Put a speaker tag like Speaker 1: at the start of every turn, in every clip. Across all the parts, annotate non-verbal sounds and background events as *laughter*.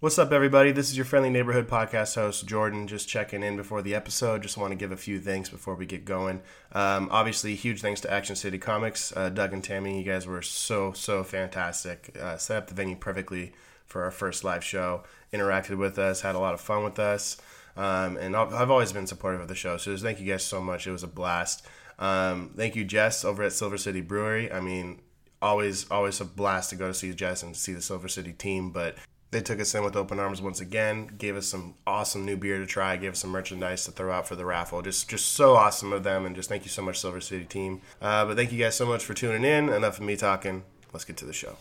Speaker 1: What's up, everybody? This is your friendly neighborhood podcast host, Jordan. Just checking in before the episode. Just want to give a few thanks before we get going. Um, obviously, huge thanks to Action City Comics, uh, Doug and Tammy. You guys were so, so fantastic. Uh, set up the venue perfectly for our first live show, interacted with us, had a lot of fun with us. Um, and I've I've always been supportive of the show. So just thank you guys so much. It was a blast. Um, thank you, Jess, over at Silver City Brewery. I mean, always, always a blast to go to see Jess and see the Silver City team. But they took us in with open arms once again, gave us some awesome new beer to try, gave us some merchandise to throw out for the raffle. Just just so awesome of them, and just thank you so much, Silver City team. Uh, but thank you guys so much for tuning in. Enough of me talking. Let's get to the show.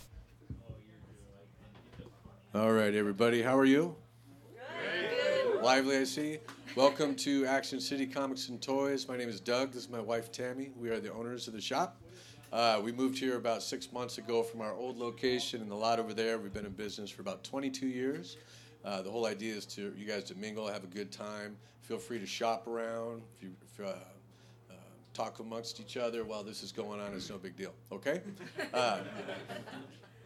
Speaker 2: All right, everybody, how are you? Good. Lively, I see. Welcome to Action City Comics and Toys. My name is Doug. This is my wife Tammy. We are the owners of the shop. Uh, we moved here about six months ago from our old location in the lot over there. We've been in business for about 22 years. Uh, the whole idea is to you guys to mingle, have a good time. Feel free to shop around. If you if, uh, uh, talk amongst each other while this is going on. It's no big deal. Okay. Uh,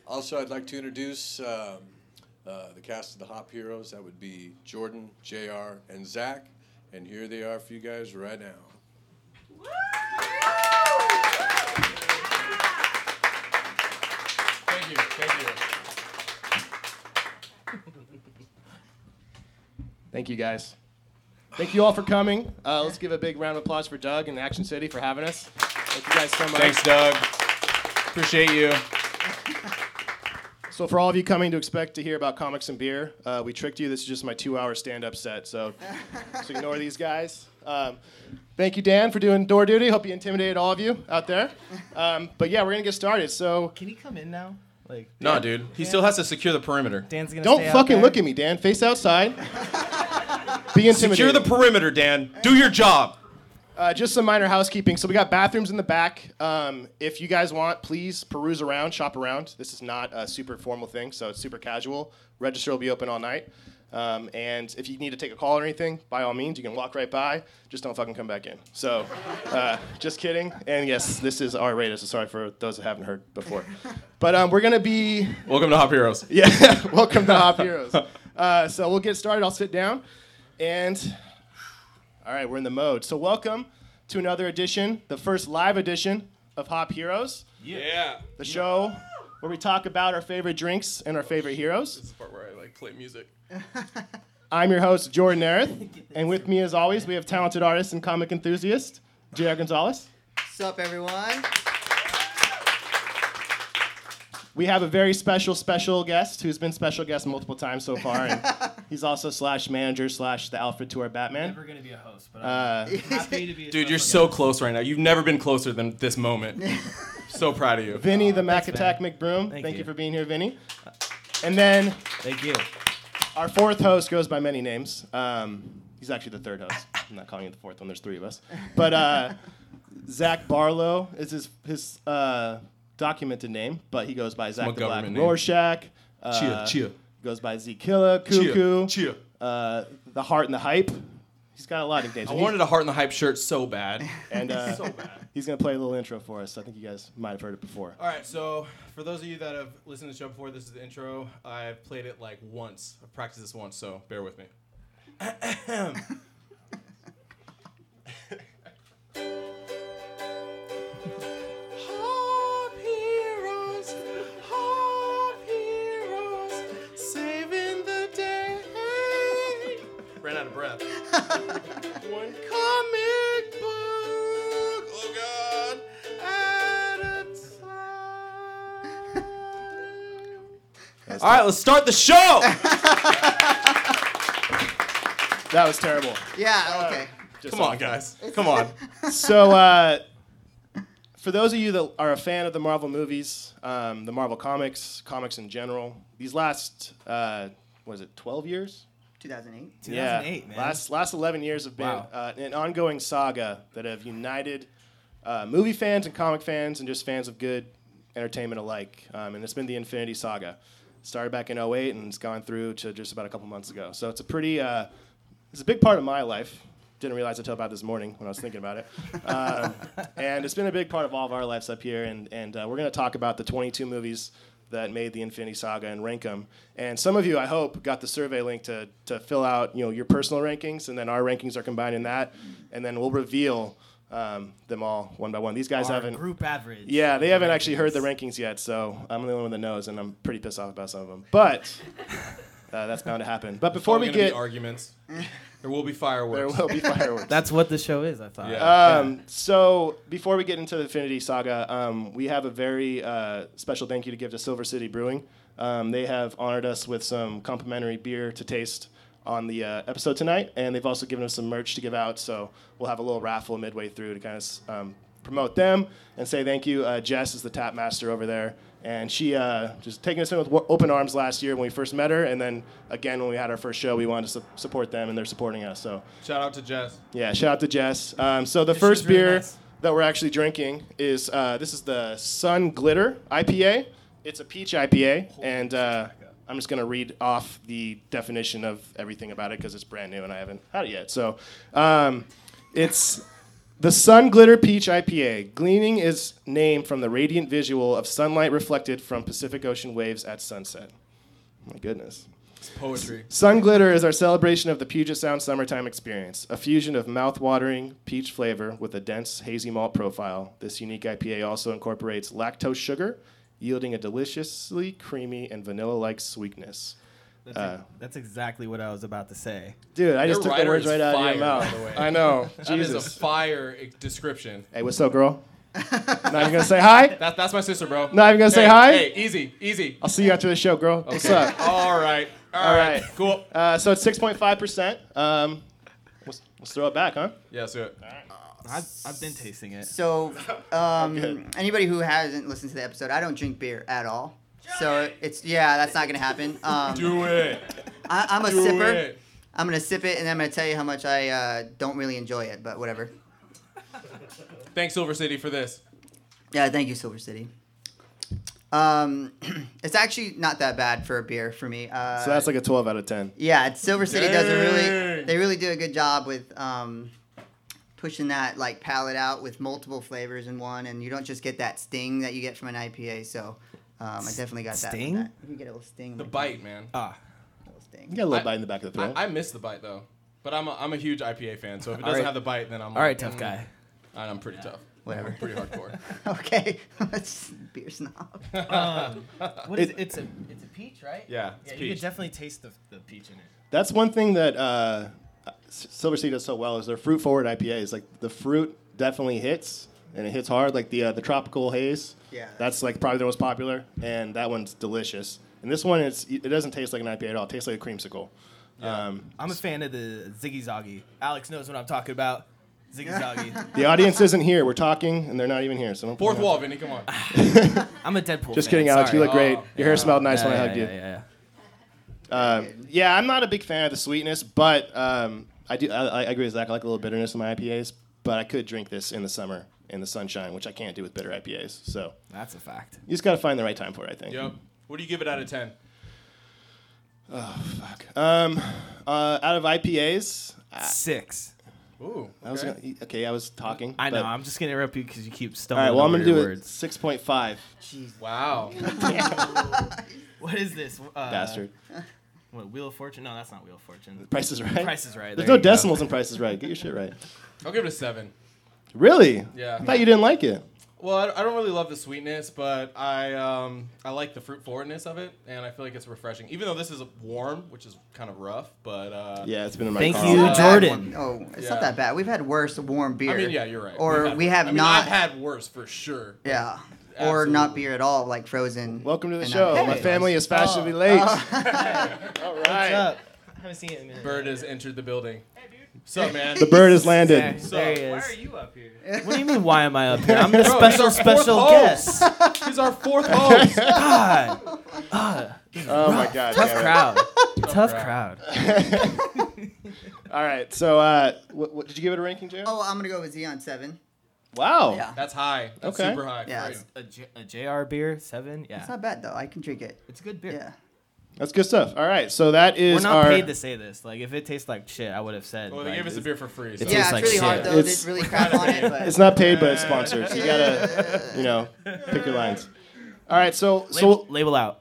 Speaker 2: also, I'd like to introduce um, uh, the cast of the Hop Heroes. That would be Jordan, Jr., and Zach. And here they are for you guys right now.
Speaker 3: Thank you, thank you.
Speaker 4: Thank you guys. Thank you all for coming. Uh, let's give a big round of applause for Doug and Action City for having us. Thank you guys so much.
Speaker 3: Thanks, Doug. Appreciate you.
Speaker 4: So, for all of you coming to expect to hear about comics and beer, uh, we tricked you. This is just my two hour stand up set, so just ignore these guys. Um, thank you, Dan, for doing door duty. Hope you intimidated all of you out there. Um, but yeah, we're going to get started. So,
Speaker 5: Can he come in now? Like,
Speaker 3: No, dude. He still has to secure the perimeter.
Speaker 5: Dan's gonna
Speaker 4: don't fucking look at me, Dan. Face outside. Be intimidated.
Speaker 3: Secure the perimeter, Dan. Do your job.
Speaker 4: Uh, just some minor housekeeping. So we got bathrooms in the back. Um, if you guys want, please peruse around, shop around. This is not a super formal thing, so it's super casual. Register will be open all night. Um, and if you need to take a call or anything, by all means, you can walk right by. Just don't fucking come back in. So, uh, just kidding. And yes, this is R-rated. So sorry for those that haven't heard before. But um, we're gonna be
Speaker 3: Welcome to Hop Heroes.
Speaker 4: yeah. *laughs* Welcome to Hop Heroes. Uh, so we'll get started. I'll sit down. And all right, we're in the mode. So welcome to another edition, the first live edition of Hop Heroes,
Speaker 3: Yeah.
Speaker 4: the show where we talk about our favorite drinks and our favorite heroes.
Speaker 3: This is the part where I like play music.
Speaker 4: I'm your host, Jordan Erith. And with me, as always, we have talented artist and comic enthusiast, J.R. Gonzalez.
Speaker 6: What's up, everyone?
Speaker 4: We have a very special, special guest who's been special guest multiple times so far. And he's also slash manager slash the Alfred Tour Batman.
Speaker 5: Never gonna be a host, but
Speaker 4: Uh,
Speaker 5: I'm happy to be. A
Speaker 3: Dude, you're
Speaker 5: special
Speaker 3: so close right now. You've never been closer than this *laughs* moment. so proud of you.
Speaker 4: Vinny the Mac
Speaker 5: thanks,
Speaker 4: Attack
Speaker 5: Vinny.
Speaker 4: McBroom. Thank,
Speaker 5: Thank
Speaker 4: you.
Speaker 5: you.
Speaker 4: for being here, Vinny. And then
Speaker 5: guest. Thank you.
Speaker 4: our fourth host goes by many names. Um, he's actually the third host. I'm not calling it the fourth one. There's three of us. But uh, Zach Barlow is his his uh, documented name, but he goes by Zach
Speaker 3: my
Speaker 4: the Black
Speaker 3: government name.
Speaker 4: Rorschach. Uh,
Speaker 3: chia.
Speaker 4: Goes by Z Killer,
Speaker 3: Chia.
Speaker 4: Cuckoo,
Speaker 3: Chia.
Speaker 4: Uh, the Heart and the Hype. He's got a lot of names.
Speaker 3: I wanted a Heart in the Hype shirt so bad.
Speaker 4: and
Speaker 3: *laughs*
Speaker 4: uh,
Speaker 3: so bad.
Speaker 4: he's gonna play a little intro for us. I think you guys might have heard it before.
Speaker 7: All right, so for those of you that have listened to the show before, this is the intro. I've played it like once. I've practiced this once, so bear with me. Hop heroes, hop heroes, saving the day. Ran out of breath. One comic book, oh god, at a time.
Speaker 3: All right, let's start the show.
Speaker 4: That was terrible.
Speaker 6: Yeah, okay.
Speaker 3: Come on, guys. Come on.
Speaker 4: so uh, for those of you that are a fan of the Marvel movies, um, the Marvel comics, comics in general, these last uh, was it twelve years?
Speaker 6: 2008.
Speaker 5: 2008, man.
Speaker 4: Last last eleven years have been
Speaker 5: Wow.
Speaker 4: uh, an ongoing saga that have united uh, movie fans and comic fans and just fans of good entertainment alike. Um, and it's been the Infinity Saga. Started back in 08 and it's gone through to just about a couple months ago. So it's a pretty uh, it's a big part of my life. Didn't realize until about this morning when I was thinking about it. Um, and it's been a big part of all of our lives up here. And, and uh, we're going to talk about the 22 movies that made the Infinity Saga and rank them. And some of you, I hope, got the survey link to, to fill out you know your personal rankings, and then our rankings are combined in that, and then we'll reveal um, them all one by one. These guys
Speaker 5: Our
Speaker 4: haven't.
Speaker 5: group average.
Speaker 4: Yeah, they haven't actually heard the rankings yet, so I'm the only one that knows, and I'm pretty pissed off about some of them. But uh, that's bound to happen. But before we
Speaker 7: Probably gonna
Speaker 4: get,
Speaker 7: be arguments, there will
Speaker 4: *laughs*
Speaker 7: be
Speaker 4: there
Speaker 7: fireworks.
Speaker 4: will be fireworks.
Speaker 5: That's what the show is. I thought.
Speaker 7: Yeah.
Speaker 4: Um, so before we get into the Infinity Saga, um, we have a very uh, special thank you to give to Silver City Brewing. Um, they have honored us with some complimentary beer to taste on the uh, episode tonight, and they've also given us some merch to give out. So we'll have a little raffle midway through to kind of um, promote them and say thank you. Uh, Jess is the tap master over there. And she uh, just taking us in with wa- open arms last year when we first met her, and then again when we had our first show, we wanted to su- support them, and they're supporting us. So
Speaker 7: Shout out to Jess.
Speaker 4: yeah, shout out to Jess. Um, so the
Speaker 5: This
Speaker 4: first
Speaker 5: is really
Speaker 4: beer
Speaker 5: nice.
Speaker 4: that we're actually drinking is uh, this is the Sun Glitter IPA. It's a peach IPA, and uh, I'm just gonna read off the definition of everything about it because it's brand new and I haven't had it yet. So um, it's the Sun Glitter Peach IPA. Gleaning is named from the radiant visual of sunlight reflected from Pacific Ocean waves at sunset. My goodness.
Speaker 7: It's poetry.
Speaker 4: Sun Glitter is our celebration of the Puget Sound summertime experience, a fusion of mouth-watering peach flavor with a dense hazy malt profile. This unique IPA also incorporates lactose sugar, yielding a deliciously creamy and vanilla-like sweetness.
Speaker 5: That's, that's exactly what I was about to say.
Speaker 4: Dude, I just
Speaker 7: Your
Speaker 4: took the
Speaker 7: writer
Speaker 4: words
Speaker 7: is
Speaker 4: right out of
Speaker 7: fire,
Speaker 4: your mouth.
Speaker 7: by the way.
Speaker 4: I know.
Speaker 7: *laughs* That is
Speaker 4: Jesus.
Speaker 7: a fire e- description.
Speaker 4: hey, what's up,
Speaker 7: *laughs*
Speaker 4: girl? Not even gonna say hi.
Speaker 7: That, that's my sister, bro.
Speaker 4: Not even gonna say
Speaker 7: Hey,
Speaker 4: hi?
Speaker 7: Hey, easy, easy.
Speaker 4: I'll see you after the show, girl. What's
Speaker 7: Okay.
Speaker 4: up?
Speaker 7: All right. All
Speaker 4: All
Speaker 7: right.
Speaker 4: right.
Speaker 7: Cool.
Speaker 4: Uh, so it's 6.5 percent. Um, let's, let's throw it back, huh?
Speaker 7: Yeah, let's do it.
Speaker 5: I've, I've been tasting it.
Speaker 7: *laughs*
Speaker 6: So, um, anybody who hasn't listened to the episode, I don't drink beer at all. So it's yeah, that's not
Speaker 7: *laughs*
Speaker 6: gonna happen. Um,
Speaker 7: Do it.
Speaker 6: I, I'm a
Speaker 7: Do
Speaker 6: sipper.
Speaker 7: it.
Speaker 6: I'm gonna sip it, and then I'm gonna tell you how much I uh, don't really enjoy it, but whatever.
Speaker 7: Thanks, Silver City, for this.
Speaker 6: Yeah, thank you, Silver City. Um, *clears throat* it's actually not that bad for a beer for me. Uh,
Speaker 4: So that's like a 12 out of 10.
Speaker 6: yeah, it's Silver City does a really
Speaker 7: Dang.
Speaker 6: they really do a good job with um, pushing that like palate out with multiple flavors in one, and you don't just get that sting that you get from an IPA. So um, I definitely got that. from
Speaker 5: Sting?
Speaker 6: that. You can get a little sting.
Speaker 7: The
Speaker 6: like
Speaker 7: bite, man.
Speaker 5: Ah,
Speaker 6: a little
Speaker 4: You
Speaker 6: sting.
Speaker 4: got a little
Speaker 7: I-
Speaker 4: bite in the back of the throat.
Speaker 7: I, I miss the bite though. But I'm a, I'm a huge IPA fan, so if it
Speaker 5: All
Speaker 7: doesn't
Speaker 5: right.
Speaker 7: have the bite, then I'm
Speaker 5: all right,
Speaker 7: like,
Speaker 5: tough
Speaker 7: mm,
Speaker 5: guy.
Speaker 7: And I'm pretty tough.
Speaker 6: Whatever.
Speaker 7: I'm pretty hardcore.
Speaker 6: *laughs* Okay, let's beer snob.
Speaker 5: What is it? It's a it's a peach, right?
Speaker 7: Yeah, it's
Speaker 5: yeah. You
Speaker 7: peach.
Speaker 5: can definitely taste the, the peach in it.
Speaker 4: That's one thing that uh, S- Silver Sea does so well is their fruit forward IPAs. Like the fruit definitely hits and it hits hard. Like the uh, the tropical haze.
Speaker 6: Yeah.
Speaker 4: That's like probably the most popular, and that one's delicious. And this one, it's it doesn't taste like an IPA at all. It tastes like a creamsicle. Um,
Speaker 5: I'm a fan of the Ziggy Zoggy. Alex knows what I'm talking about. Ziggy
Speaker 4: *laughs*
Speaker 5: Zoggy.
Speaker 4: the audience isn't here. We're talking, and they're not even here. So don't
Speaker 7: Fourth wall, Vinny, come on.
Speaker 5: I'm a Deadpool.
Speaker 4: Just
Speaker 5: fan,
Speaker 4: kidding, Alex.
Speaker 5: sorry.
Speaker 4: You look great.
Speaker 7: Oh,
Speaker 4: Your hair smelled nice when I
Speaker 5: yeah,
Speaker 4: hugged
Speaker 5: yeah,
Speaker 4: you.
Speaker 5: Yeah, yeah.
Speaker 4: Um, yeah, I'm not a big fan of the sweetness, but um, I do. I, I agree with Zach. I like a little bitterness in my IPAs, but I could drink this in the summer in the sunshine, which I can't do with bitter IPAs. So
Speaker 5: That's a fact.
Speaker 4: you just gotta find the right time for it. I think.
Speaker 7: yep. What do you give it out of ten?
Speaker 4: Um, uh, out of IPAs, I,
Speaker 5: Six.
Speaker 7: Ooh.
Speaker 4: I was
Speaker 7: okay.
Speaker 4: gonna, okay. I was talking.
Speaker 5: I know.
Speaker 4: but-
Speaker 5: I'm just gonna interrupt you because you keep
Speaker 4: all
Speaker 5: stumbling
Speaker 4: right. Well, I'm
Speaker 5: over
Speaker 4: gonna do
Speaker 5: your
Speaker 4: it.
Speaker 5: words.
Speaker 4: Six point five.
Speaker 6: Jeez.
Speaker 7: Wow.
Speaker 5: What is this? Uh,
Speaker 4: Bastard.
Speaker 5: What Wheel of Fortune? No, that's not Wheel of Fortune.
Speaker 4: Price is right.
Speaker 5: Price is Right,
Speaker 4: There's
Speaker 5: there
Speaker 4: no
Speaker 5: you go.
Speaker 4: decimals in Price is Right. Get your shit right.
Speaker 7: I'll give it a seven.
Speaker 4: Really?
Speaker 7: Yeah.
Speaker 4: I thought you didn't like it.
Speaker 7: Well, I, I don't really love the sweetness, but I um, I like the fruit forwardness of it, and I feel like it's refreshing. Even though this is warm, which is kind of rough, but uh,
Speaker 4: Yeah, it's been in my
Speaker 5: Thank
Speaker 4: car.
Speaker 5: you,
Speaker 6: Not a bad
Speaker 5: Jordan.
Speaker 6: one. Oh, it's
Speaker 7: Yeah.
Speaker 6: not that bad. We've had worse warm beer.
Speaker 7: I mean, yeah, you're right.
Speaker 6: Or
Speaker 7: We've had
Speaker 6: we
Speaker 7: worse.
Speaker 6: have
Speaker 7: I mean,
Speaker 6: not.
Speaker 7: I've had worse for sure.
Speaker 6: yeah. Or not
Speaker 7: Absolutely.
Speaker 6: beer at all, like frozen.
Speaker 4: Welcome to the
Speaker 6: and
Speaker 4: show.
Speaker 6: not-
Speaker 4: My
Speaker 6: Hey.
Speaker 4: family
Speaker 5: Oh.
Speaker 4: is fashionably late. All
Speaker 5: What's
Speaker 4: right.
Speaker 5: up? I haven't seen it in a minute.
Speaker 7: Bird has entered the building. Hey, dude. What's up, man?
Speaker 4: The bird has
Speaker 5: There,
Speaker 4: landed.
Speaker 5: there he is.
Speaker 7: you up here?
Speaker 5: What do you mean? Why am I up here? I'm the
Speaker 7: Bro,
Speaker 5: special,
Speaker 7: he's our fourth
Speaker 5: special
Speaker 7: host.
Speaker 5: guest.
Speaker 7: He's our fourth host.
Speaker 5: God,
Speaker 4: Oh my god.
Speaker 5: tough
Speaker 4: damn it.
Speaker 5: crowd. Tough
Speaker 7: crowd.
Speaker 5: crowd.
Speaker 4: *laughs* All right. So, uh, what, what, did you give it a ranking, Jim?
Speaker 6: Oh, I'm gonna go with Xeon Seven.
Speaker 4: Wow.
Speaker 6: Yeah.
Speaker 7: That's high. That's
Speaker 4: Okay.
Speaker 7: super high.
Speaker 6: Yeah,
Speaker 7: Right.
Speaker 6: it's-
Speaker 5: A, J- a JR beer seven. Yeah,
Speaker 6: It's
Speaker 5: it's,
Speaker 6: not bad though. I can drink it.
Speaker 5: a good beer.
Speaker 6: Yeah.
Speaker 4: That's good stuff. All right. So that is
Speaker 5: We're not
Speaker 4: our.
Speaker 5: paid to say this. Like, if it tastes like shit, I would have said.
Speaker 7: Well, they
Speaker 5: like,
Speaker 7: gave us a
Speaker 5: this-
Speaker 7: beer for free. So.
Speaker 5: It
Speaker 6: yeah,
Speaker 5: tastes
Speaker 6: it's
Speaker 5: like
Speaker 6: really
Speaker 5: shit.
Speaker 6: hard though.
Speaker 4: It's-
Speaker 6: They *laughs* really crap on it, but
Speaker 5: uh,
Speaker 4: It's not paid, but it's sponsored. So you gotta, you know, pick your lines. All right, so
Speaker 5: Label,
Speaker 4: so
Speaker 5: label out.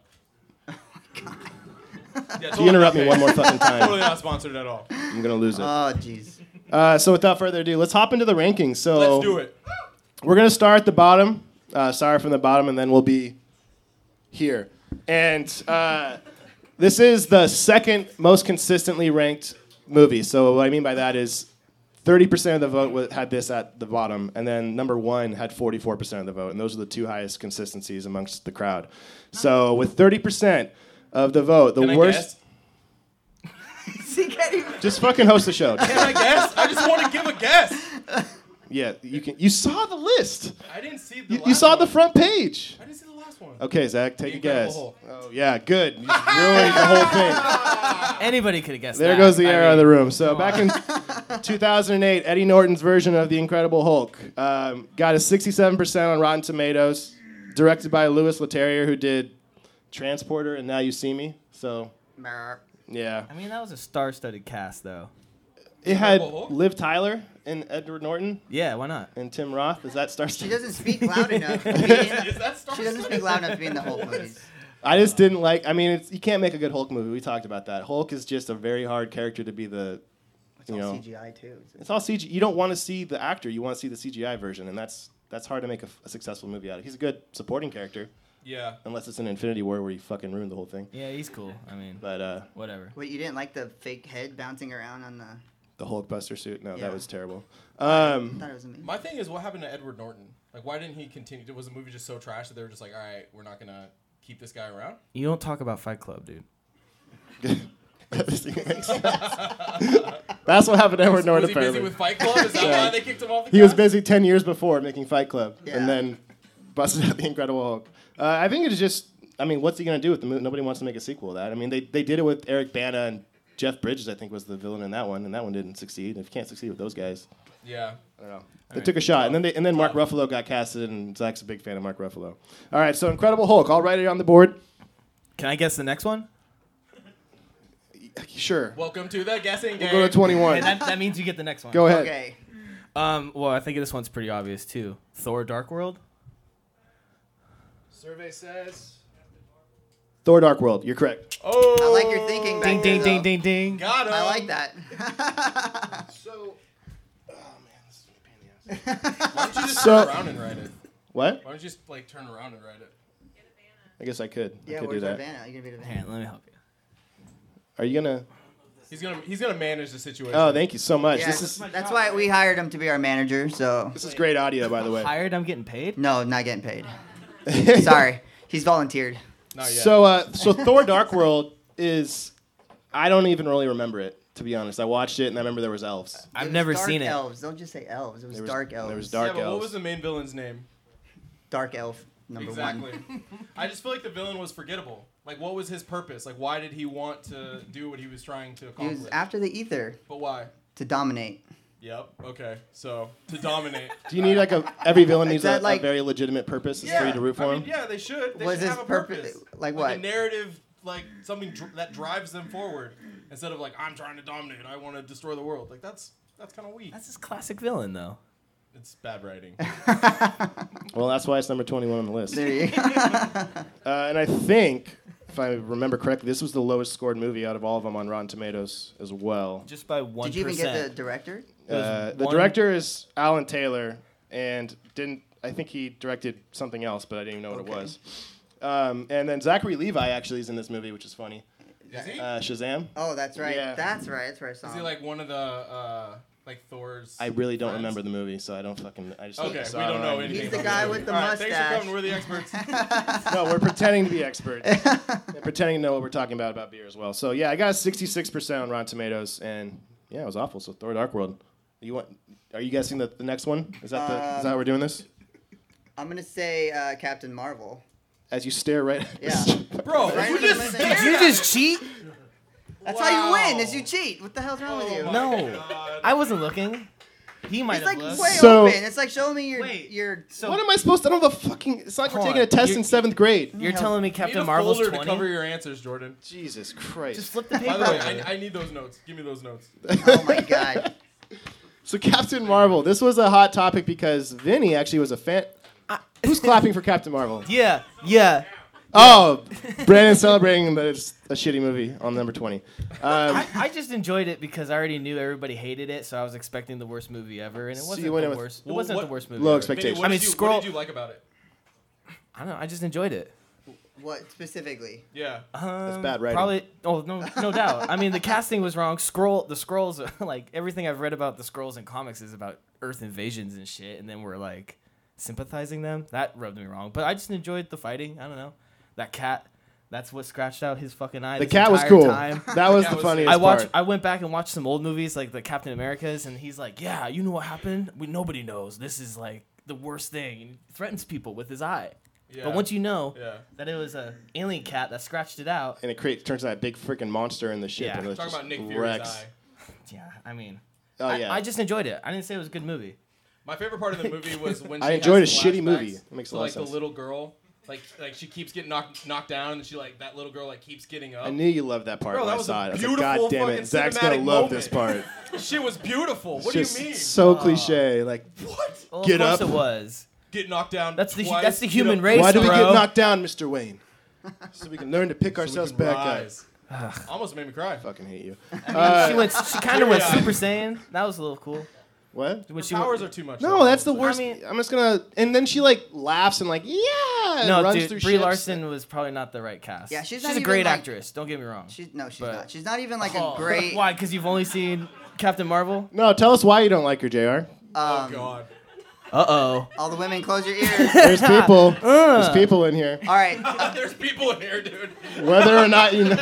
Speaker 7: Yeah,
Speaker 4: if you interrupt me one more fucking
Speaker 7: Totally
Speaker 4: time,
Speaker 7: not sponsored at all.
Speaker 4: I'm gonna lose it.
Speaker 6: *laughs* Oh, jeez.
Speaker 4: Uh, so without further ado, let's hop into the rankings. So
Speaker 7: Let's do it.
Speaker 4: We're gonna start at the bottom. Uh, sorry from the bottom, and then we'll be here. And uh, this is the second most consistently ranked movie. So what I mean by that is. 30% of the vote wa- had this at the bottom, and then number one had 44% of the vote, and those are the two highest consistencies amongst the crowd. So, with 30% of the vote, the
Speaker 7: Can I
Speaker 4: worst.
Speaker 7: guess?
Speaker 6: She can't even.
Speaker 4: Just fucking host the show. *laughs*
Speaker 7: Can I guess? I just want to give a guess.
Speaker 4: yeah, you can. You saw the list.
Speaker 7: I didn't see the.
Speaker 4: You,
Speaker 7: last
Speaker 4: you saw the
Speaker 7: one.
Speaker 4: front page.
Speaker 7: I didn't see the last one.
Speaker 4: Okay, Zach, take
Speaker 7: The
Speaker 4: a guess.
Speaker 7: Incredible
Speaker 4: Oh yeah, good. You just ruined the whole thing.
Speaker 5: Anybody could have guessed
Speaker 4: There
Speaker 5: that.
Speaker 4: goes the
Speaker 5: I
Speaker 4: error of
Speaker 5: mean,
Speaker 4: the room. So back in 2008, Eddie Norton's version of The Incredible Hulk um, got a 67% on Rotten Tomatoes, directed by Louis Leterrier, who did Transporter and Now You See Me. So
Speaker 6: Mer.
Speaker 4: yeah,
Speaker 5: I mean, that was a star-studded cast, though.
Speaker 4: it had
Speaker 7: Incredible Hulk?
Speaker 4: Liv Tyler and Edward Norton
Speaker 5: Yeah, why not?
Speaker 4: and Tim Roth. Is that Star?
Speaker 6: She doesn't speak *laughs* loud enough. to be in
Speaker 7: Is
Speaker 6: the-
Speaker 7: that Star
Speaker 6: she doesn't speak loud enough to be in the Hulk movies.
Speaker 4: I just didn't like. I mean, it's, you can't make a good Hulk movie. We talked about that. Hulk is just a very hard character to be the.
Speaker 6: It's
Speaker 4: You
Speaker 6: all
Speaker 4: know,
Speaker 6: CGI too.
Speaker 4: It's all CG. You don't want to see the actor. You want to see the CGI version, and that's that's hard to make a, f- a successful movie out of. He's a good supporting character,
Speaker 7: Yeah.
Speaker 4: unless it's an Infinity War where he fucking ruined the whole thing.
Speaker 5: Yeah, he's cool. I mean,
Speaker 4: But uh,
Speaker 5: whatever.
Speaker 6: Wait, you didn't like the fake head bouncing around on the? I
Speaker 4: the Hulkbuster suit, no,
Speaker 6: Yeah.
Speaker 4: that was terrible. Um, *laughs*
Speaker 6: thought it was amazing.
Speaker 7: My thing is, what happened to Edward Norton? Like, why didn't he continue? Was the movie just so trash that they were just like, all right, we're not gonna keep this guy around?
Speaker 5: You don't talk about Fight Club, dude.
Speaker 4: that doesn't make sense. *laughs* that's what happened to Edward
Speaker 7: Was
Speaker 4: Norton.
Speaker 7: he busy
Speaker 4: apparently.
Speaker 7: with Fight Club? Is that why they kicked him off the?
Speaker 4: He was
Speaker 7: cast?
Speaker 4: busy 10 years before making Fight Club
Speaker 6: Yeah.
Speaker 4: and then *laughs* busted out The Incredible Hulk. Uh, I think it's just, I mean, what's he going to do with the movie? Nobody wants to make a sequel of that. I mean, they, they did it with Eric Bana and Jeff Bridges, I think, was the villain in that one, and that one didn't succeed. If you can't succeed with those guys,
Speaker 7: Yeah.
Speaker 4: they took a shot. And then, they, and then Mark Ruffalo got casted, and Zach's a big fan of Mark Ruffalo. All right, so Incredible Hulk. I'll write it on the board.
Speaker 5: Can I guess the next one?
Speaker 4: Sure.
Speaker 7: Welcome to the guessing game.
Speaker 4: Go to
Speaker 5: Hey,
Speaker 4: 21.
Speaker 5: that, that means you get the next one.
Speaker 4: Go ahead.
Speaker 6: Okay.
Speaker 5: Um, well, I think this one's pretty obvious too. Thor: Dark World.
Speaker 4: Survey says. Thor Dark World. You're correct.
Speaker 7: oh,
Speaker 6: I like your thinking. Back
Speaker 5: Ding,
Speaker 6: there,
Speaker 5: ding, ding, ding,
Speaker 6: though.
Speaker 5: ding.
Speaker 7: Got him.
Speaker 6: I like *laughs* that.
Speaker 4: So. Oh, man. This is a pain in the ass.
Speaker 7: Why don't you just
Speaker 4: So-
Speaker 7: turn around and write it?
Speaker 4: What?
Speaker 7: Why don't you just like turn around and write it?
Speaker 4: I guess I could. I
Speaker 6: yeah,
Speaker 4: could do
Speaker 6: where's
Speaker 4: that.
Speaker 6: Havana? You're gonna be
Speaker 5: Here,
Speaker 6: Havana.
Speaker 5: let me help you.
Speaker 4: Are you gonna?
Speaker 7: He's gonna he's gonna manage the situation.
Speaker 4: Oh, thank you so much.
Speaker 6: Yeah,
Speaker 4: This is
Speaker 6: that's why we hired him to be our manager. So
Speaker 4: this is great audio, by the way.
Speaker 5: Hired? I'm getting paid.
Speaker 6: no, not getting paid. Sorry, he's volunteered.
Speaker 7: Not yet.
Speaker 4: So, uh, so Thor: Dark World is, I don't even really remember it to be honest. I watched it and I remember there was elves.
Speaker 5: I've
Speaker 6: It was
Speaker 5: never
Speaker 6: dark
Speaker 5: seen it.
Speaker 6: Elves. Don't just say elves. It was,
Speaker 4: There was
Speaker 6: dark elves.
Speaker 4: There was
Speaker 7: yeah,
Speaker 4: dark
Speaker 7: but what
Speaker 4: elves.
Speaker 7: was the main villain's name?
Speaker 6: Dark elf number
Speaker 7: exactly.
Speaker 6: one. *laughs*
Speaker 7: I just feel like the villain was forgettable. Like, what was his purpose? Like, why did he want to do what he was trying to
Speaker 6: He
Speaker 7: accomplish?
Speaker 6: was after the ether
Speaker 7: but why?
Speaker 6: to dominate.
Speaker 7: Yep. Okay. So to
Speaker 6: *laughs*
Speaker 7: dominate.
Speaker 4: Do you need like a every villain needs
Speaker 6: Is
Speaker 4: a,
Speaker 6: that like-
Speaker 4: a very legitimate purpose is for you to root for
Speaker 7: I
Speaker 4: him?
Speaker 7: mean, yeah, they should. They
Speaker 6: Was
Speaker 7: should
Speaker 6: his
Speaker 7: have a
Speaker 6: purpo-
Speaker 7: purpose.
Speaker 6: like
Speaker 7: a
Speaker 6: what?
Speaker 7: narrative, like something dr- that drives them forward instead of like I'm trying to dominate. I want to destroy the world. Like that's that's kind of weak.
Speaker 5: That's his classic villain, though.
Speaker 7: it's bad
Speaker 6: *laughs*
Speaker 7: writing.
Speaker 4: Well, that's why it's number twenty-one on the list.
Speaker 5: *laughs*
Speaker 6: There you go.
Speaker 4: Uh, and I think, if I remember correctly, this was the lowest scored movie out of all of them on Rotten Tomatoes as well.
Speaker 5: Just by one
Speaker 6: Did you even get the director?
Speaker 4: Uh, the
Speaker 5: one-
Speaker 4: director is Alan Taylor, and didn't I think he directed something else, but I didn't even know what
Speaker 6: Okay.
Speaker 4: it was. Um, and then Zachary Levi actually is in this movie, which is funny.
Speaker 7: Is he?
Speaker 4: Uh, Shazam.
Speaker 6: Oh, that's right.
Speaker 4: Yeah.
Speaker 6: That's right. That's where I saw
Speaker 7: Is he
Speaker 6: him.
Speaker 7: like one of the uh, like Thor's?
Speaker 4: I really don't
Speaker 7: friends?
Speaker 4: remember the movie, so I don't fucking. I just
Speaker 7: Okay,
Speaker 4: saw
Speaker 7: we
Speaker 4: it
Speaker 7: don't know
Speaker 4: online.
Speaker 7: anything.
Speaker 6: He's the
Speaker 7: about
Speaker 6: guy
Speaker 7: movie.
Speaker 6: with the
Speaker 7: All right, Thanks for
Speaker 6: mustache.
Speaker 7: coming. We're the experts.
Speaker 6: *laughs*
Speaker 4: No, we're pretending to be *laughs* experts. We're pretending to know what we're talking about about beer as well. So yeah, I got a 66% on Rotten Tomatoes, and yeah, it was awful. So Thor: Dark World. You want? Are you guessing the, the next one? Is that the, is
Speaker 5: Um,
Speaker 4: that how we're doing this?
Speaker 6: I'm gonna say uh, Captain Marvel.
Speaker 4: As you stare right. at
Speaker 6: Yeah.
Speaker 7: Bro,
Speaker 6: Right
Speaker 7: you
Speaker 6: in the
Speaker 7: just
Speaker 6: middle.
Speaker 7: stared
Speaker 5: Did you
Speaker 7: at
Speaker 5: just cheat?
Speaker 6: That's how you win.
Speaker 7: Wow. Oh
Speaker 6: Is you cheat. What the hell's wrong with you?
Speaker 7: my
Speaker 5: No,
Speaker 7: God.
Speaker 5: I wasn't looking. He might
Speaker 6: It's
Speaker 5: have
Speaker 6: like way
Speaker 5: looked.
Speaker 4: So-
Speaker 6: open. It's like show me your
Speaker 5: Wait.
Speaker 6: your.
Speaker 7: *laughs*
Speaker 4: *laughs*
Speaker 5: so
Speaker 4: What am I supposed to know? The fucking it's like we're
Speaker 5: Hold
Speaker 4: taking
Speaker 5: on.
Speaker 4: a test
Speaker 5: You-
Speaker 4: in seventh grade.
Speaker 5: you're telling me
Speaker 7: I need a
Speaker 5: Captain Marvel's
Speaker 7: folder to cover
Speaker 5: twenty?
Speaker 7: your answers, Jordan.
Speaker 4: Jesus Christ!
Speaker 5: Just flip the paper.
Speaker 7: By the way,
Speaker 5: over.
Speaker 7: I, I need those notes. Give me those notes.
Speaker 6: Oh my god.
Speaker 4: so Captain Marvel. This was a hot topic because Vinny actually was a fan. Who's clapping for Captain Marvel?
Speaker 5: Yeah, yeah.
Speaker 4: Oh, *laughs* Brandon's celebrating that it's a shitty movie on number 20. Um,
Speaker 5: I, I just enjoyed it because I already knew everybody hated it, so I was expecting the worst movie ever, and it
Speaker 4: So
Speaker 5: wasn't
Speaker 4: you went in
Speaker 5: the
Speaker 4: with
Speaker 5: worst. It
Speaker 7: Well,
Speaker 5: wasn't
Speaker 7: what-
Speaker 5: the worst movie.
Speaker 4: low
Speaker 5: ever.
Speaker 7: Maybe,
Speaker 4: expectations.
Speaker 7: what
Speaker 5: I mean,
Speaker 7: did you,
Speaker 5: scroll-
Speaker 7: What did you like about it?
Speaker 5: I don't know. I just enjoyed it.
Speaker 6: What specifically?
Speaker 7: Yeah.
Speaker 5: That's
Speaker 4: bad writing.
Speaker 5: Probably. Oh no,
Speaker 4: *laughs*
Speaker 5: no doubt. I mean, the casting was wrong. Scroll. The scrolls. *laughs* Like everything I've read about the scrolls and comics is about Earth invasions and shit, and then we're like sympathizing them. That rubbed me wrong. But I just enjoyed the fighting. I don't know. That cat. That's what scratched out his fucking eye.
Speaker 4: The
Speaker 5: this
Speaker 4: cat was
Speaker 5: entire
Speaker 4: cool.
Speaker 5: time.
Speaker 4: *laughs* That was
Speaker 7: cat
Speaker 4: the
Speaker 7: was-
Speaker 4: funniest
Speaker 5: I watched.
Speaker 4: part.
Speaker 5: I went back and watched some old movies like the Captain Americas, and he's like, "Yeah, you know what happened? We nobody knows. This is like the worst thing. And he threatens people with his eye.
Speaker 7: Yeah.
Speaker 5: But once you know
Speaker 7: Yeah.
Speaker 5: that it was a alien cat that scratched it out,
Speaker 4: And it creates, turns out that big freaking monster in the ship.
Speaker 5: Yeah.
Speaker 4: And it was
Speaker 7: Talking
Speaker 4: just
Speaker 7: about Nick Fury's
Speaker 4: wrecks.
Speaker 7: eye.
Speaker 5: yeah, I mean,
Speaker 4: Oh,
Speaker 5: I-
Speaker 4: yeah.
Speaker 5: I, just enjoyed it. I didn't say it was a good movie.
Speaker 7: My favorite part of the movie was
Speaker 4: *laughs*
Speaker 7: when
Speaker 4: I
Speaker 7: she
Speaker 4: enjoyed
Speaker 7: has
Speaker 4: a shitty
Speaker 7: flashbacks
Speaker 4: movie. It makes a
Speaker 7: to,
Speaker 4: lot of
Speaker 7: like
Speaker 4: sense.
Speaker 7: the little girl, like like she keeps getting knocked knocked down, and she like that little girl like keeps getting up.
Speaker 4: I
Speaker 7: *laughs*
Speaker 4: knew you loved that part
Speaker 7: Bro,
Speaker 4: when
Speaker 7: that
Speaker 4: I
Speaker 7: was
Speaker 4: saw
Speaker 7: a
Speaker 4: it. I was like,
Speaker 7: beautiful
Speaker 4: God damn
Speaker 7: fucking
Speaker 4: it, Zach's gonna
Speaker 7: cinematic
Speaker 4: love this part.
Speaker 7: moment. Shit was beautiful. *laughs* What
Speaker 4: just
Speaker 7: do you mean?
Speaker 4: so cliche. Like,
Speaker 7: what?
Speaker 5: Well,
Speaker 4: Get
Speaker 5: of course
Speaker 4: up.
Speaker 5: it was.
Speaker 7: Get knocked down.
Speaker 5: That's the hu-
Speaker 7: twice,
Speaker 5: that's the
Speaker 7: get
Speaker 5: human
Speaker 7: up
Speaker 5: race.
Speaker 4: why do we
Speaker 5: bro.
Speaker 4: get knocked down, Mr.
Speaker 5: *laughs*
Speaker 4: Wayne? So we can learn to pick
Speaker 7: so we
Speaker 4: ourselves
Speaker 7: can
Speaker 4: back up.
Speaker 7: rise. Almost made me cry.
Speaker 4: Fucking hate
Speaker 7: *laughs*
Speaker 4: you. Uh,
Speaker 5: she went. She kind of went
Speaker 7: Teary-eyed.
Speaker 5: Super Saiyan. That was a little cool.
Speaker 7: *laughs*
Speaker 4: What?
Speaker 5: When she went-
Speaker 7: Powers are too much. Oh
Speaker 4: No, that's the worst. I
Speaker 5: mean-
Speaker 4: am just gonna. And then she like laughs and like yeah, and
Speaker 5: no,
Speaker 4: runs
Speaker 5: dude,
Speaker 4: through
Speaker 5: Brie
Speaker 4: ships.
Speaker 5: Larson was probably not the right cast.
Speaker 6: Yeah, she's
Speaker 5: she's
Speaker 6: not
Speaker 5: a
Speaker 6: even,
Speaker 5: great
Speaker 6: like-
Speaker 5: actress. Don't get me wrong.
Speaker 6: She's no, she's
Speaker 5: But-
Speaker 6: not. She's not even like
Speaker 5: *laughs* Oh.
Speaker 6: a great.
Speaker 5: Why? Because you've only seen Captain Marvel.
Speaker 4: No, tell us why you don't like her, Jr.
Speaker 7: Oh god. *laughs*
Speaker 5: Uh oh.
Speaker 6: um, All the women, close your ears. *laughs*
Speaker 4: There's people. There's people in here.
Speaker 6: All right, uh,
Speaker 7: There's people in here, dude.
Speaker 4: Whether or not you,
Speaker 6: *laughs*
Speaker 4: know,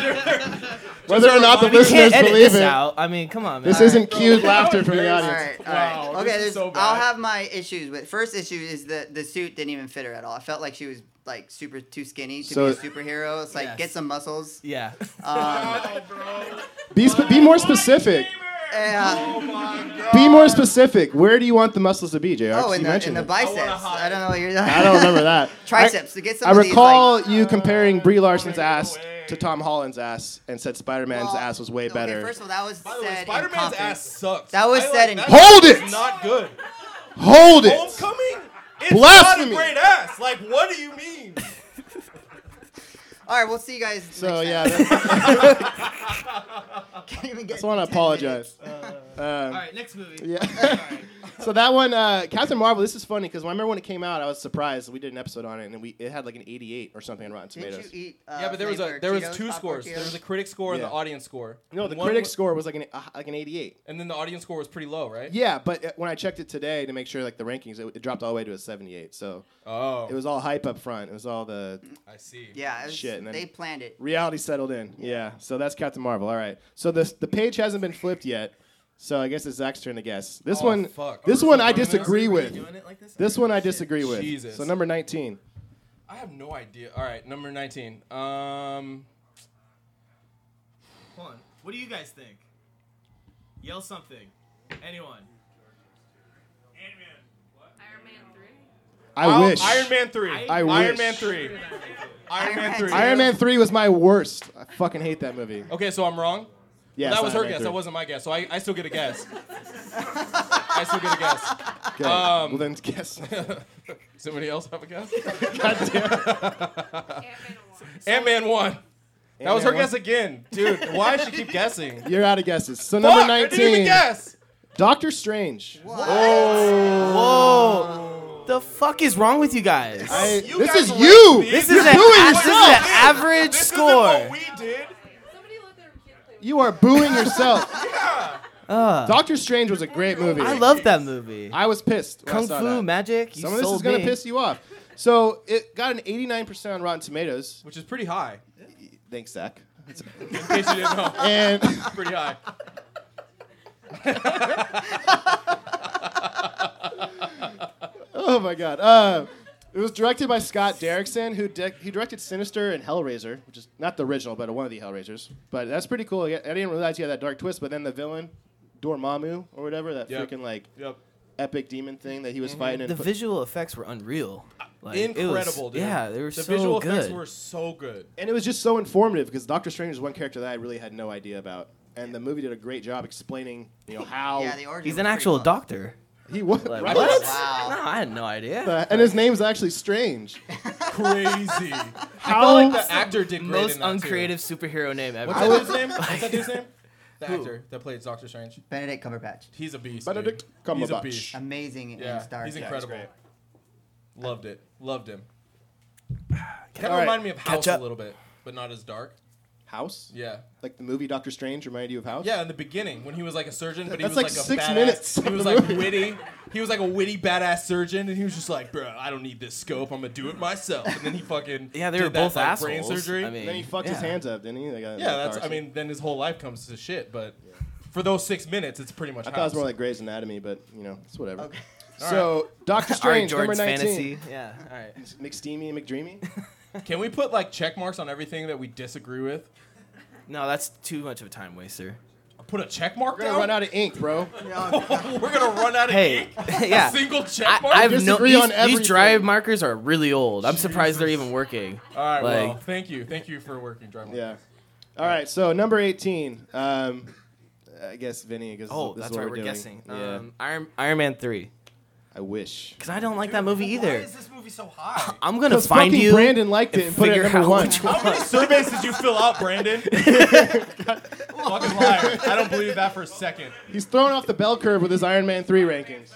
Speaker 4: whether or not the
Speaker 5: You can't
Speaker 4: listeners
Speaker 5: edit
Speaker 4: believe
Speaker 5: this
Speaker 4: it,
Speaker 5: out. I mean, come on, man.
Speaker 4: this
Speaker 6: All
Speaker 4: isn't cued laughter from the
Speaker 7: All
Speaker 6: all
Speaker 4: audience.
Speaker 6: right, all right.
Speaker 7: Wow,
Speaker 6: okay,
Speaker 7: this is
Speaker 6: there's.
Speaker 7: so bad.
Speaker 6: I'll have my issues with. First issue is the the suit didn't even fit her at all. I felt like she was like super too skinny to
Speaker 4: So-
Speaker 6: be a superhero. It's like
Speaker 5: Yes.
Speaker 6: get
Speaker 7: *laughs*
Speaker 6: some muscles.
Speaker 5: *laughs*
Speaker 6: Um,
Speaker 5: Yeah.
Speaker 4: Be sp- be more specific.
Speaker 7: Oh
Speaker 6: Yeah.
Speaker 4: Be more specific. Where do you want the muscles to be, Jr?
Speaker 6: Oh,
Speaker 4: you
Speaker 6: in the, in
Speaker 4: mentioned
Speaker 6: the
Speaker 4: it.
Speaker 6: biceps.
Speaker 7: hide.
Speaker 6: I, don't know what you're.
Speaker 4: I don't remember that.
Speaker 6: *laughs* Triceps.
Speaker 4: I,
Speaker 6: Get some
Speaker 4: I
Speaker 6: of these,
Speaker 4: recall
Speaker 6: like- uh,
Speaker 4: you comparing Brie Larson's
Speaker 7: wanna go
Speaker 4: ass
Speaker 7: away.
Speaker 4: to Tom Holland's ass and said Spider-Man's
Speaker 6: Well,
Speaker 4: ass was way
Speaker 6: okay,
Speaker 4: better.
Speaker 6: first of all, that was
Speaker 7: By the way,
Speaker 6: said. in
Speaker 7: Spider Man's
Speaker 6: confidence.
Speaker 7: ass sucks.
Speaker 6: That was
Speaker 7: I
Speaker 6: said in-
Speaker 7: that
Speaker 4: Hold
Speaker 7: ass
Speaker 4: it!
Speaker 7: is Not good.
Speaker 4: Hold it.
Speaker 7: Homecoming. It's not
Speaker 4: Blasphemy!
Speaker 7: a great ass. Like, what do you
Speaker 6: *laughs* Uh,
Speaker 7: mean?
Speaker 6: All right, we'll see you guys.
Speaker 4: So
Speaker 6: next
Speaker 4: yeah,
Speaker 6: time.
Speaker 4: that- *laughs* I
Speaker 6: *laughs* Can't even get
Speaker 4: just want to
Speaker 6: 10 minutes. *laughs*
Speaker 4: apologize. Um,
Speaker 5: All right, next movie.
Speaker 4: *laughs* Yeah. so that one, uh, Captain Marvel. This is funny because I remember when it came out, I was surprised. We did an episode on it, and we it had like an 88 or something on Rotten
Speaker 6: Didn't
Speaker 4: Tomatoes.
Speaker 6: you eat? Uh,
Speaker 7: yeah, but there was a
Speaker 6: flavored
Speaker 7: there was
Speaker 6: Cheetos,
Speaker 7: two
Speaker 6: popcorn
Speaker 7: scores. There was a
Speaker 6: Cheetos?
Speaker 7: critic score and
Speaker 4: Yeah.
Speaker 7: the audience score.
Speaker 4: no, the
Speaker 7: One
Speaker 4: critic
Speaker 7: wa-
Speaker 4: score was like an uh, like an 88.
Speaker 7: and then the audience score was pretty low, right?
Speaker 4: Yeah, but uh, when I checked it today to make sure like the rankings, it, it dropped all the way to a 78. So
Speaker 7: Oh,
Speaker 4: it was all hype up front. It was all the
Speaker 7: I see.
Speaker 6: Yeah, it was,
Speaker 4: Shit, and then-
Speaker 6: they planned it.
Speaker 4: reality settled in. Yeah. So that's Captain Marvel. All right. So this the page hasn't been flipped yet. So I guess it's Zach's turn to guess. This
Speaker 7: Oh,
Speaker 4: one,
Speaker 7: fuck.
Speaker 4: this
Speaker 7: Are we
Speaker 4: one
Speaker 7: still
Speaker 4: I
Speaker 7: doing this?
Speaker 4: disagree with.
Speaker 5: Doing it like this?
Speaker 4: This one I disagree with.
Speaker 7: Jesus.
Speaker 4: So number 19.
Speaker 7: I have no idea. All right, number nineteen. Um,
Speaker 5: Hold on. What do you guys think? Yell something. Anyone?
Speaker 8: Iron Man 3.
Speaker 4: I
Speaker 7: oh,
Speaker 4: wish.
Speaker 7: Iron Man three.
Speaker 4: I
Speaker 7: Iron
Speaker 4: wish.
Speaker 7: Man three. Iron Man
Speaker 6: Man
Speaker 7: three.
Speaker 6: three.
Speaker 4: Iron Man 3 was my worst. I fucking hate that movie.
Speaker 7: Okay, so I'm wrong.
Speaker 4: Yeah,
Speaker 7: that
Speaker 4: it's
Speaker 7: was
Speaker 4: Iron
Speaker 7: her
Speaker 4: Man
Speaker 7: guess.
Speaker 4: 3.
Speaker 7: That wasn't my guess. So I, I still get a guess. I still get a guess.
Speaker 4: Okay.
Speaker 7: um,
Speaker 4: well, then guess.
Speaker 7: Somebody else have a guess?
Speaker 8: Ant-Man 1.
Speaker 7: Ant Man one. *laughs* that was her
Speaker 4: Ant-Man
Speaker 7: guess again, dude. Why does she keep
Speaker 4: *laughs*
Speaker 7: guessing?
Speaker 4: You're out of guesses. So
Speaker 7: Fuck,
Speaker 4: number
Speaker 7: I didn't even
Speaker 4: 19.
Speaker 7: guess.
Speaker 4: Doctor Strange. Oh.
Speaker 5: Oh, The fuck is wrong with you guys?
Speaker 4: I-
Speaker 7: You
Speaker 4: this
Speaker 7: guys
Speaker 4: is
Speaker 7: are
Speaker 4: you.
Speaker 7: racist.
Speaker 5: this
Speaker 7: You're
Speaker 5: is an,
Speaker 4: doing it
Speaker 5: a- this is
Speaker 4: yourself.
Speaker 5: an average
Speaker 7: This isn't
Speaker 5: score.
Speaker 7: what we did.
Speaker 8: Somebody let their kid play with
Speaker 4: You are booing yourself. *laughs* Doctor Strange was a great movie.
Speaker 5: I love that movie.
Speaker 4: I was pissed. when I
Speaker 5: Kung
Speaker 4: saw
Speaker 5: Fu
Speaker 4: that.
Speaker 5: Magic. You
Speaker 4: Some of this
Speaker 5: sold
Speaker 4: is gonna
Speaker 5: me.
Speaker 4: piss you off. So it got an 89% on Rotten Tomatoes.
Speaker 7: Which is pretty high.
Speaker 4: Thanks, Zach.
Speaker 7: In case you didn't know, *laughs*
Speaker 4: And
Speaker 5: *laughs*
Speaker 7: pretty high.
Speaker 4: oh my god, uh, it was directed by Scott Derrickson, who di- he directed Sinister and Hellraiser, which is not the original, but one of the Hellraisers. But that's pretty cool. I I didn't realize you had that dark twist. But then the villain, Dormammu or whatever, that
Speaker 7: Yep. Mm-hmm.
Speaker 4: freaking like
Speaker 7: Yep.
Speaker 4: epic demon thing that he was fighting. And
Speaker 5: The
Speaker 4: put-
Speaker 5: visual effects were unreal. Like, it was-
Speaker 7: Incredible, dude.
Speaker 5: Yeah, they were
Speaker 7: the
Speaker 5: so
Speaker 7: visual
Speaker 5: good.
Speaker 7: effects were so good.
Speaker 4: And it was just so informative because Doctor Strange is one character that I really had no idea about, and the movie did a great job explaining, you know, how
Speaker 6: Yeah, the origin.
Speaker 5: He's
Speaker 6: was
Speaker 5: an
Speaker 6: pretty
Speaker 5: actual
Speaker 6: cool.
Speaker 5: doctor.
Speaker 4: He was.
Speaker 5: Like,
Speaker 4: right?
Speaker 5: What?
Speaker 6: Wow.
Speaker 5: No, I had no idea.
Speaker 4: Uh, and his name's actually
Speaker 7: *laughs*
Speaker 4: Strange.
Speaker 7: Crazy.
Speaker 5: *laughs*
Speaker 4: How?
Speaker 7: I feel like the actor did great
Speaker 5: Most
Speaker 7: in that, too.
Speaker 5: uncreative superhero name ever.
Speaker 7: What's that
Speaker 5: *laughs*
Speaker 7: dude's name? What's that dude's name? The actor that played Doctor Strange.
Speaker 6: Benedict Cumberbatch.
Speaker 7: He's a beast.
Speaker 4: Benedict
Speaker 7: dude. He's a
Speaker 4: Cumberbatch.
Speaker 7: beast.
Speaker 6: Amazing
Speaker 7: Yeah,
Speaker 6: in Star
Speaker 7: he's
Speaker 6: Trek.
Speaker 7: incredible. Loved it.
Speaker 5: *sighs*
Speaker 7: Loved him. Kind
Speaker 4: All
Speaker 7: of
Speaker 4: right,
Speaker 7: reminded me of House a
Speaker 1: up.
Speaker 7: little bit, but not as dark.
Speaker 4: House?
Speaker 7: Yeah.
Speaker 4: Like the movie Doctor Strange reminded you of House?
Speaker 7: Yeah, in the beginning when he was like a surgeon, but he
Speaker 4: That's
Speaker 7: was like,
Speaker 4: like
Speaker 7: a
Speaker 4: six
Speaker 7: badass.
Speaker 4: minutes
Speaker 7: He
Speaker 4: of
Speaker 7: was
Speaker 4: the
Speaker 7: like
Speaker 4: movie.
Speaker 7: witty. He was like a witty badass surgeon, and he was just like, "Bro, I don't need this scope. I'm gonna do it myself." And then he fucking
Speaker 5: Yeah, they
Speaker 7: did
Speaker 5: were
Speaker 7: that,
Speaker 5: both
Speaker 7: like,
Speaker 5: assholes.
Speaker 7: brain surgery.
Speaker 5: I mean,
Speaker 4: And then he fucked his
Speaker 5: yeah.
Speaker 4: hands up, didn't he? Like, uh,
Speaker 7: yeah,
Speaker 4: like
Speaker 7: that's. I
Speaker 4: Carson.
Speaker 7: mean, then his whole life comes to shit. But for those six minutes, it's pretty much.
Speaker 4: I thought it was
Speaker 7: House.
Speaker 4: more like Grey's Anatomy, but you know, it's whatever. *laughs*
Speaker 6: Okay.
Speaker 4: So Doctor
Speaker 5: *laughs* All right,
Speaker 4: Strange, number
Speaker 5: Jordan's
Speaker 4: nineteen.
Speaker 5: fantasy. Yeah. All right.
Speaker 4: McSteamy and McDreamy.
Speaker 7: Can we put like check marks on everything that we disagree with?
Speaker 5: No, that's too much of a time waster.
Speaker 7: Put a check mark
Speaker 4: We're gonna
Speaker 7: down.
Speaker 4: run out of ink, bro.
Speaker 7: *laughs* We're gonna run out
Speaker 4: *laughs*
Speaker 7: of
Speaker 5: Hey,
Speaker 7: ink?
Speaker 5: *laughs* yeah.
Speaker 7: A single check mark.
Speaker 5: I, I've no,
Speaker 4: Disagree
Speaker 5: these,
Speaker 4: on
Speaker 5: these drive
Speaker 4: everything.
Speaker 5: markers are really old. I'm surprised they're even working.
Speaker 7: All right. well,
Speaker 5: like-
Speaker 7: thank you. Thank you for working, drive mark.
Speaker 4: Yeah. All right. So number eighteen. Um, I guess Vinny. Because
Speaker 5: Oh,
Speaker 4: this
Speaker 5: that's
Speaker 4: is what We're,
Speaker 5: right. We're
Speaker 4: doing.
Speaker 5: guessing.
Speaker 4: Yeah.
Speaker 5: Um, Iron Iron Man three.
Speaker 4: I wish.
Speaker 5: Because I don't like that movie
Speaker 7: Why
Speaker 5: either.
Speaker 7: is this movie so *laughs* high?
Speaker 5: I'm gonna
Speaker 4: fucking
Speaker 5: find you.
Speaker 4: Brandon liked it
Speaker 5: and
Speaker 4: and put it
Speaker 5: figure
Speaker 4: at number
Speaker 5: out
Speaker 4: one.
Speaker 5: which
Speaker 7: How many surveys did you fill out,
Speaker 5: *laughs*
Speaker 7: Brandon? Fucking liar. I don't believe that for a second.
Speaker 4: *laughs* He's thrown off the bell curve with his Iron Man three rankings.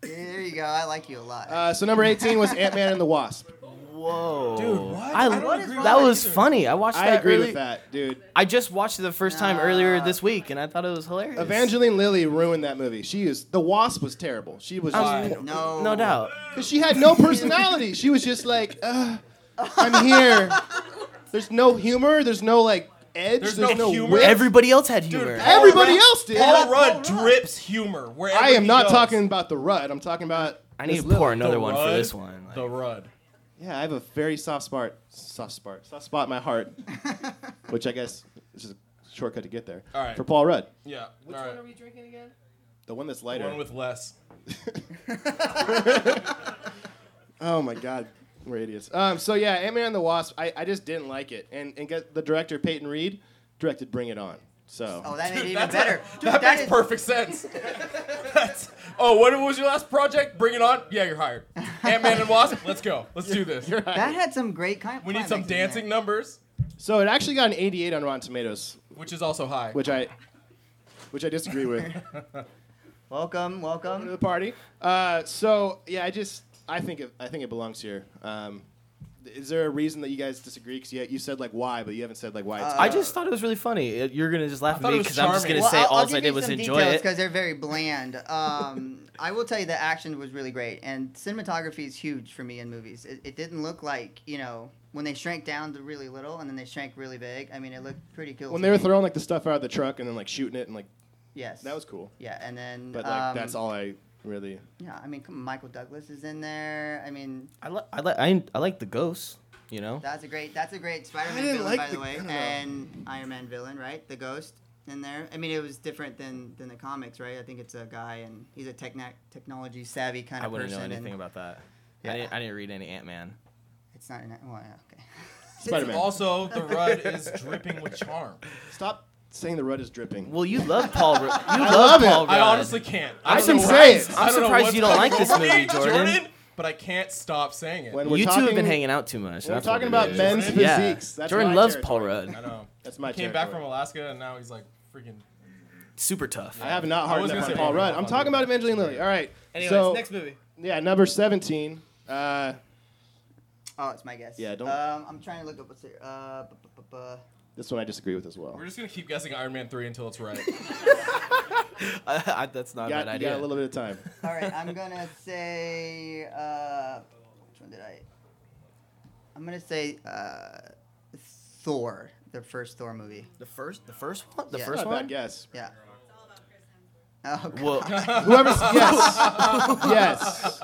Speaker 6: There you go. I like you a lot.
Speaker 4: Uh, so number eighteen was Ant Man and the Wasp. Oh.
Speaker 5: Whoa.
Speaker 7: Dude, what?
Speaker 5: I,
Speaker 7: I don't agree with
Speaker 5: that
Speaker 7: that
Speaker 5: was
Speaker 7: either.
Speaker 5: funny. I watched that.
Speaker 4: I agree
Speaker 5: early-
Speaker 4: with that, dude.
Speaker 5: I just watched it the first time
Speaker 6: Nah.
Speaker 5: earlier this week, and I thought it was hilarious.
Speaker 4: Evangeline Lilly ruined that movie. She is the Wasp was terrible. She was just
Speaker 7: Why?
Speaker 6: no.
Speaker 5: No doubt.
Speaker 4: Because she had no personality. She was just like, uh, I'm here. There's no humor. There's no like edge.
Speaker 7: There's
Speaker 4: There's,
Speaker 7: no
Speaker 4: no,
Speaker 7: humor.
Speaker 4: wit.
Speaker 5: Everybody else had humor.
Speaker 7: Paul
Speaker 4: Everybody
Speaker 7: Rudd-
Speaker 4: else did.
Speaker 7: Paul Rudd drips humor. Wherever
Speaker 4: I am
Speaker 7: he
Speaker 4: not
Speaker 7: goes.
Speaker 4: talking about the Rudd. I'm talking about.
Speaker 5: I need
Speaker 4: Miss
Speaker 5: to pour
Speaker 4: Lily.
Speaker 7: The
Speaker 5: another one for
Speaker 7: Rudd-
Speaker 5: this one. Like,
Speaker 7: The Rudd.
Speaker 4: Yeah, I have a very soft spot. Soft spot. Soft spot in my
Speaker 7: *laughs*
Speaker 4: heart. which I guess is just a shortcut to get there.
Speaker 7: All right.
Speaker 4: For Paul Rudd.
Speaker 7: Yeah. Which one
Speaker 8: we drinking again?
Speaker 4: The one that's lighter.
Speaker 7: One with less.
Speaker 4: Oh my god, radius. Um, so yeah, Ant Man and the Wasp. I, I just didn't like it, and and get the director Peyton Reed directed Bring It On. So
Speaker 6: Oh, that
Speaker 7: *laughs*
Speaker 6: made it even
Speaker 7: That's
Speaker 6: better.
Speaker 7: a-
Speaker 6: *laughs* Dude,
Speaker 7: that,
Speaker 6: that
Speaker 7: makes
Speaker 6: is-
Speaker 7: perfect sense. *laughs* That's, oh, what was your last project? Bring it on. Yeah, you're
Speaker 6: *laughs*
Speaker 7: hired. Ant Man and Wasp. Let's go. Let's do this.
Speaker 6: That had some great kind.
Speaker 7: *laughs* We need some dancing numbers,
Speaker 4: so it actually got an 88 on Rotten Tomatoes,
Speaker 7: which is also high.
Speaker 4: which I which I disagree
Speaker 7: *laughs*
Speaker 4: with.
Speaker 6: Welcome,
Speaker 4: to
Speaker 6: welcome.
Speaker 4: the party. Uh, so yeah, I just I think it, I think it belongs here. Um, is there a reason that you guys disagree? Because you, you said like why, but you haven't said like why. It's
Speaker 7: Uh,
Speaker 5: I just thought it was really funny. It- You're gonna just laugh
Speaker 7: thought
Speaker 5: at
Speaker 7: it
Speaker 5: me
Speaker 7: was
Speaker 5: because I'm just gonna
Speaker 7: charming. Well,
Speaker 5: say all I did was enjoy it.
Speaker 6: because they're very bland. Um, I will tell you the action was really great, and cinematography is huge for me in movies. It, it didn't look like you know when they shrank down to really little and then they shrank really big. I mean, it looked pretty cool.
Speaker 4: when
Speaker 6: to
Speaker 4: they were
Speaker 6: me.
Speaker 4: throwing like the stuff out of the truck and then like shooting it and like
Speaker 6: yes,
Speaker 4: that was cool.
Speaker 6: yeah, and then
Speaker 4: But like
Speaker 6: um,
Speaker 4: that's all I really.
Speaker 6: Yeah, I mean, come on, Michael Douglas is in there. I mean,
Speaker 5: I like I like I, I like the ghosts. You know.
Speaker 6: that's a great that's a great Spider-Man
Speaker 4: didn't
Speaker 6: villain,
Speaker 4: like
Speaker 6: by the,
Speaker 4: the- I
Speaker 6: way,
Speaker 4: don't know.
Speaker 6: and Iron Man villain, right? The Ghost in there. I mean, it was different than than the comics, right? I think it's a guy, and he's a techna- technology savvy kind
Speaker 5: I
Speaker 6: of
Speaker 5: wouldn't
Speaker 6: person.
Speaker 5: know anything
Speaker 6: and
Speaker 5: about that.
Speaker 6: Yeah.
Speaker 5: I, didn't, I didn't read any Ant Man.
Speaker 6: It's not in that. Well, yeah, okay. *laughs*
Speaker 4: Spider-Man.
Speaker 7: Also, the Rudd is dripping
Speaker 5: *laughs*
Speaker 7: with charm.
Speaker 4: Stop saying the red is dripping.
Speaker 5: Well, you love Paul. Ru- you
Speaker 4: love
Speaker 5: love,
Speaker 4: it.
Speaker 5: Paul.
Speaker 7: I
Speaker 5: Rudd.
Speaker 7: honestly can't. I
Speaker 4: I
Speaker 7: don't
Speaker 4: can
Speaker 7: know
Speaker 4: say
Speaker 7: why.
Speaker 4: it.
Speaker 7: I
Speaker 5: I'm
Speaker 7: don't know
Speaker 5: surprised
Speaker 7: what's
Speaker 5: you don't like
Speaker 7: going
Speaker 5: this
Speaker 7: on with
Speaker 5: movie,
Speaker 7: *laughs* me,
Speaker 5: Jordan.
Speaker 7: But I can't stop saying it.
Speaker 4: When we're
Speaker 5: You two have
Speaker 4: talking-
Speaker 5: been hanging out too much.
Speaker 4: We're
Speaker 5: that's
Speaker 4: talking
Speaker 5: what
Speaker 4: about
Speaker 5: it is.
Speaker 4: men's
Speaker 5: Yeah.
Speaker 4: physiques. That's
Speaker 5: Jordan
Speaker 4: my
Speaker 5: loves
Speaker 4: territory.
Speaker 5: Paul Rudd. *laughs*
Speaker 7: I know.
Speaker 4: That's my
Speaker 7: Came back
Speaker 4: territory.
Speaker 7: from Alaska and now he's like freaking.
Speaker 5: Super tough.
Speaker 4: I have not
Speaker 7: I
Speaker 4: hardened
Speaker 7: was gonna
Speaker 4: up on
Speaker 7: say
Speaker 4: Paul
Speaker 7: Andrew
Speaker 4: Rudd. I'm
Speaker 7: Garfield.
Speaker 4: talking about Evangeline Lilly. All right. so
Speaker 5: movie.
Speaker 4: yeah, number 17. Uh,
Speaker 6: Oh, it's my guess.
Speaker 4: Yeah, don't-
Speaker 6: Um, I'm trying to look up what's there. Uh, bu- bu- bu- bu-
Speaker 4: this one I disagree with as well.
Speaker 7: We're just gonna keep guessing Iron Man three until
Speaker 5: *laughs*
Speaker 7: it's right.
Speaker 5: that's not
Speaker 4: You
Speaker 5: a
Speaker 4: got,
Speaker 5: bad
Speaker 4: you got
Speaker 5: idea.
Speaker 4: a little bit of time.
Speaker 6: All right, I'm gonna *laughs* say. Uh, which one did I? I'm gonna say uh, Thor, the first Thor movie.
Speaker 5: the first, the first one, the
Speaker 6: Yeah.
Speaker 5: first
Speaker 4: Not a
Speaker 5: one.
Speaker 4: bad guess.
Speaker 6: Yeah. Oh, God.
Speaker 5: Well, *laughs*
Speaker 4: Whoever's yes, yes.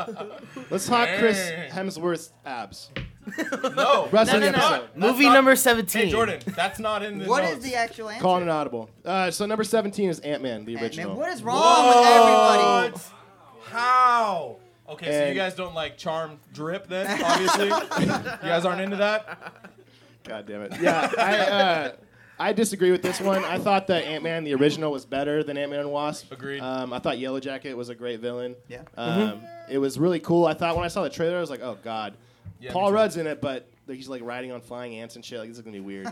Speaker 4: Let's talk Chris
Speaker 7: Dang.
Speaker 4: Hemsworth's abs.
Speaker 7: no.
Speaker 4: Rest
Speaker 5: no,
Speaker 4: of the
Speaker 5: no,
Speaker 4: episode.
Speaker 5: no. Movie
Speaker 7: not-
Speaker 5: number seventeen.
Speaker 7: Hey Jordan, that's not in the.
Speaker 6: What
Speaker 7: notes.
Speaker 6: is the actual answer?
Speaker 4: Calling an audible. Uh, so number 17 is Ant Man, the
Speaker 6: Ant-Man.
Speaker 4: original.
Speaker 6: What is wrong with everybody?
Speaker 7: What? How? Okay, so you
Speaker 4: And-
Speaker 7: guys don't like charm drip then? Obviously, you guys aren't into that.
Speaker 4: God damn it. Yeah, I, uh, I disagree with this one. I thought that Ant Man, the original, was better than Ant Man and Wasp.
Speaker 7: Agreed.
Speaker 4: Um, I thought Yellow Jacket was a great villain.
Speaker 6: *laughs* Yeah.
Speaker 5: Mm-hmm.
Speaker 4: Um, It was really cool. I thought when I saw the trailer, I was like, oh, God.
Speaker 7: Yeah, me
Speaker 4: Paul
Speaker 7: too.
Speaker 4: Rudd's in it, but he's like riding on flying ants and shit. Like, this is going to be
Speaker 7: *laughs*
Speaker 4: weird.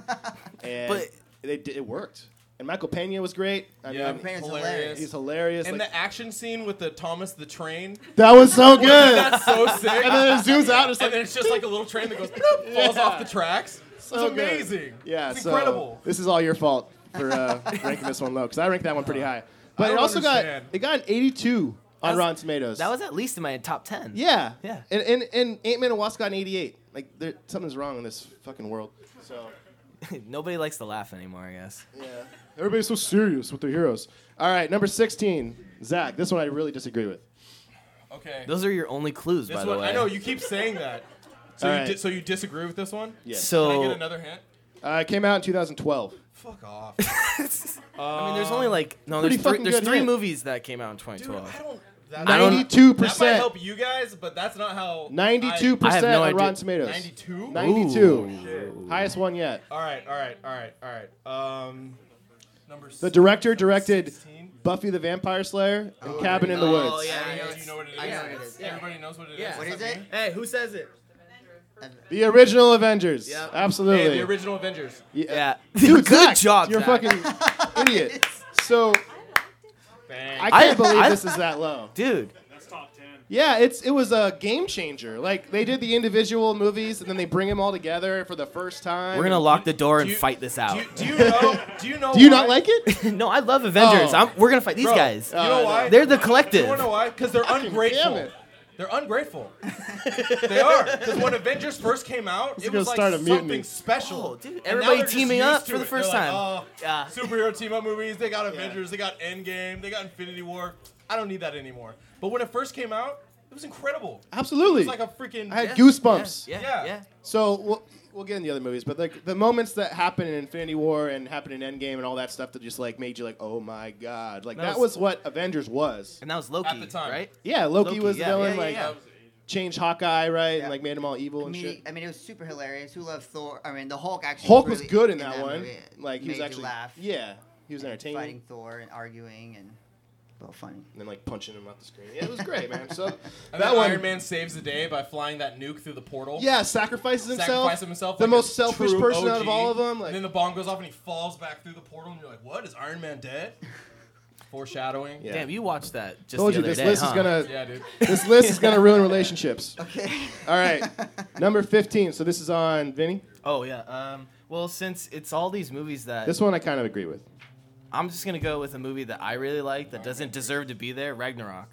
Speaker 4: and
Speaker 5: But-
Speaker 4: they did, it worked. And Michael Pena was great. I
Speaker 7: Yeah,
Speaker 4: mean,
Speaker 6: Parents
Speaker 7: hilarious.
Speaker 4: he's hilarious.
Speaker 7: and
Speaker 4: like-
Speaker 7: the action scene with the Thomas the train,
Speaker 4: *laughs*
Speaker 7: *laughs*
Speaker 4: that was so good. *laughs*
Speaker 7: that's so sick.
Speaker 4: and then it zooms out.
Speaker 7: *laughs*
Speaker 4: It's
Speaker 7: and
Speaker 4: like,
Speaker 7: then it's just like a little train that goes
Speaker 4: *laughs*
Speaker 7: bloop, falls
Speaker 4: Yeah.
Speaker 7: off the tracks.
Speaker 4: so
Speaker 7: it's
Speaker 4: good.
Speaker 7: amazing.
Speaker 4: Yeah,
Speaker 7: it's
Speaker 4: so
Speaker 7: incredible.
Speaker 4: This is all your fault for uh, ranking this one low because I ranked that one pretty
Speaker 7: *laughs*
Speaker 4: high. But
Speaker 7: I
Speaker 4: it
Speaker 7: don't
Speaker 4: also
Speaker 7: understand.
Speaker 4: got it got an 82 on
Speaker 5: That's-
Speaker 4: Rotten Tomatoes.
Speaker 5: That was at least in my top ten.
Speaker 4: yeah,
Speaker 5: Yeah.
Speaker 4: And and, and Ant Man and Wasp got an 88. Like there, something's wrong in this fucking world. So
Speaker 5: Nobody likes to laugh anymore, I guess.
Speaker 4: yeah, everybody's so serious with their heroes. All right, number 16, Zach. This one I really disagree with.
Speaker 7: Okay.
Speaker 5: Those are your only clues,
Speaker 7: This
Speaker 5: by
Speaker 7: one,
Speaker 5: the way.
Speaker 7: I know you keep saying that. So
Speaker 4: All
Speaker 7: you
Speaker 4: right.
Speaker 7: di- so you disagree with this one?
Speaker 4: Yeah.
Speaker 5: So
Speaker 7: Can I
Speaker 5: *laughs*
Speaker 7: get another hint?
Speaker 4: Uh, it came out in 2012.
Speaker 7: Fuck off. Uh,
Speaker 5: I mean, there's only like no,
Speaker 4: Pretty
Speaker 5: there's three,
Speaker 4: fucking
Speaker 5: there's
Speaker 4: good
Speaker 5: three
Speaker 4: hit.
Speaker 5: movies that came out in
Speaker 7: Dude, I
Speaker 5: 2012.
Speaker 7: don't. That,
Speaker 5: I don't-
Speaker 4: 92
Speaker 7: that might
Speaker 4: percent.
Speaker 7: help you guys, but that's not how.
Speaker 4: 92
Speaker 5: I have
Speaker 4: percent
Speaker 5: no
Speaker 4: on
Speaker 5: idea.
Speaker 4: Rotten Tomatoes.
Speaker 7: 92.
Speaker 4: 92. Highest one yet.
Speaker 7: All right, all right, all right, all right. Um, number
Speaker 4: The director directed
Speaker 7: 16?
Speaker 4: Buffy the Vampire Slayer and
Speaker 7: Oh,
Speaker 4: Cabin in the Woods.
Speaker 5: yeah,
Speaker 7: Do
Speaker 5: yeah,
Speaker 7: you know what it is?
Speaker 6: I know what it is.
Speaker 7: Everybody knows what it is.
Speaker 5: Yeah.
Speaker 6: What
Speaker 7: Does
Speaker 6: is
Speaker 7: that
Speaker 6: it?
Speaker 7: mean?
Speaker 5: Hey, who says it?
Speaker 4: The original Avengers.
Speaker 5: Yep.
Speaker 4: Absolutely.
Speaker 7: Hey, the original Avengers. *laughs*
Speaker 5: Yeah.
Speaker 4: Dude,
Speaker 5: Dude,
Speaker 4: Zach,
Speaker 5: good job.
Speaker 4: You're a
Speaker 5: Zach. *laughs*
Speaker 4: fucking idiot. So
Speaker 7: Bang.
Speaker 4: I
Speaker 5: I-
Speaker 4: can't believe
Speaker 5: I-
Speaker 4: this is that low.
Speaker 7: *laughs*
Speaker 5: dude.
Speaker 4: Yeah, it's it was a game changer. Like they did the individual movies and then they bring them all together for the first time.
Speaker 5: We're gonna lock the door and
Speaker 7: Do you-
Speaker 5: fight this out.
Speaker 7: *laughs* Do you, do you know? Do you know?
Speaker 4: Do you
Speaker 7: why?
Speaker 4: not like it?
Speaker 5: no, I love Avengers.
Speaker 4: Oh.
Speaker 5: I'm, we're gonna fight these
Speaker 7: Bro,
Speaker 5: guys.
Speaker 7: You know
Speaker 4: Uh,
Speaker 7: why?
Speaker 5: They're the
Speaker 7: You
Speaker 5: collective.
Speaker 7: wanna know why? Because they're
Speaker 4: damn
Speaker 7: ungrateful.
Speaker 4: it.
Speaker 7: They're ungrateful. *laughs* they are. Because when Avengers first came out, it
Speaker 4: gonna
Speaker 7: was like
Speaker 4: start a
Speaker 7: something
Speaker 4: mutiny.
Speaker 7: special.
Speaker 5: Oh, dude,
Speaker 7: And now
Speaker 5: everybody
Speaker 7: they're just
Speaker 5: teaming
Speaker 7: used
Speaker 5: up
Speaker 7: to
Speaker 5: for the
Speaker 7: it.
Speaker 5: first
Speaker 7: They're like,
Speaker 5: time.
Speaker 7: "Oh,
Speaker 5: Yeah.
Speaker 7: Superhero team up movies. They got Avengers. They got Endgame. They got Infinity War. I don't need that anymore. But when it first came out, it was incredible.
Speaker 4: Absolutely.
Speaker 7: It was like a freaking.
Speaker 4: I had goosebumps.
Speaker 5: Yeah,
Speaker 7: Yeah.
Speaker 5: yeah.
Speaker 4: So we'll, we'll get into the other movies, but like the moments that happen in Infinity War and happen in Endgame and all that stuff that just like made you like, oh my god, like that,
Speaker 5: That
Speaker 4: was,
Speaker 5: was-
Speaker 4: what Avengers was.
Speaker 5: And that was Loki,
Speaker 7: At the time.
Speaker 5: right?
Speaker 4: Yeah, Loki,
Speaker 5: Loki,
Speaker 4: was the
Speaker 5: yeah,
Speaker 4: villain,
Speaker 5: yeah,
Speaker 4: like
Speaker 5: yeah,
Speaker 4: changed Hawkeye right
Speaker 6: Yeah.
Speaker 4: and like made him all evil
Speaker 6: I
Speaker 4: and
Speaker 6: mean,
Speaker 4: shit.
Speaker 6: I mean, it was super hilarious. Who loved Thor? I mean, the Hulk actually.
Speaker 4: Hulk was
Speaker 6: really-
Speaker 4: good in that, one.
Speaker 6: movie.
Speaker 4: Like he
Speaker 6: made
Speaker 4: was
Speaker 6: you
Speaker 4: actually
Speaker 6: laugh.
Speaker 4: yeah, he was entertaining.
Speaker 6: Fighting Thor and arguing and a little funny.
Speaker 4: And then like punching him off the screen. Yeah, it was great, man.
Speaker 7: *laughs*
Speaker 4: So
Speaker 7: And
Speaker 4: that
Speaker 7: then
Speaker 4: one,
Speaker 7: Iron Man saves the day by flying that nuke through the portal.
Speaker 4: yeah, sacrifices himself.
Speaker 7: Sacrifice himself.
Speaker 4: the
Speaker 7: like
Speaker 4: most
Speaker 7: a
Speaker 4: selfish
Speaker 7: true
Speaker 4: person
Speaker 7: OG.
Speaker 4: out of all of them. Like
Speaker 7: and then the bomb goes off and he falls back through the portal, and you're like, "What is Iron
Speaker 4: *laughs*
Speaker 7: Man dead?" Foreshadowing.
Speaker 4: yeah.
Speaker 5: Damn, you watched that just
Speaker 4: told
Speaker 5: the
Speaker 4: you
Speaker 5: other
Speaker 4: this
Speaker 5: day,
Speaker 4: list
Speaker 5: huh?
Speaker 4: is gonna
Speaker 7: Yeah, dude.
Speaker 4: this list is
Speaker 7: *laughs*
Speaker 4: gonna ruin relationships.
Speaker 6: Okay.
Speaker 4: All right,
Speaker 6: *laughs*
Speaker 4: number fifteen. So this is on Vinny.
Speaker 5: Oh yeah. Um, well, since it's all these movies that
Speaker 4: This one I kind of agree with.
Speaker 5: I'm just gonna go with a movie that I really like that doesn't deserve to be there, Ragnarok.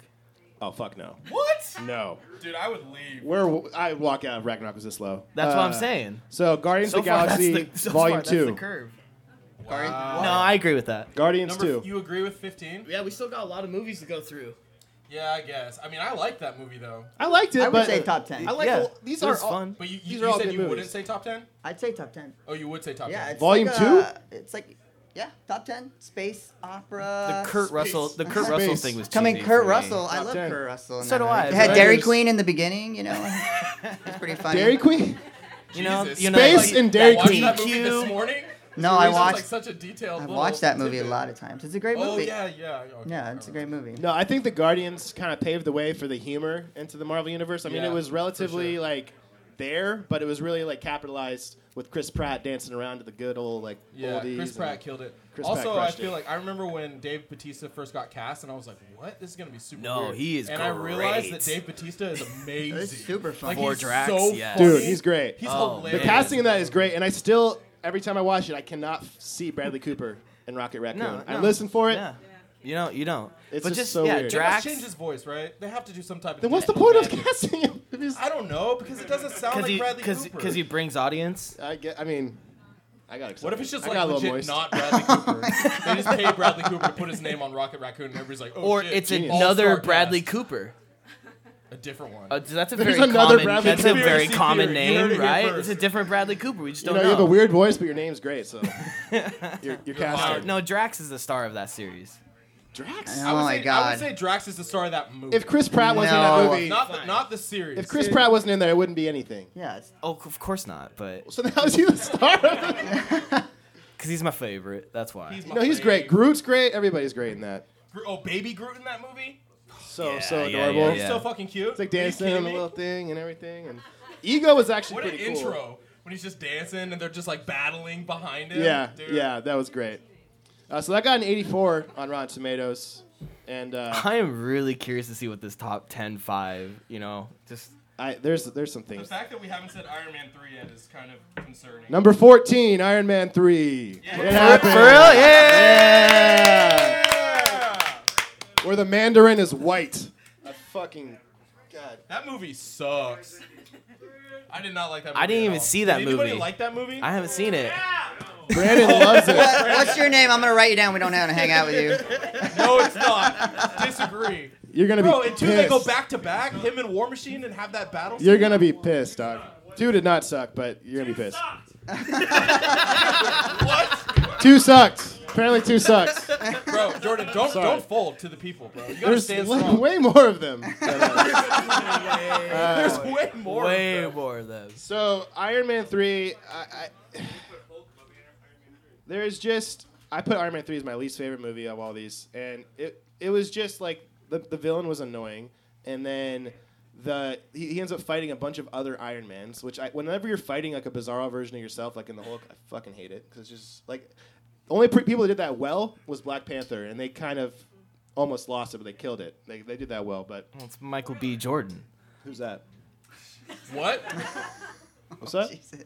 Speaker 4: Oh fuck no,
Speaker 7: What?
Speaker 4: no.
Speaker 7: Dude, I would leave.
Speaker 4: Where I walk out of Ragnarok was this low.
Speaker 5: That's what I'm
Speaker 4: Uh,
Speaker 5: saying.
Speaker 4: So Guardians
Speaker 5: So
Speaker 4: of the
Speaker 5: far, that's
Speaker 4: Galaxy
Speaker 5: the- so
Speaker 4: Volume
Speaker 5: far, that's
Speaker 4: Two.
Speaker 5: the curve.
Speaker 4: Uh,
Speaker 6: Guardian-
Speaker 7: Wow.
Speaker 5: No, I agree with that.
Speaker 4: Guardians
Speaker 7: Number,
Speaker 4: Two.
Speaker 7: you agree with 15?
Speaker 5: Yeah, we still got a lot of movies to go through.
Speaker 7: Yeah, I guess. I mean, I like that movie though.
Speaker 4: I liked it,
Speaker 6: I would
Speaker 4: but
Speaker 6: say top 10.
Speaker 4: I like
Speaker 5: Yeah,
Speaker 4: all- these
Speaker 5: it
Speaker 4: are
Speaker 5: was
Speaker 4: all-
Speaker 5: fun.
Speaker 7: But you,
Speaker 4: These are
Speaker 7: you, you
Speaker 4: all
Speaker 7: said
Speaker 4: good
Speaker 7: you
Speaker 4: movies.
Speaker 7: wouldn't say top 10?
Speaker 6: I'd say top ten.
Speaker 7: Oh, you would say top
Speaker 6: Yeah,
Speaker 7: 10.
Speaker 6: it's
Speaker 4: Volume
Speaker 6: like
Speaker 4: two?
Speaker 6: a- it's like yeah, top ten space opera.
Speaker 5: The Kurt Russell, the Kurt Russell
Speaker 4: Space.
Speaker 5: thing was too
Speaker 6: I mean,
Speaker 5: deep
Speaker 6: Kurt
Speaker 5: for me.
Speaker 6: Russell. I
Speaker 4: Top
Speaker 6: love
Speaker 4: 10.
Speaker 6: Kurt Russell. in
Speaker 5: So
Speaker 6: that
Speaker 5: do
Speaker 6: movie.
Speaker 5: I,
Speaker 6: They had
Speaker 5: but-
Speaker 6: Dairy
Speaker 4: Avengers.
Speaker 6: Queen in the beginning.
Speaker 4: *laughs*
Speaker 6: You know, it's pretty funny.
Speaker 4: Dairy Queen.
Speaker 5: You know,
Speaker 7: Jesus.
Speaker 5: you know,
Speaker 4: Space
Speaker 5: like-
Speaker 4: and Dairy
Speaker 7: watched
Speaker 4: Queen.
Speaker 7: that movie this
Speaker 5: Q.
Speaker 7: morning?
Speaker 6: No,
Speaker 7: For
Speaker 6: I
Speaker 7: reasons,
Speaker 6: watched-
Speaker 7: like such a detailed.
Speaker 6: I've
Speaker 7: little
Speaker 6: watched that movie a
Speaker 7: tidbit.
Speaker 6: lot of times. It's a great movie.
Speaker 7: Oh yeah, yeah. okay,
Speaker 6: Yeah, it's a
Speaker 7: alright.
Speaker 6: great movie.
Speaker 4: No, I think the Guardians kind of paved the way for the humor into the Marvel universe. I mean,
Speaker 7: Yeah,
Speaker 4: it was
Speaker 7: for
Speaker 4: relatively
Speaker 7: sure.
Speaker 4: like there, but it was really like capitalized with Chris Pratt dancing around to the good old like
Speaker 7: Yeah,
Speaker 4: oldies.
Speaker 7: Chris
Speaker 4: and-
Speaker 7: Pratt killed it.
Speaker 4: Chris Pratt
Speaker 7: also, I
Speaker 4: crushed
Speaker 7: feel
Speaker 4: it.
Speaker 7: like I remember when Dave Batista first got cast, and I was like, "What? This is gonna be super."
Speaker 5: No,
Speaker 7: weird."
Speaker 5: he is
Speaker 7: And I realized
Speaker 5: great.
Speaker 7: that Dave
Speaker 4: *laughs*
Speaker 7: Batista is amazing.
Speaker 6: It's super fun.
Speaker 7: Like
Speaker 5: For
Speaker 7: he's
Speaker 5: Drax,
Speaker 7: so
Speaker 5: yes.
Speaker 7: funny.
Speaker 4: Dude, he's great.
Speaker 7: He's
Speaker 5: Oh,
Speaker 4: the
Speaker 7: hilarious.
Speaker 4: casting in that is great, and I still every time I watch it, I cannot f- see Bradley Cooper in Rocket Raccoon.
Speaker 5: No,
Speaker 4: I
Speaker 5: no,
Speaker 4: listen for it.
Speaker 5: Yeah. You know, you don't.
Speaker 4: It's
Speaker 5: but
Speaker 4: just
Speaker 5: just,
Speaker 4: so
Speaker 5: yeah,
Speaker 4: weird.
Speaker 7: They must
Speaker 5: Drax.
Speaker 7: change his voice, right? They have to do some type of.
Speaker 4: Then what's the
Speaker 7: digital
Speaker 4: point of
Speaker 7: magic.
Speaker 4: casting him? *laughs* If he's-
Speaker 7: I don't know because it doesn't sound
Speaker 5: Because
Speaker 7: like
Speaker 5: he,
Speaker 7: Bradley
Speaker 5: cause,
Speaker 7: Cooper.
Speaker 5: 'cause he brings audience.
Speaker 4: I get. I mean, I got excited.
Speaker 7: what if it's just
Speaker 4: I
Speaker 7: like
Speaker 4: got a little
Speaker 7: legit
Speaker 4: moist.
Speaker 7: not Bradley
Speaker 4: *laughs*
Speaker 7: Cooper? they just pay Bradley Cooper to put his name on Rocket Raccoon, and everybody's like, "Oh
Speaker 5: Or
Speaker 7: shit,
Speaker 5: it's
Speaker 4: genius.
Speaker 5: another
Speaker 7: all-star
Speaker 5: Bradley
Speaker 7: cast.
Speaker 5: Cooper.
Speaker 7: a different one."
Speaker 5: Uh, that's a
Speaker 4: There's
Speaker 5: very
Speaker 4: another
Speaker 5: common,
Speaker 4: Bradley
Speaker 5: that's
Speaker 4: Cooper.
Speaker 5: a very
Speaker 7: Conspiracy
Speaker 5: common
Speaker 7: theory. You heard it
Speaker 5: name,
Speaker 7: here
Speaker 5: right?
Speaker 7: first.
Speaker 5: It's a different Bradley Cooper. We just
Speaker 4: You
Speaker 5: don't
Speaker 4: know, you
Speaker 5: know.
Speaker 4: have a weird voice, but your name's great,
Speaker 5: *laughs*
Speaker 4: so you're, you're
Speaker 7: fired.
Speaker 4: casting.
Speaker 5: No, Drax is the star of that series.
Speaker 4: Drax.
Speaker 6: I
Speaker 7: I
Speaker 6: Oh
Speaker 7: would
Speaker 6: my
Speaker 7: say, I
Speaker 6: God.
Speaker 7: would say Drax is the star of that movie.
Speaker 4: If Chris Pratt wasn't in that
Speaker 6: No.
Speaker 4: movie,
Speaker 7: not the, not the series.
Speaker 4: if Chris Pratt wasn't in there, it wouldn't be anything.
Speaker 6: Yeah, it's
Speaker 5: Oh, of course not, but
Speaker 7: *laughs*
Speaker 4: So then how is he the star of it?
Speaker 5: because he's my favorite. That's why.
Speaker 7: He's my
Speaker 4: No, he's great.
Speaker 7: fave.
Speaker 4: Groot's great. Everybody's great in that.
Speaker 7: Gro- Oh, baby Groot in that movie?
Speaker 4: So so
Speaker 5: yeah,
Speaker 4: adorable.
Speaker 5: yeah,
Speaker 7: He's
Speaker 5: yeah.
Speaker 7: so fucking cute.
Speaker 4: It's like
Speaker 7: Are you
Speaker 4: dancing
Speaker 7: kidding
Speaker 4: and the
Speaker 7: me?
Speaker 4: little thing and everything. And Ego is actually
Speaker 7: What an
Speaker 4: pretty cool.
Speaker 7: intro when he's just dancing and they're just like battling behind him.
Speaker 4: Yeah,
Speaker 7: dude.
Speaker 4: yeah, that was great. Uh, so that got an 84 on Rotten Tomatoes, and
Speaker 5: *laughs*
Speaker 4: uh,
Speaker 5: I am really curious to see what this top 10 5, you know, just
Speaker 4: I, there's there's some
Speaker 7: The
Speaker 4: things.
Speaker 7: fact that we haven't said Iron Man 3 yet is kind of concerning.
Speaker 4: Number 14, Iron Man 3.
Speaker 7: Yeah.
Speaker 4: It happened.
Speaker 5: for real?
Speaker 4: Yeah.
Speaker 7: Yeah!
Speaker 4: Where the Mandarin is white. I fucking God.
Speaker 7: That movie sucks. I did not like that movie.
Speaker 5: I didn't
Speaker 7: at
Speaker 5: even
Speaker 7: all.
Speaker 5: see that
Speaker 7: did Anybody
Speaker 5: movie.
Speaker 7: like that movie?
Speaker 5: I haven't seen it.
Speaker 4: Brandon loves
Speaker 7: *laughs*
Speaker 4: it.
Speaker 6: What, *laughs* what's your name? I'm gonna write you down. We don't have to hang out with you.
Speaker 7: no,
Speaker 5: *laughs*
Speaker 7: it's not. Disagree.
Speaker 4: You're gonna be
Speaker 7: Bro, and
Speaker 4: pissed.
Speaker 7: two, they go back to back, him and War Machine, and have that battle.
Speaker 4: You're gonna be pissed, dog. Two did not suck, but you're gonna be pissed.
Speaker 7: What?
Speaker 4: Two sucks. Apparently, two sucks.
Speaker 7: Bro, Jordan, don't
Speaker 4: Sorry.
Speaker 7: don't fold to the people, bro. You gotta
Speaker 4: There's
Speaker 7: stand
Speaker 4: way,
Speaker 7: strong.
Speaker 4: way more of them.
Speaker 7: There's way more.
Speaker 5: Way more of those.
Speaker 4: So Iron Man three, I, I, there is just I put Iron Man three as my least favorite movie of all these, and it it was just like the the villain was annoying, and then the he, he ends up fighting a bunch of other Iron Mans, which I, whenever you're fighting like a bizarro version of yourself, like in the Hulk, I fucking hate it because it's just like the only pre- people that did that well was Black Panther, and they kind of almost lost it, but they killed it. They they did that well, but
Speaker 5: It's Michael B. Jordan.
Speaker 4: who's that?
Speaker 7: What?
Speaker 4: What's that?
Speaker 6: *laughs* Jesus.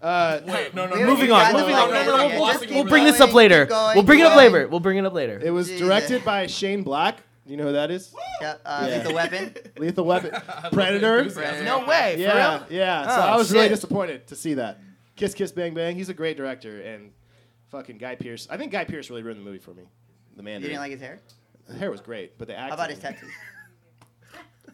Speaker 4: Uh,
Speaker 7: Wait, no, no.
Speaker 6: We-
Speaker 7: no.
Speaker 5: Moving
Speaker 6: we
Speaker 5: on,
Speaker 6: got
Speaker 5: moving
Speaker 6: the
Speaker 5: on.
Speaker 6: light
Speaker 5: No, no, no,
Speaker 7: we'll-
Speaker 6: right here. Just
Speaker 7: we'll
Speaker 5: We'll
Speaker 6: keep
Speaker 5: bring this
Speaker 6: going,
Speaker 5: up later.
Speaker 6: keep going,
Speaker 5: We'll bring it up
Speaker 6: keep
Speaker 5: later.
Speaker 6: going.
Speaker 5: We'll bring it up later.
Speaker 4: It was
Speaker 6: Jesus.
Speaker 4: directed by Shane Black. Do you know who that is?
Speaker 6: Yep, uh,
Speaker 4: Yeah.
Speaker 6: Lethal
Speaker 4: *laughs*
Speaker 6: Weapon.
Speaker 4: Lethal Weapon. Predator.
Speaker 6: Predator.
Speaker 5: No way. For
Speaker 4: Yeah,
Speaker 5: real?
Speaker 4: yeah. So
Speaker 5: Oh,
Speaker 4: I was really
Speaker 5: shit.
Speaker 4: disappointed to see that. Kiss Kiss Bang Bang. He's a great director and fucking Guy Pierce. I think Guy Pierce really ruined the movie for me. The man.
Speaker 6: You didn't like his hair?
Speaker 4: his hair was great, but the acting.
Speaker 6: How about his tattoos?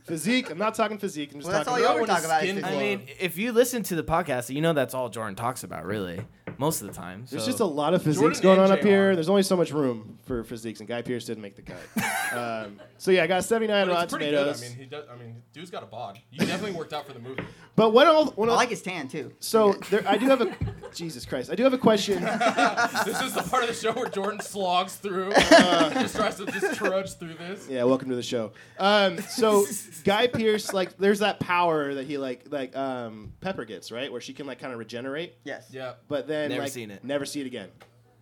Speaker 4: Physique. I'm not talking physique. I'm just
Speaker 6: Well, that's all
Speaker 4: talking.
Speaker 6: you
Speaker 4: about
Speaker 6: ever talk about. Is
Speaker 7: skin
Speaker 6: his
Speaker 5: I
Speaker 7: glow.
Speaker 6: hair.
Speaker 5: mean, if you listen to the podcast, you know that's all Jordan talks about, really, most of the time.
Speaker 4: There's
Speaker 5: so-
Speaker 4: just a lot of physiques
Speaker 7: Jordan
Speaker 4: going
Speaker 7: and
Speaker 4: on up
Speaker 7: JR.
Speaker 4: here. There's only so much room for physiques, and Guy Pierce didn't make the cut. um, so yeah, I got 79
Speaker 7: But
Speaker 4: Rotten
Speaker 7: it's pretty good.
Speaker 4: Tomatoes.
Speaker 7: I mean, he does. I mean, dude's got a bod. You definitely worked out for the movie.
Speaker 4: but what all? What
Speaker 6: I
Speaker 4: all
Speaker 6: like his tan too. *laughs*
Speaker 4: so there, I do have a. Jesus Christ, I do have a question.
Speaker 7: This is the part of the show where Jordan slogs through, uh, just tries to just trudge through this.
Speaker 4: Yeah, welcome to the show. Um,
Speaker 6: *laughs*
Speaker 4: so Guy Pierce, like, there's that power that he like, like um, Pepper gets, right, where she can like kind of regenerate,
Speaker 6: Yes.
Speaker 7: Yeah.
Speaker 4: but then
Speaker 5: Never
Speaker 4: like,
Speaker 5: seen it.
Speaker 4: never see it again.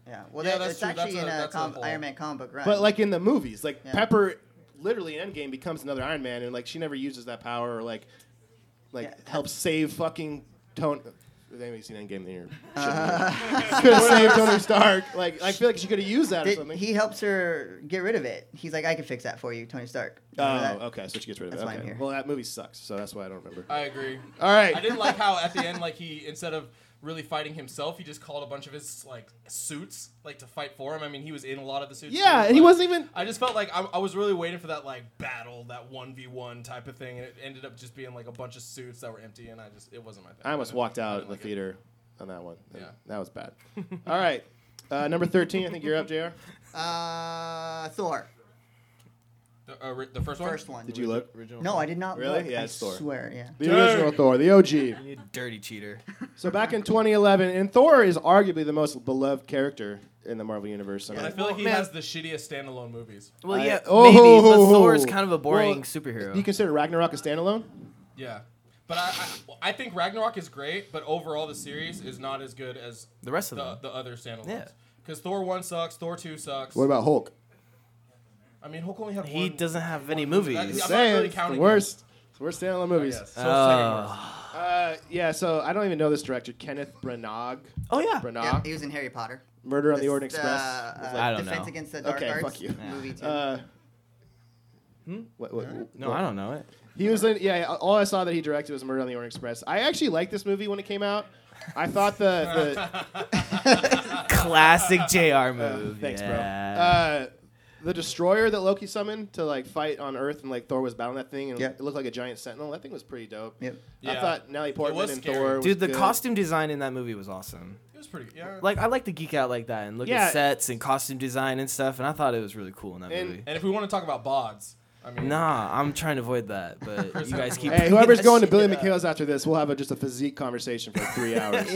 Speaker 6: Yeah. Well,
Speaker 7: Yeah,
Speaker 6: that,
Speaker 7: that's
Speaker 6: it's
Speaker 7: true.
Speaker 6: actually
Speaker 7: That's a-
Speaker 6: in a,
Speaker 7: that's a
Speaker 6: com-
Speaker 7: whole-
Speaker 6: Iron Man comic book, right?
Speaker 4: But like in the movies, like
Speaker 6: Yeah.
Speaker 4: Pepper, literally in Endgame becomes another Iron Man, and like she never uses that power or like, like
Speaker 6: Yeah.
Speaker 4: helps save fucking Tony. Has anybody seen Endgame? Then you're
Speaker 6: Uh, *laughs*
Speaker 4: could have saved Tony Stark. Like I feel like she could have used that or
Speaker 6: Did-
Speaker 4: something.
Speaker 6: he helps her get rid of it. He's like, I can fix that for you, Tony Stark. Remember that?
Speaker 4: oh, okay. So she gets rid of
Speaker 6: That's
Speaker 4: it.
Speaker 6: why I'm
Speaker 4: Okay.
Speaker 6: here.
Speaker 4: Well, that movie sucks, so that's why I don't remember.
Speaker 7: I agree.
Speaker 4: All right.
Speaker 7: I didn't like how at the end, like he instead of really fighting himself, he just called a bunch of his like suits like to fight for him. I mean, he was in a lot of the suits.
Speaker 4: yeah,
Speaker 7: too,
Speaker 4: and he
Speaker 7: but
Speaker 4: wasn't even.
Speaker 7: I just felt like I, I was really waiting for that like battle, that one v one type of thing, and it ended up just being like a bunch of suits that were empty, and I just it wasn't my thing.
Speaker 4: I almost
Speaker 7: didn't-
Speaker 4: walked
Speaker 7: I
Speaker 4: out
Speaker 7: didn't
Speaker 4: in the
Speaker 7: like it.
Speaker 4: theater on that one.
Speaker 7: Yeah.
Speaker 4: That was
Speaker 7: *laughs*
Speaker 4: bad. All right. Uh, number 13, I think you're up, JR.
Speaker 6: Uh, Thor,
Speaker 7: The, uh, ri- the first one.
Speaker 6: first one.
Speaker 4: Did you look?
Speaker 6: No, I did not.
Speaker 4: Really?
Speaker 6: Look.
Speaker 4: Yeah,
Speaker 6: I
Speaker 4: it's Thor.
Speaker 6: Swear, yeah.
Speaker 4: The original Thor, the OG.
Speaker 5: You dirty cheater.
Speaker 4: So back in 2011, and Thor is arguably the most beloved character in the Marvel Universe. I
Speaker 7: I
Speaker 4: mean,
Speaker 7: feel like he
Speaker 5: man.
Speaker 7: has the shittiest standalone movies.
Speaker 5: Well,
Speaker 4: I-
Speaker 5: yeah,
Speaker 4: Oh.
Speaker 5: maybe, but
Speaker 4: *laughs*
Speaker 5: Thor is kind of a boring
Speaker 4: Well,
Speaker 5: superhero.
Speaker 4: do you consider Ragnarok a standalone?
Speaker 7: Yeah. But I, I, I think Ragnarok is great, but overall the series is not as good as
Speaker 5: the rest of
Speaker 7: the,
Speaker 5: them.
Speaker 7: the other standalones.
Speaker 5: Yeah.
Speaker 7: Because Thor 1 sucks, Thor 2 sucks.
Speaker 4: What about Hulk?
Speaker 7: I mean, Hulk only had
Speaker 5: He
Speaker 7: one.
Speaker 5: doesn't have any
Speaker 7: That is-
Speaker 5: movies.
Speaker 7: I'm not
Speaker 4: Saying
Speaker 7: really
Speaker 4: it's the
Speaker 7: counting
Speaker 4: worst, it's the worst standalone movies.
Speaker 7: Yes. So it's
Speaker 5: Oh.
Speaker 7: second worst.
Speaker 4: Uh, yeah, so I don't even know this director, Kenneth Branagh.
Speaker 5: Oh yeah.
Speaker 6: Yeah,
Speaker 4: Branagh,
Speaker 6: he was in Harry Potter.
Speaker 4: Murder on the
Speaker 6: This,
Speaker 4: Orient Express.
Speaker 6: Uh,
Speaker 4: was
Speaker 6: uh,
Speaker 5: I don't
Speaker 6: Defense
Speaker 5: know.
Speaker 6: Against the Dark
Speaker 4: Okay,
Speaker 6: Arts.
Speaker 4: fuck you.
Speaker 6: Movie too.
Speaker 4: Uh, what, what,
Speaker 5: Hmm? No, I don't know it.
Speaker 4: He was in, yeah. All I saw that he directed was Murder on the Orient Express. I actually liked this movie when it came out. I thought the,
Speaker 5: Classic JR *laughs*
Speaker 4: the uh,
Speaker 5: move.
Speaker 4: thanks,
Speaker 5: yeah.
Speaker 4: bro. Uh, the destroyer that Loki summoned to like fight on Earth and like Thor was battling that thing and
Speaker 6: Yeah.
Speaker 4: it looked like a giant sentinel. That thing was pretty dope.
Speaker 6: yep.
Speaker 4: I
Speaker 7: Yeah.
Speaker 4: thought Natalie Portman
Speaker 7: was
Speaker 4: and
Speaker 7: scary.
Speaker 4: Thor. Was
Speaker 5: Dude, the
Speaker 4: good.
Speaker 5: costume design in that movie was awesome.
Speaker 7: It was pretty. Yeah.
Speaker 5: Like, I like to geek out like that and look
Speaker 4: Yeah.
Speaker 5: at sets and costume design and stuff, and I thought it was really cool in that
Speaker 4: And-
Speaker 5: movie.
Speaker 7: and if we want to talk about bods, I mean,
Speaker 5: Nah, I'm trying to avoid that, but you guys keep.
Speaker 4: Hey, whoever's going to
Speaker 5: *laughs*
Speaker 4: Billy McHale's after this, we'll have a, just a physique conversation for three hours.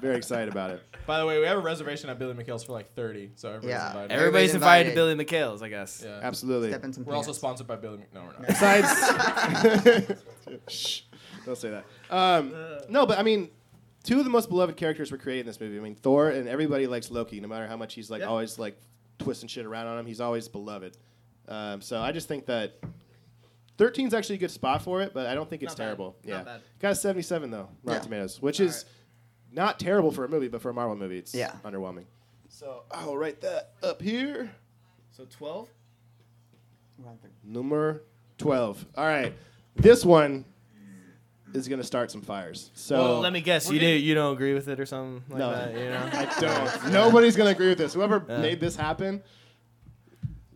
Speaker 4: Very excited about it.
Speaker 7: By the way, we have a reservation at Billy McHale's for like 30, so everybody's
Speaker 6: Yeah.
Speaker 7: invited.
Speaker 6: Every-
Speaker 5: Everybody's
Speaker 6: Everybody's
Speaker 5: invited to
Speaker 6: invited.
Speaker 5: Billy McHale's, I guess.
Speaker 7: yeah.
Speaker 4: Absolutely.
Speaker 6: Step in some
Speaker 7: We're also
Speaker 6: peanuts.
Speaker 7: sponsored by Billy Mc. No, we're not.
Speaker 4: Besides,
Speaker 5: *laughs*
Speaker 4: Shh, don't say that. Um, no, but I mean, two of the most beloved characters were created in this movie. I mean, Thor and everybody likes Loki, no matter how much he's like
Speaker 7: Yeah.
Speaker 4: always like twisting shit around on him. He's always beloved. Um, so I just think that 13's actually a good spot for it, but I don't think it's
Speaker 5: Not bad.
Speaker 4: terrible.
Speaker 5: Not
Speaker 4: Yeah,
Speaker 5: bad.
Speaker 4: got a 77 though, Rotten
Speaker 6: Yeah.
Speaker 4: Tomatoes, which is
Speaker 7: Alright.
Speaker 4: not terrible for a movie, but for a Marvel movie, it's
Speaker 6: Yeah.
Speaker 4: underwhelming. So I'll write that up here.
Speaker 5: So 12?
Speaker 4: Number 12. All right. This one is going to start some fires. So
Speaker 5: Well, let me guess.
Speaker 7: We're
Speaker 5: You do,
Speaker 7: getting-
Speaker 5: you don't agree with it or something like
Speaker 4: No.
Speaker 5: that, you know?
Speaker 4: I don't. Nobody's going to agree with this. Whoever
Speaker 5: Yeah.
Speaker 4: made this happen,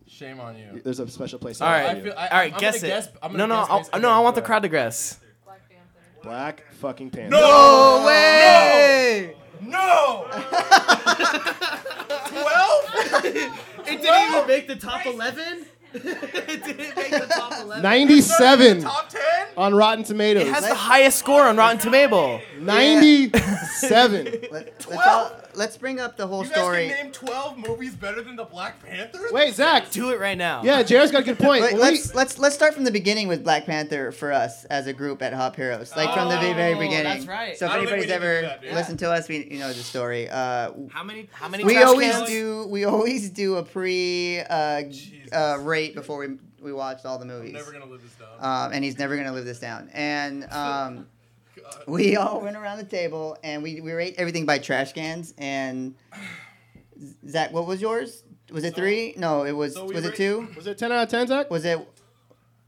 Speaker 7: Shame on you.
Speaker 4: there's a special place.
Speaker 5: All right.
Speaker 4: for
Speaker 7: I
Speaker 4: you.
Speaker 7: feel-
Speaker 5: All right,
Speaker 7: I'm
Speaker 5: guess it.
Speaker 7: gonna guess- I'm
Speaker 5: no,
Speaker 7: gonna
Speaker 5: no,
Speaker 7: guess
Speaker 5: I'll-
Speaker 7: based on
Speaker 5: no.
Speaker 7: that,
Speaker 5: I want the
Speaker 7: but- *laughs*
Speaker 5: crowd to guess.
Speaker 8: Black Panther.
Speaker 4: Black fucking pants.
Speaker 5: No way!
Speaker 7: No!
Speaker 4: *laughs*
Speaker 7: 12?
Speaker 5: It didn't even make the top 11. it didn't make the top 11.
Speaker 4: 97
Speaker 7: Top 10?
Speaker 4: on Rotten Tomatoes.
Speaker 5: It has the highest score on Rotten Tomato.
Speaker 6: *laughs*
Speaker 4: 97.
Speaker 6: Let, let's, all,
Speaker 7: Twelve?
Speaker 6: let's bring up the whole
Speaker 7: You guys
Speaker 6: story.
Speaker 7: can name 12 movies better than the Black Panthers?
Speaker 4: Wait, Zach.
Speaker 5: Do it right now.
Speaker 4: Yeah, Jared's got a good point.
Speaker 6: Wait,
Speaker 4: Well, we-
Speaker 6: let's let's let's start from the beginning with Black Panther for us as a group at Hop Heroes, like from the very, very
Speaker 5: Oh,
Speaker 6: beginning.
Speaker 5: that's right.
Speaker 6: So if
Speaker 7: I don't think
Speaker 6: anybody's
Speaker 7: we need to
Speaker 6: ever
Speaker 7: do that, dude.
Speaker 6: listened to us, we you know the story. Uh,
Speaker 5: How many? How many?
Speaker 6: we
Speaker 5: trash
Speaker 6: always
Speaker 5: cans?
Speaker 6: do we always do a pre uh, uh, rate before we we watched all the movies.
Speaker 7: Never gonna live this down.
Speaker 6: um, and he's never gonna live this down. And um, we all went around the table and we, we rate everything by trash cans. And Zach, what was yours? Was it three? No, it was.
Speaker 7: so we
Speaker 6: was it
Speaker 7: rate-
Speaker 6: two?
Speaker 4: was it 10 out of 10, Zach?
Speaker 6: Was it?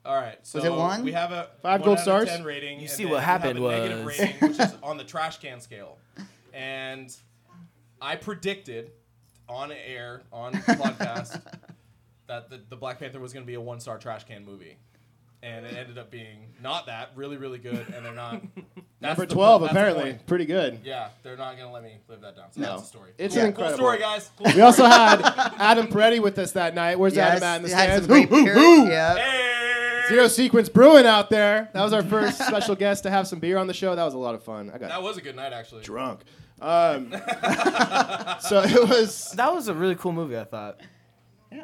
Speaker 7: All right. So
Speaker 6: it one?
Speaker 7: We have a
Speaker 4: Five
Speaker 7: one
Speaker 4: gold
Speaker 7: out of
Speaker 4: stars?
Speaker 7: Ten rating.
Speaker 5: You
Speaker 7: and
Speaker 5: see
Speaker 7: then
Speaker 5: what
Speaker 7: we have
Speaker 5: happened
Speaker 7: a negative
Speaker 5: was-
Speaker 7: rating, which is on the trash can scale, and I predicted on air on podcast that the, the Black Panther was going to be a one star trash can movie. And it ended up being not that, really, really good, and they're not. That's
Speaker 4: Number 12,
Speaker 7: the point- that's the
Speaker 4: apparently.
Speaker 7: point.
Speaker 4: Pretty good.
Speaker 7: Yeah, they're not gonna let me live that down. So
Speaker 4: No.
Speaker 7: that's the story.
Speaker 4: It's
Speaker 7: Cool.
Speaker 4: an
Speaker 7: cool
Speaker 4: incredible- *laughs*
Speaker 7: story, guys. Cool
Speaker 4: We also had Adam Peretti with us that night. Where's Adam at in the
Speaker 6: it had
Speaker 4: stands?
Speaker 6: some great
Speaker 4: Ooh, ooh,
Speaker 6: pure-
Speaker 4: ooh.
Speaker 6: yeah.
Speaker 7: Hey!
Speaker 4: Zero Sequence Brewing out there. That was our first special guest to have some beer on the show. That was a lot of fun. I got
Speaker 7: That was a good night, actually.
Speaker 4: drunk.
Speaker 7: *laughs*
Speaker 4: Um, so it was
Speaker 5: That was a really cool movie. I thought.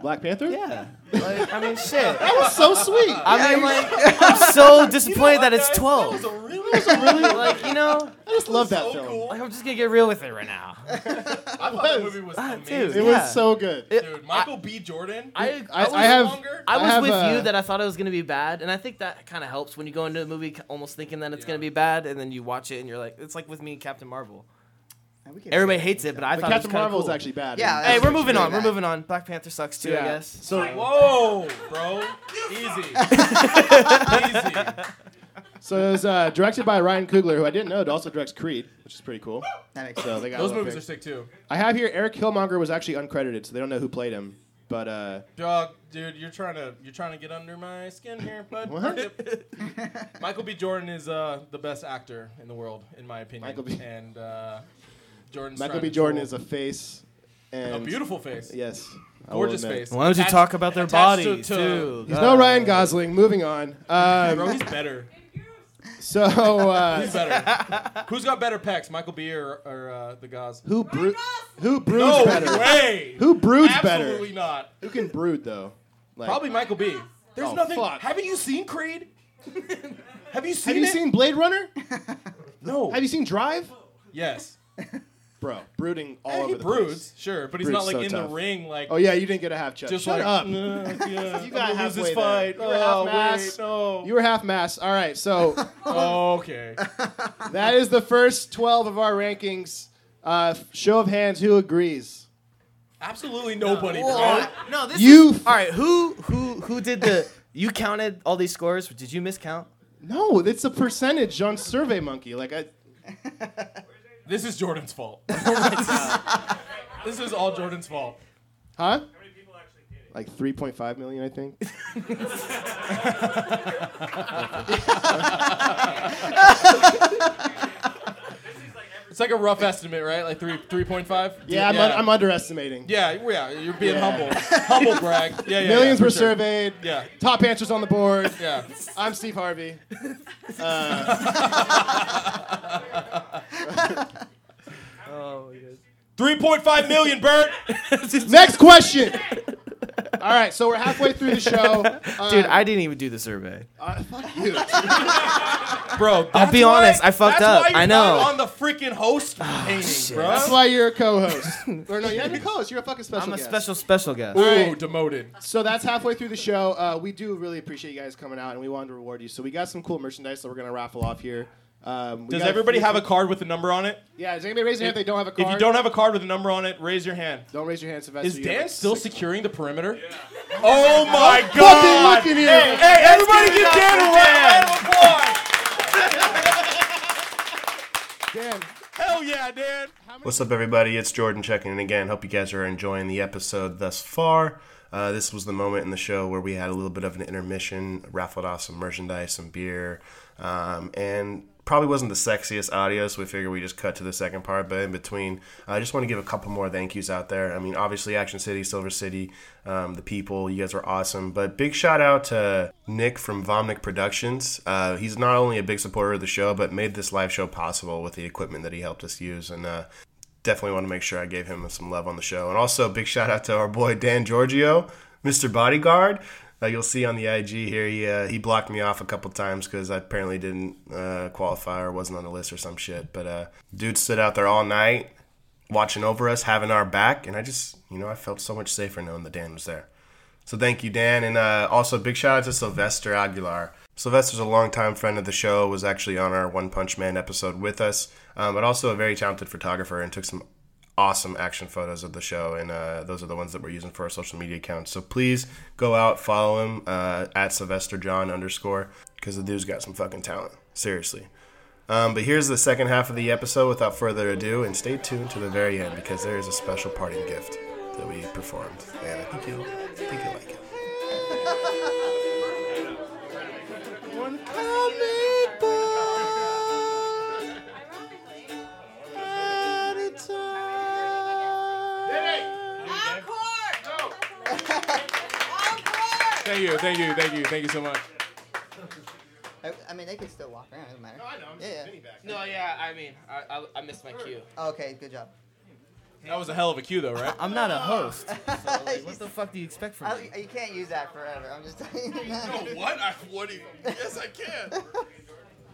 Speaker 4: Black Panther.
Speaker 5: Yeah. Like, I *laughs* mean, shit.
Speaker 4: that was so sweet.
Speaker 5: I mean, *laughs* like, I'm so disappointed
Speaker 7: what,
Speaker 5: that it's
Speaker 7: guys?
Speaker 5: 12.
Speaker 7: That was a really,
Speaker 5: like, you know,
Speaker 4: *laughs* I just love that
Speaker 7: so
Speaker 4: film.
Speaker 7: cool.
Speaker 5: like, I'm just gonna get real with it right now.
Speaker 7: I thought that movie was
Speaker 5: Ah, dude.
Speaker 7: amazing.
Speaker 4: It
Speaker 5: Yeah.
Speaker 4: was so good.
Speaker 7: Dude, Michael B. Jordan.
Speaker 5: I,
Speaker 4: I,
Speaker 5: I, was,
Speaker 4: I have.
Speaker 7: longer.
Speaker 5: I was
Speaker 4: have,
Speaker 5: with
Speaker 4: uh,
Speaker 5: you that I thought it was gonna be bad, and I think that kind of helps when you go into a movie c- almost thinking that it's
Speaker 7: Yeah.
Speaker 5: gonna be bad, and then you watch it and you're like, it's like with me and Captain Marvel.
Speaker 6: We could-
Speaker 5: Everybody hates it, but I
Speaker 4: but
Speaker 5: thought
Speaker 4: Captain
Speaker 5: it was kinda
Speaker 4: Marvel was
Speaker 5: cool.
Speaker 4: actually bad.
Speaker 6: Yeah,
Speaker 5: Hey,
Speaker 6: That's
Speaker 5: we're
Speaker 6: actually
Speaker 5: moving on.
Speaker 6: really
Speaker 5: We're
Speaker 6: bad.
Speaker 5: moving on. Black Panther sucks too, I guess.
Speaker 4: So,
Speaker 7: Whoa, bro. Easy. *laughs* Easy.
Speaker 4: so it was uh, directed by Ryan Coogler, who I didn't know also directs Creed, which is pretty cool. *laughs*
Speaker 6: That makes
Speaker 4: So
Speaker 6: sense.
Speaker 4: they got a
Speaker 7: Those
Speaker 4: little
Speaker 7: movies are
Speaker 4: pick.
Speaker 7: sick too.
Speaker 4: I have here Eric Killmonger was actually uncredited, so they don't know who played him. But uh,
Speaker 7: Dog, dude, you're trying to you're trying to get under my skin here, bud.
Speaker 4: What?
Speaker 7: Michael B. Jordan is uh, the best actor in the world, in my opinion.
Speaker 4: Michael B.
Speaker 7: And uh, Jordan's
Speaker 4: Michael
Speaker 7: trying
Speaker 4: B.
Speaker 7: to
Speaker 4: Jordan
Speaker 7: pull
Speaker 4: is a face and
Speaker 7: a beautiful face,
Speaker 4: yes, I will
Speaker 7: gorgeous
Speaker 4: admit.
Speaker 7: face.
Speaker 5: Why don't you
Speaker 7: Attached-
Speaker 5: talk about their
Speaker 7: attached to-
Speaker 5: bodies
Speaker 7: to-
Speaker 5: too?
Speaker 4: He's no Ryan Gosling. Moving on.
Speaker 7: Bro,
Speaker 4: Um,
Speaker 7: he's better.
Speaker 4: so uh,
Speaker 7: *laughs* He's better.
Speaker 4: *laughs*
Speaker 7: Who's got better pecs, Michael B. or, or uh, the Gos?
Speaker 4: who brew-
Speaker 5: Oh
Speaker 4: who brews
Speaker 7: No
Speaker 4: better?
Speaker 7: way.
Speaker 4: Who broods
Speaker 7: Absolutely
Speaker 4: better?
Speaker 7: not.
Speaker 4: Who can brood though? Like,
Speaker 7: Probably Michael B. There's
Speaker 4: Oh,
Speaker 7: nothing.
Speaker 4: fuck.
Speaker 7: Haven't you seen Creed? *laughs* Have you seen
Speaker 4: Have you
Speaker 7: it?
Speaker 4: seen Blade Runner?
Speaker 7: no.
Speaker 4: Have you seen Drive?
Speaker 7: yes.
Speaker 4: Bro, brooding all
Speaker 7: Yeah,
Speaker 4: over
Speaker 7: he
Speaker 4: the
Speaker 7: broods,
Speaker 4: place.
Speaker 7: sure, but he's
Speaker 4: Brood's
Speaker 7: not like
Speaker 4: so
Speaker 7: in
Speaker 4: tough.
Speaker 7: the ring like
Speaker 4: Oh yeah, you didn't get a half chest.
Speaker 7: just
Speaker 4: Shut
Speaker 7: like
Speaker 4: up.
Speaker 7: "Nah, yeah,
Speaker 4: *laughs* You got
Speaker 7: I'm gonna lose
Speaker 4: halfway
Speaker 7: this
Speaker 4: there.
Speaker 7: fight.
Speaker 4: You were
Speaker 7: oh,
Speaker 4: half-mass.
Speaker 7: wait, no.
Speaker 4: You were half mass. All right, so
Speaker 7: *laughs* okay.
Speaker 4: that is the first twelve of our rankings. Uh, show of hands, who agrees?
Speaker 7: Absolutely nobody, bro.
Speaker 5: Whoa. No, this
Speaker 4: You
Speaker 5: is- all right? Who who who did the? You counted all these scores? Did you miscount?
Speaker 4: No, it's a percentage on SurveyMonkey. Like I,
Speaker 7: This is Jordan's fault. *laughs* this is all Jordan's fault.
Speaker 4: Huh? Like 3.5 million, I think.
Speaker 7: It's like a rough estimate, right? Like three three point five.
Speaker 4: *laughs* Yeah, I'm, Un- I'm underestimating.
Speaker 7: Yeah, well, yeah, you're being
Speaker 4: Yeah.
Speaker 7: humble. humble brag. Yeah, yeah.
Speaker 4: Millions
Speaker 7: yeah,
Speaker 4: were
Speaker 7: for sure.
Speaker 4: surveyed.
Speaker 7: Yeah.
Speaker 4: Top answers on the board. *laughs*
Speaker 7: Yeah.
Speaker 4: I'm Steve
Speaker 7: *laughs*
Speaker 4: Harvey. Uh,
Speaker 5: Oh, yes.
Speaker 7: 3.5 million, Bert!
Speaker 4: next question. All right, so we're halfway through the
Speaker 7: *laughs*
Speaker 4: show. Uh,
Speaker 5: Dude, I didn't even do the survey.
Speaker 4: uh, fuck you.
Speaker 7: Bro,
Speaker 5: I'll be
Speaker 7: that's why-
Speaker 5: honest, I fucked
Speaker 7: that's
Speaker 5: up.
Speaker 7: Why you're
Speaker 5: I know. Ah,
Speaker 7: Not on the freaking host painting, bro.
Speaker 4: That's why you're a co-host. or no, you're not a co-host. You're a fucking special.
Speaker 5: I'm a
Speaker 4: guest.
Speaker 5: special, special guest.
Speaker 7: Ooh,
Speaker 4: right.
Speaker 7: demoted.
Speaker 4: So that's halfway through the show. Uh, we do really appreciate you guys coming out, and we wanted to reward you. So we got some cool merchandise that we're gonna raffle off here. Um, we
Speaker 7: Does
Speaker 4: got
Speaker 7: everybody
Speaker 4: few-
Speaker 7: have a card with a number on it?
Speaker 4: Yeah, does anybody raise their hand if they don't have a card?
Speaker 7: If you don't have a card with a number on it, raise your hand.
Speaker 4: don't raise your hand, Sylvester.
Speaker 7: Is
Speaker 4: you have
Speaker 7: Dan
Speaker 4: like
Speaker 7: still
Speaker 4: six-
Speaker 7: securing the perimeter? *laughs* Oh my god!
Speaker 4: looking here.
Speaker 7: Hey, hey, everybody
Speaker 5: give it up
Speaker 7: give Dan
Speaker 5: for
Speaker 7: a round of applause!
Speaker 4: Dan,
Speaker 7: Hell yeah, Dan!
Speaker 1: What's up, everybody? It's Jordan checking in again. Hope you guys are enjoying the episode thus far. Uh, this was the moment in the show where we had a little bit of an intermission, raffled off some merchandise, some beer, um, and probably wasn't the sexiest audio, so we figured we just cut to the second part. But in between, I just want to give a couple more thank yous out there. I mean, obviously, Action City, Silver City, um, the people, you guys are awesome. But big shout out to Nick from Vomnik Productions. Uh, he's not only a big supporter of the show, but made this live show possible with the equipment that he helped us use. And uh, definitely want to make sure I gave him some love on the show. And also, big shout out to our boy Dan Giorgio, Mr. Bodyguard. Uh, you'll see on the IG here, he, uh, he blocked me off a couple times because I apparently didn't uh, qualify or wasn't on the list or some shit. But uh, dude stood out there all night watching over us, having our back. And I just, you know, I felt so much safer knowing that Dan was there. So thank you, Dan. And uh, also, big shout out to Sylvester Aguilar. Sylvester's a longtime friend of the show, was actually on our One Punch Man episode with us, um, but also a very talented photographer and took some awesome action photos of the show. And uh, those are the ones that we're using for our social media accounts. So please go out, follow him uh, at Sylvester John underscore, because the dude's got some fucking talent. Seriously. Um, but here's the second half of the episode without further ado, and stay tuned to the very end because there is a special parting gift that we performed, and I think you'll, I think you'll like it.
Speaker 8: Ironically. Encore! Encore!
Speaker 7: Thank you, thank you, thank you, thank you so much.
Speaker 6: I, I mean, they could still walk around. It doesn't matter. No, I know. yeah, yeah.
Speaker 5: No, yeah, I mean, I, I, I missed my cue.
Speaker 6: okay, good job.
Speaker 7: That was a hell of a cue, though, right?
Speaker 5: I'm not a host. So, like, what the fuck do you expect from
Speaker 6: I,
Speaker 5: me?
Speaker 6: you can't use that forever. I'm just telling you. that.
Speaker 7: What? I, what do you, yes, I can.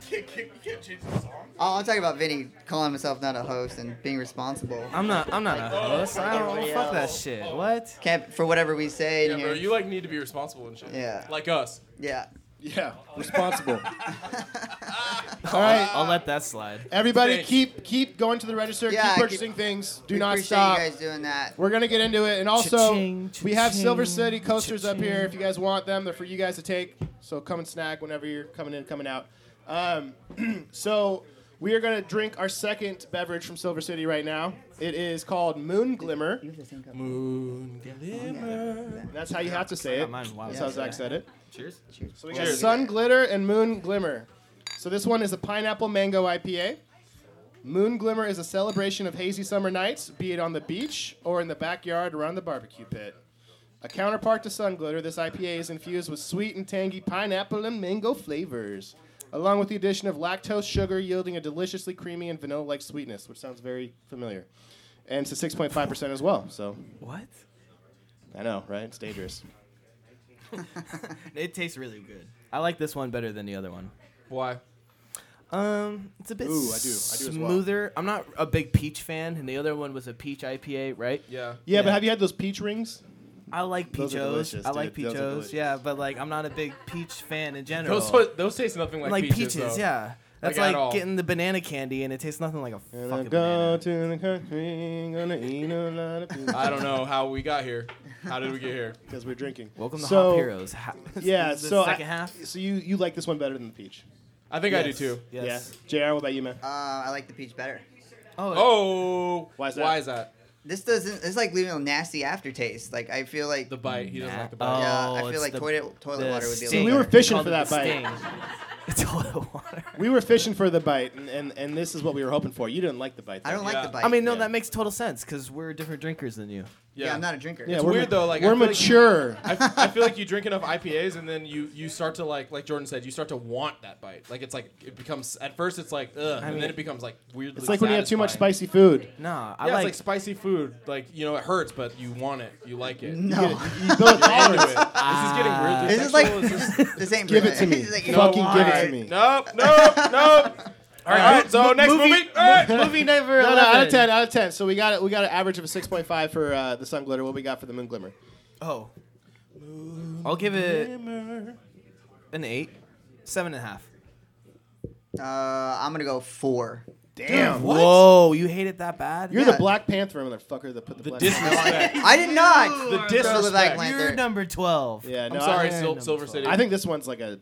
Speaker 7: You can't, you can't change the song.
Speaker 6: Oh, I'm talking about Vinny calling himself not a host and being responsible.
Speaker 5: I'm not. I'm not a host. I don't.
Speaker 6: everybody
Speaker 5: Fuck that
Speaker 6: else.
Speaker 5: shit. What?
Speaker 6: Can't for whatever we say in
Speaker 7: Yeah,
Speaker 6: here.
Speaker 7: bro, you like need to be responsible and shit.
Speaker 6: Yeah.
Speaker 7: Like us.
Speaker 6: yeah.
Speaker 4: Yeah.
Speaker 2: Responsible.
Speaker 4: All right.
Speaker 5: I'll let that slide.
Speaker 4: Everybody,
Speaker 7: Thanks.
Speaker 4: keep keep going to the register.
Speaker 6: Yeah,
Speaker 4: keep
Speaker 6: keep-
Speaker 4: purchasing things. Do
Speaker 6: we
Speaker 4: not
Speaker 6: appreciate
Speaker 4: stop.
Speaker 6: you guys doing that.
Speaker 4: We're gonna get into it, and also
Speaker 5: Cha-ching,
Speaker 4: we have Silver
Speaker 5: cha-ching,
Speaker 4: City coasters up here. If you
Speaker 5: cha-ching.
Speaker 4: guys want them, they're for you guys to take. So come and snag whenever you're coming in, coming out. Um, *clears throat* so we are gonna drink our second beverage from Silver City right now. It is called Moon Glimmer.
Speaker 6: You have to think of-
Speaker 7: Moon
Speaker 4: That's how you have to say it.
Speaker 5: Mine's wild.
Speaker 4: That's how Zach said it.
Speaker 5: Cheers.
Speaker 4: So we got Sun Glitter and Moon Glimmer. So this one is a pineapple mango IPA. Moon Glimmer is a celebration of hazy summer nights, be it on the beach or in the backyard around the barbecue pit. A counterpart to Sun Glitter, this IPA is infused with sweet and tangy pineapple and mango flavors, along with the addition of lactose sugar, yielding a deliciously creamy and vanilla like sweetness, which sounds very familiar. And it's a 6.5% as well, so
Speaker 5: What?
Speaker 4: I know, right? It's dangerous.
Speaker 5: It tastes really good. I like this one better than the other one.
Speaker 7: Why?
Speaker 5: Um, it's a bit
Speaker 4: Ooh, I do. I do as well.
Speaker 5: smoother. I'm not a big peach fan, and the other one was a peach IPA, right?
Speaker 7: Yeah.
Speaker 4: Yeah, but
Speaker 5: Yeah.
Speaker 4: have you had those peach rings?
Speaker 5: I like
Speaker 4: Those are
Speaker 5: peachos.
Speaker 4: delicious,
Speaker 5: I like
Speaker 4: dude. Those are
Speaker 5: peachos.
Speaker 4: delicious.
Speaker 5: Yeah, but like I'm not a big peach fan in general.
Speaker 7: Those, wa- those taste nothing like,
Speaker 5: like peaches,
Speaker 7: though.
Speaker 5: yeah. That's
Speaker 7: Like, at
Speaker 5: like,
Speaker 7: all.
Speaker 5: getting the banana candy and it tastes nothing like a
Speaker 4: And I
Speaker 5: fucking
Speaker 4: go
Speaker 5: banana.
Speaker 4: to the country, gonna eat a lot of food.
Speaker 7: *laughs* I don't know how we got here. How did we get here?
Speaker 4: Because we're drinking.
Speaker 5: Welcome to
Speaker 4: So,
Speaker 5: Hop Heroes. Ha- *laughs*
Speaker 4: Yeah,
Speaker 5: the
Speaker 4: so
Speaker 5: second
Speaker 4: I-
Speaker 5: half.
Speaker 4: So you you like this one better than the peach?
Speaker 7: I think I do too.
Speaker 5: Yes.
Speaker 4: Yeah. Jr. What about you, man?
Speaker 6: Uh, I like the peach better.
Speaker 5: Oh,
Speaker 7: Oh,
Speaker 4: Why is that?
Speaker 7: Why is that?
Speaker 6: This doesn't. It's like leaving a nasty aftertaste. Like I feel like.
Speaker 7: The bite. He doesn't
Speaker 5: nah.
Speaker 7: like the bite.
Speaker 6: Yeah, I
Speaker 5: Oh,
Speaker 6: feel
Speaker 5: it's
Speaker 6: like
Speaker 5: the-
Speaker 6: toilet- toilet
Speaker 5: the
Speaker 6: water would be a
Speaker 5: sting.
Speaker 4: little better. We were fishing
Speaker 5: Called
Speaker 4: for that
Speaker 5: it the
Speaker 4: bite.
Speaker 5: sting. *laughs* It's all the
Speaker 6: *laughs*
Speaker 5: water.
Speaker 4: We were fishing for the bite, and, and, and this is what we were hoping for. You didn't like the bite.
Speaker 6: I don't
Speaker 4: though.
Speaker 6: like
Speaker 7: Yeah.
Speaker 6: the bite.
Speaker 5: I mean, no,
Speaker 4: Yeah.
Speaker 5: that makes total sense because we're different drinkers than you.
Speaker 6: yeah. I'm not a drinker.
Speaker 4: Yeah,
Speaker 6: It's
Speaker 4: we're
Speaker 7: weird, though, like, I
Speaker 4: we're
Speaker 7: feel like-
Speaker 4: mature.
Speaker 7: I, f- I feel like you drink enough IPAs and then you you start to like like Jordan said you start to want that bite like it's like it becomes at first it's like ugh and
Speaker 5: mean-
Speaker 7: then it becomes like weirdly
Speaker 4: it's like when you have too much
Speaker 7: satisfying.
Speaker 4: spicy food.
Speaker 5: No, I
Speaker 7: yeah
Speaker 5: like,
Speaker 7: it's like spicy food like you know it hurts but you want it you like it
Speaker 6: No.
Speaker 4: You, you build a
Speaker 7: You're into it.
Speaker 4: tolerance.
Speaker 7: this is getting
Speaker 4: Ah.
Speaker 7: weirdly
Speaker 6: This is
Speaker 7: sexual.
Speaker 6: like
Speaker 7: It's just-
Speaker 6: the same.
Speaker 4: Give it to me.
Speaker 6: It's *laughs* like,
Speaker 4: No, *laughs* Fucking give it to me. *laughs*
Speaker 6: alright.
Speaker 7: Nope, nope, nope. All right, so next movie. All right.
Speaker 5: *laughs* movie number
Speaker 4: No, no,
Speaker 5: 11.
Speaker 4: out of ten, out of ten. So we got it. We got an average of a six point five for uh, the sun glitter. What we got for the moon glimmer?
Speaker 5: Oh, I'll give it an eight, seven and a half.
Speaker 6: Uh, I'm gonna go four.
Speaker 4: Damn,
Speaker 5: Whoa, you hate it that bad?
Speaker 4: You're
Speaker 6: Yeah.
Speaker 4: the Black Panther motherfucker that put the, black.
Speaker 7: disrespect.
Speaker 6: I did not.
Speaker 7: The
Speaker 6: throw
Speaker 7: disrespect.
Speaker 6: Black
Speaker 5: You're
Speaker 6: Panther.
Speaker 5: number twelve.
Speaker 4: Yeah, no,
Speaker 7: I'm sorry,
Speaker 4: I,
Speaker 7: Sil- Silver City.
Speaker 4: I think this one's like a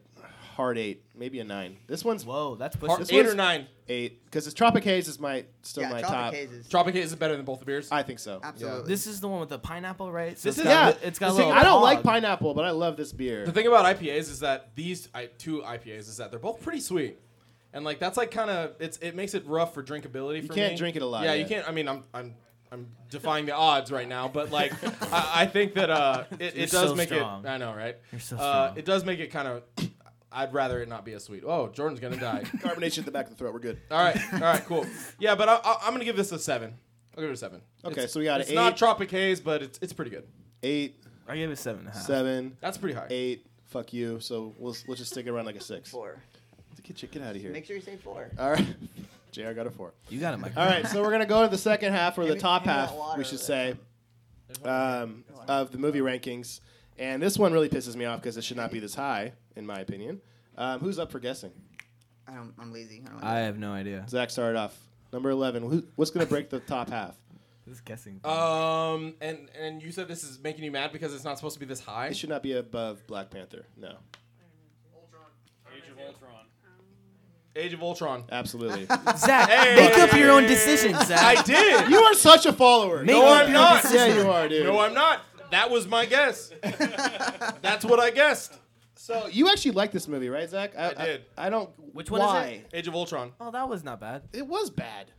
Speaker 4: hard eight, maybe a nine. This one's
Speaker 5: Whoa, that's
Speaker 7: Or
Speaker 5: pushing.
Speaker 4: this
Speaker 7: eight
Speaker 4: one's-
Speaker 7: or nine.
Speaker 4: eight because it's Tropic Haze is my still
Speaker 6: yeah,
Speaker 4: my
Speaker 6: Tropic
Speaker 4: top.
Speaker 6: Haze is
Speaker 7: Tropic is better than both the beers.
Speaker 4: I think so.
Speaker 6: absolutely.
Speaker 5: This is the one with the pineapple, right? So
Speaker 7: This
Speaker 5: it's
Speaker 7: is-
Speaker 5: got,
Speaker 4: yeah,
Speaker 5: it's got a
Speaker 4: the thing-
Speaker 5: little.
Speaker 4: I don't like
Speaker 5: pog.
Speaker 4: pineapple, but I love this beer.
Speaker 7: The thing about IPAs is that these I, two IPAs is that they're both pretty sweet, and like that's like kind of it's it makes it rough for drinkability.
Speaker 4: You
Speaker 7: for
Speaker 4: can't
Speaker 7: me.
Speaker 4: drink it a lot,
Speaker 7: Yeah, you
Speaker 4: yeah.
Speaker 7: can't. I mean, I'm I'm I'm defying the odds right now,
Speaker 4: *laughs*
Speaker 7: but like I, I think that uh it,
Speaker 5: You're
Speaker 7: it does
Speaker 5: so
Speaker 7: make
Speaker 5: strong.
Speaker 7: it. I know, right?
Speaker 5: You're so
Speaker 7: uh,
Speaker 5: strong.
Speaker 7: It does make it kind of. I'd rather it not be a sweet. Oh, Jordan's gonna die. *laughs*
Speaker 4: Carbonation at the back of the throat. We're good.
Speaker 5: Ah.
Speaker 7: all right, all right, cool. Yeah, but I, I, I'm gonna give this a seven. I'll give it a seven.
Speaker 4: Okay,
Speaker 7: It's-
Speaker 4: so we got
Speaker 7: it's
Speaker 4: an
Speaker 7: not
Speaker 4: eight.
Speaker 7: Tropic Haze, but it's it's pretty good.
Speaker 4: Eight,
Speaker 5: I gave it seven and a half.
Speaker 4: seven,
Speaker 7: That's pretty high.
Speaker 4: eight. Fuck you. So we'll we'll just stick it around like a six.
Speaker 6: four.
Speaker 4: Get, your- get out of here.
Speaker 6: Make sure you say four.
Speaker 4: All right. *laughs* Jr. got a four.
Speaker 5: You got it, Mike.
Speaker 4: All right, so we're gonna go to the second half, or the
Speaker 6: Hand me-
Speaker 4: top
Speaker 6: hand me that
Speaker 4: half,
Speaker 6: water
Speaker 4: we should
Speaker 6: over
Speaker 4: say, um, of the movie rankings. And this one really pisses me off because it should not be this high, in my opinion. Um, who's up for guessing?
Speaker 6: I don't, I'm lazy. I don't
Speaker 5: I
Speaker 6: like
Speaker 5: have no idea.
Speaker 4: Zach started off number eleven. Who, what's gonna break the top half?
Speaker 5: This is guessing.
Speaker 7: Um, and and you said this is making you mad because it's not supposed to be this high.
Speaker 4: It should not be above Black Panther. No,
Speaker 9: Age of Ultron.
Speaker 7: Age of Ultron. *laughs*
Speaker 4: absolutely.
Speaker 5: *laughs* Zach, make up your own decisions, Zach.
Speaker 7: I did.
Speaker 4: you are such a follower.
Speaker 5: Make
Speaker 7: no,
Speaker 5: up
Speaker 7: I'm
Speaker 5: your
Speaker 7: not.
Speaker 4: Yeah, you are, dude.
Speaker 7: no, I'm not. That was my guess. That's what I guessed.
Speaker 4: so you actually like this movie, right, Zach?
Speaker 7: I did.
Speaker 4: I, don't.
Speaker 5: Which one is
Speaker 4: why?
Speaker 5: it?
Speaker 7: Age of Ultron.
Speaker 5: Oh, that was not bad.
Speaker 4: It was bad.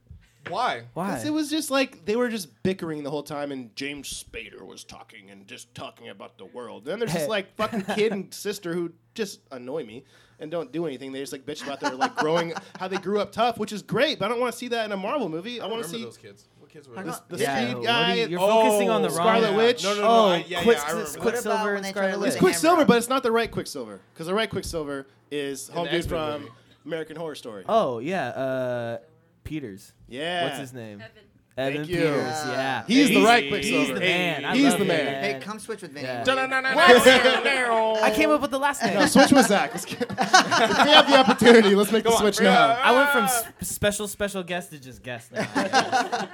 Speaker 7: Why?
Speaker 5: Why?
Speaker 4: 'Cause It was just like they were just bickering the whole time, and James Spader was talking and just talking about the world. Then there's just like fucking kid
Speaker 5: *laughs*
Speaker 4: and sister who just annoy me and don't do anything. They just like bitch about their like growing how they grew up tough, which is great. But I don't want to see that in a Marvel movie. I, want to
Speaker 7: Remember
Speaker 4: see
Speaker 7: those kids? What kids were
Speaker 6: I
Speaker 7: those?
Speaker 6: got-
Speaker 4: the
Speaker 5: Yeah,
Speaker 4: speed
Speaker 5: what
Speaker 4: guy.
Speaker 5: are you-
Speaker 4: and-
Speaker 5: you're
Speaker 7: Oh,
Speaker 5: focusing on the wrong.
Speaker 4: Scarlet
Speaker 5: guy.
Speaker 4: Witch?
Speaker 7: No, no, no.
Speaker 5: Oh,
Speaker 7: I, yeah, yeah, I
Speaker 5: Quicksil-
Speaker 7: remember. that.
Speaker 6: Quick-
Speaker 5: Quicksilver
Speaker 6: when
Speaker 5: and
Speaker 6: they try to
Speaker 5: Scarlet
Speaker 6: lose
Speaker 5: Witch.
Speaker 6: it?
Speaker 4: Quicksilver, but it's not the right Quicksilver because the right Quicksilver is Home
Speaker 7: the
Speaker 4: Dude
Speaker 7: X-Men
Speaker 4: from
Speaker 7: movie.
Speaker 4: American Horror Story.
Speaker 5: Oh yeah, uh, Peters.
Speaker 4: Yeah,
Speaker 5: What's his name?
Speaker 8: *laughs* Evan.
Speaker 5: Evan
Speaker 4: you.
Speaker 5: Peters.
Speaker 6: Yeah.
Speaker 5: Yeah.
Speaker 4: He's the right
Speaker 7: Hey,
Speaker 4: Quicksilver.
Speaker 5: He's the man. I
Speaker 4: He's
Speaker 5: love
Speaker 4: the
Speaker 5: him,
Speaker 4: man.
Speaker 6: it. Hey, come switch with Vinny.
Speaker 5: Yeah.
Speaker 6: will
Speaker 7: *laughs*
Speaker 6: you?
Speaker 5: I came up with the last name.
Speaker 4: *laughs* No, switch with Zach. Let's get, *laughs* if we have the opportunity, let's make the
Speaker 7: on,
Speaker 4: switch
Speaker 7: bring it
Speaker 4: now.
Speaker 7: up.
Speaker 5: I went from s- special special guest to just
Speaker 4: *laughs*
Speaker 5: guest now.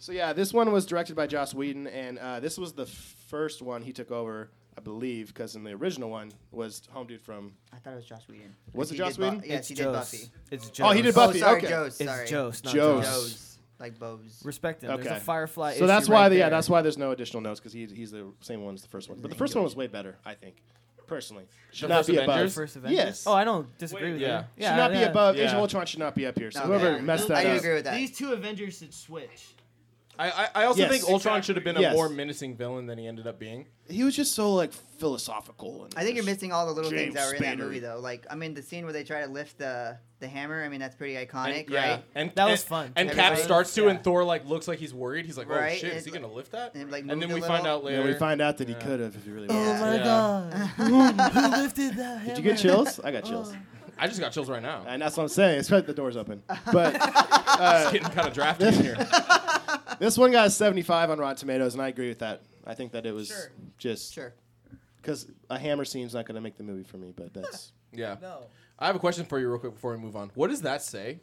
Speaker 4: So yeah, this one was directed by Joss Whedon, and uh, this was the first one he took over, I believe, because in the original one was Home Dude from.
Speaker 6: I thought it was Joss Whedon.
Speaker 4: Was
Speaker 6: He
Speaker 4: it Joss
Speaker 6: did Bu-
Speaker 4: Whedon?
Speaker 6: yes,
Speaker 5: It's
Speaker 6: he did
Speaker 5: Joe's.
Speaker 6: Buffy.
Speaker 5: It's Joe's.
Speaker 4: Oh, he did Buffy.
Speaker 6: oh, sorry,
Speaker 4: okay.
Speaker 6: Joe's.
Speaker 5: It's
Speaker 6: Sorry.
Speaker 5: Joe's, not
Speaker 4: Joe's.
Speaker 5: Joe's.
Speaker 6: Joe's. Like Bose.
Speaker 5: Respect him.
Speaker 4: Okay.
Speaker 5: There's a Firefly.
Speaker 4: so that's
Speaker 5: issue
Speaker 4: why,
Speaker 5: Uh, right
Speaker 4: the, yeah,
Speaker 5: there.
Speaker 4: that's why there's no additional notes because he, he's the same one as the first one. But the first one was way better, I think, personally. Should not
Speaker 7: first
Speaker 4: be above.
Speaker 7: Avengers?
Speaker 5: First Avengers.
Speaker 4: Yes.
Speaker 5: Oh, I don't disagree
Speaker 9: Wait,
Speaker 5: with
Speaker 7: yeah.
Speaker 5: you.
Speaker 4: should not be
Speaker 5: yeah.
Speaker 4: above. Age of
Speaker 7: Yeah.
Speaker 4: Ultron should not be up here. So
Speaker 6: No,
Speaker 4: whoever
Speaker 6: yeah.
Speaker 4: messed that
Speaker 6: I do
Speaker 4: up.
Speaker 6: agree with that.
Speaker 5: two Avengers should switch.
Speaker 7: I, I, I also
Speaker 4: Yes.
Speaker 7: think Ultron should have been a
Speaker 4: Yes.
Speaker 7: more menacing villain than he ended up being.
Speaker 4: He was just so like philosophical. And
Speaker 6: I think you're
Speaker 4: just-
Speaker 6: missing all the little
Speaker 4: James
Speaker 6: things that were in that
Speaker 4: Spader.
Speaker 6: movie, though. Like, I mean, the scene where they try to lift the the hammer. I mean, that's pretty iconic,
Speaker 7: And- yeah.
Speaker 6: right?
Speaker 7: And
Speaker 5: That was
Speaker 7: and-
Speaker 5: fun.
Speaker 7: And Cap
Speaker 5: Everybody-
Speaker 7: starts to,
Speaker 5: yeah.
Speaker 7: and Thor like looks like he's worried. He's like, "Oh
Speaker 6: Right,
Speaker 7: shit,
Speaker 6: and
Speaker 7: is he
Speaker 6: like-
Speaker 7: gonna lift that?"
Speaker 6: and, like,
Speaker 7: and then
Speaker 6: moved a
Speaker 7: we find
Speaker 6: little.
Speaker 7: out
Speaker 4: And
Speaker 7: later.
Speaker 4: we find out that he could have if he really wanted.
Speaker 5: Oh
Speaker 4: to.
Speaker 5: my
Speaker 7: Yeah.
Speaker 5: god. Who, who lifted that?
Speaker 4: Did you get
Speaker 6: *laughs*
Speaker 4: chills? I got
Speaker 6: Oh.
Speaker 4: chills.
Speaker 7: I just got chills right now.
Speaker 4: *laughs* And that's what I'm saying. It's right the door's
Speaker 6: *laughs*
Speaker 4: open. But
Speaker 7: It's getting kind of drafty in here.
Speaker 4: *laughs* this one got a 75 on Rotten Tomatoes, and I agree with that. I think that it was
Speaker 6: Sure.
Speaker 4: just
Speaker 6: Sure.
Speaker 4: because a hammer scene's not going to make the movie for me, but that's.
Speaker 7: Yeah.
Speaker 5: No.
Speaker 7: I have a question for you real quick before we move on. What does that say?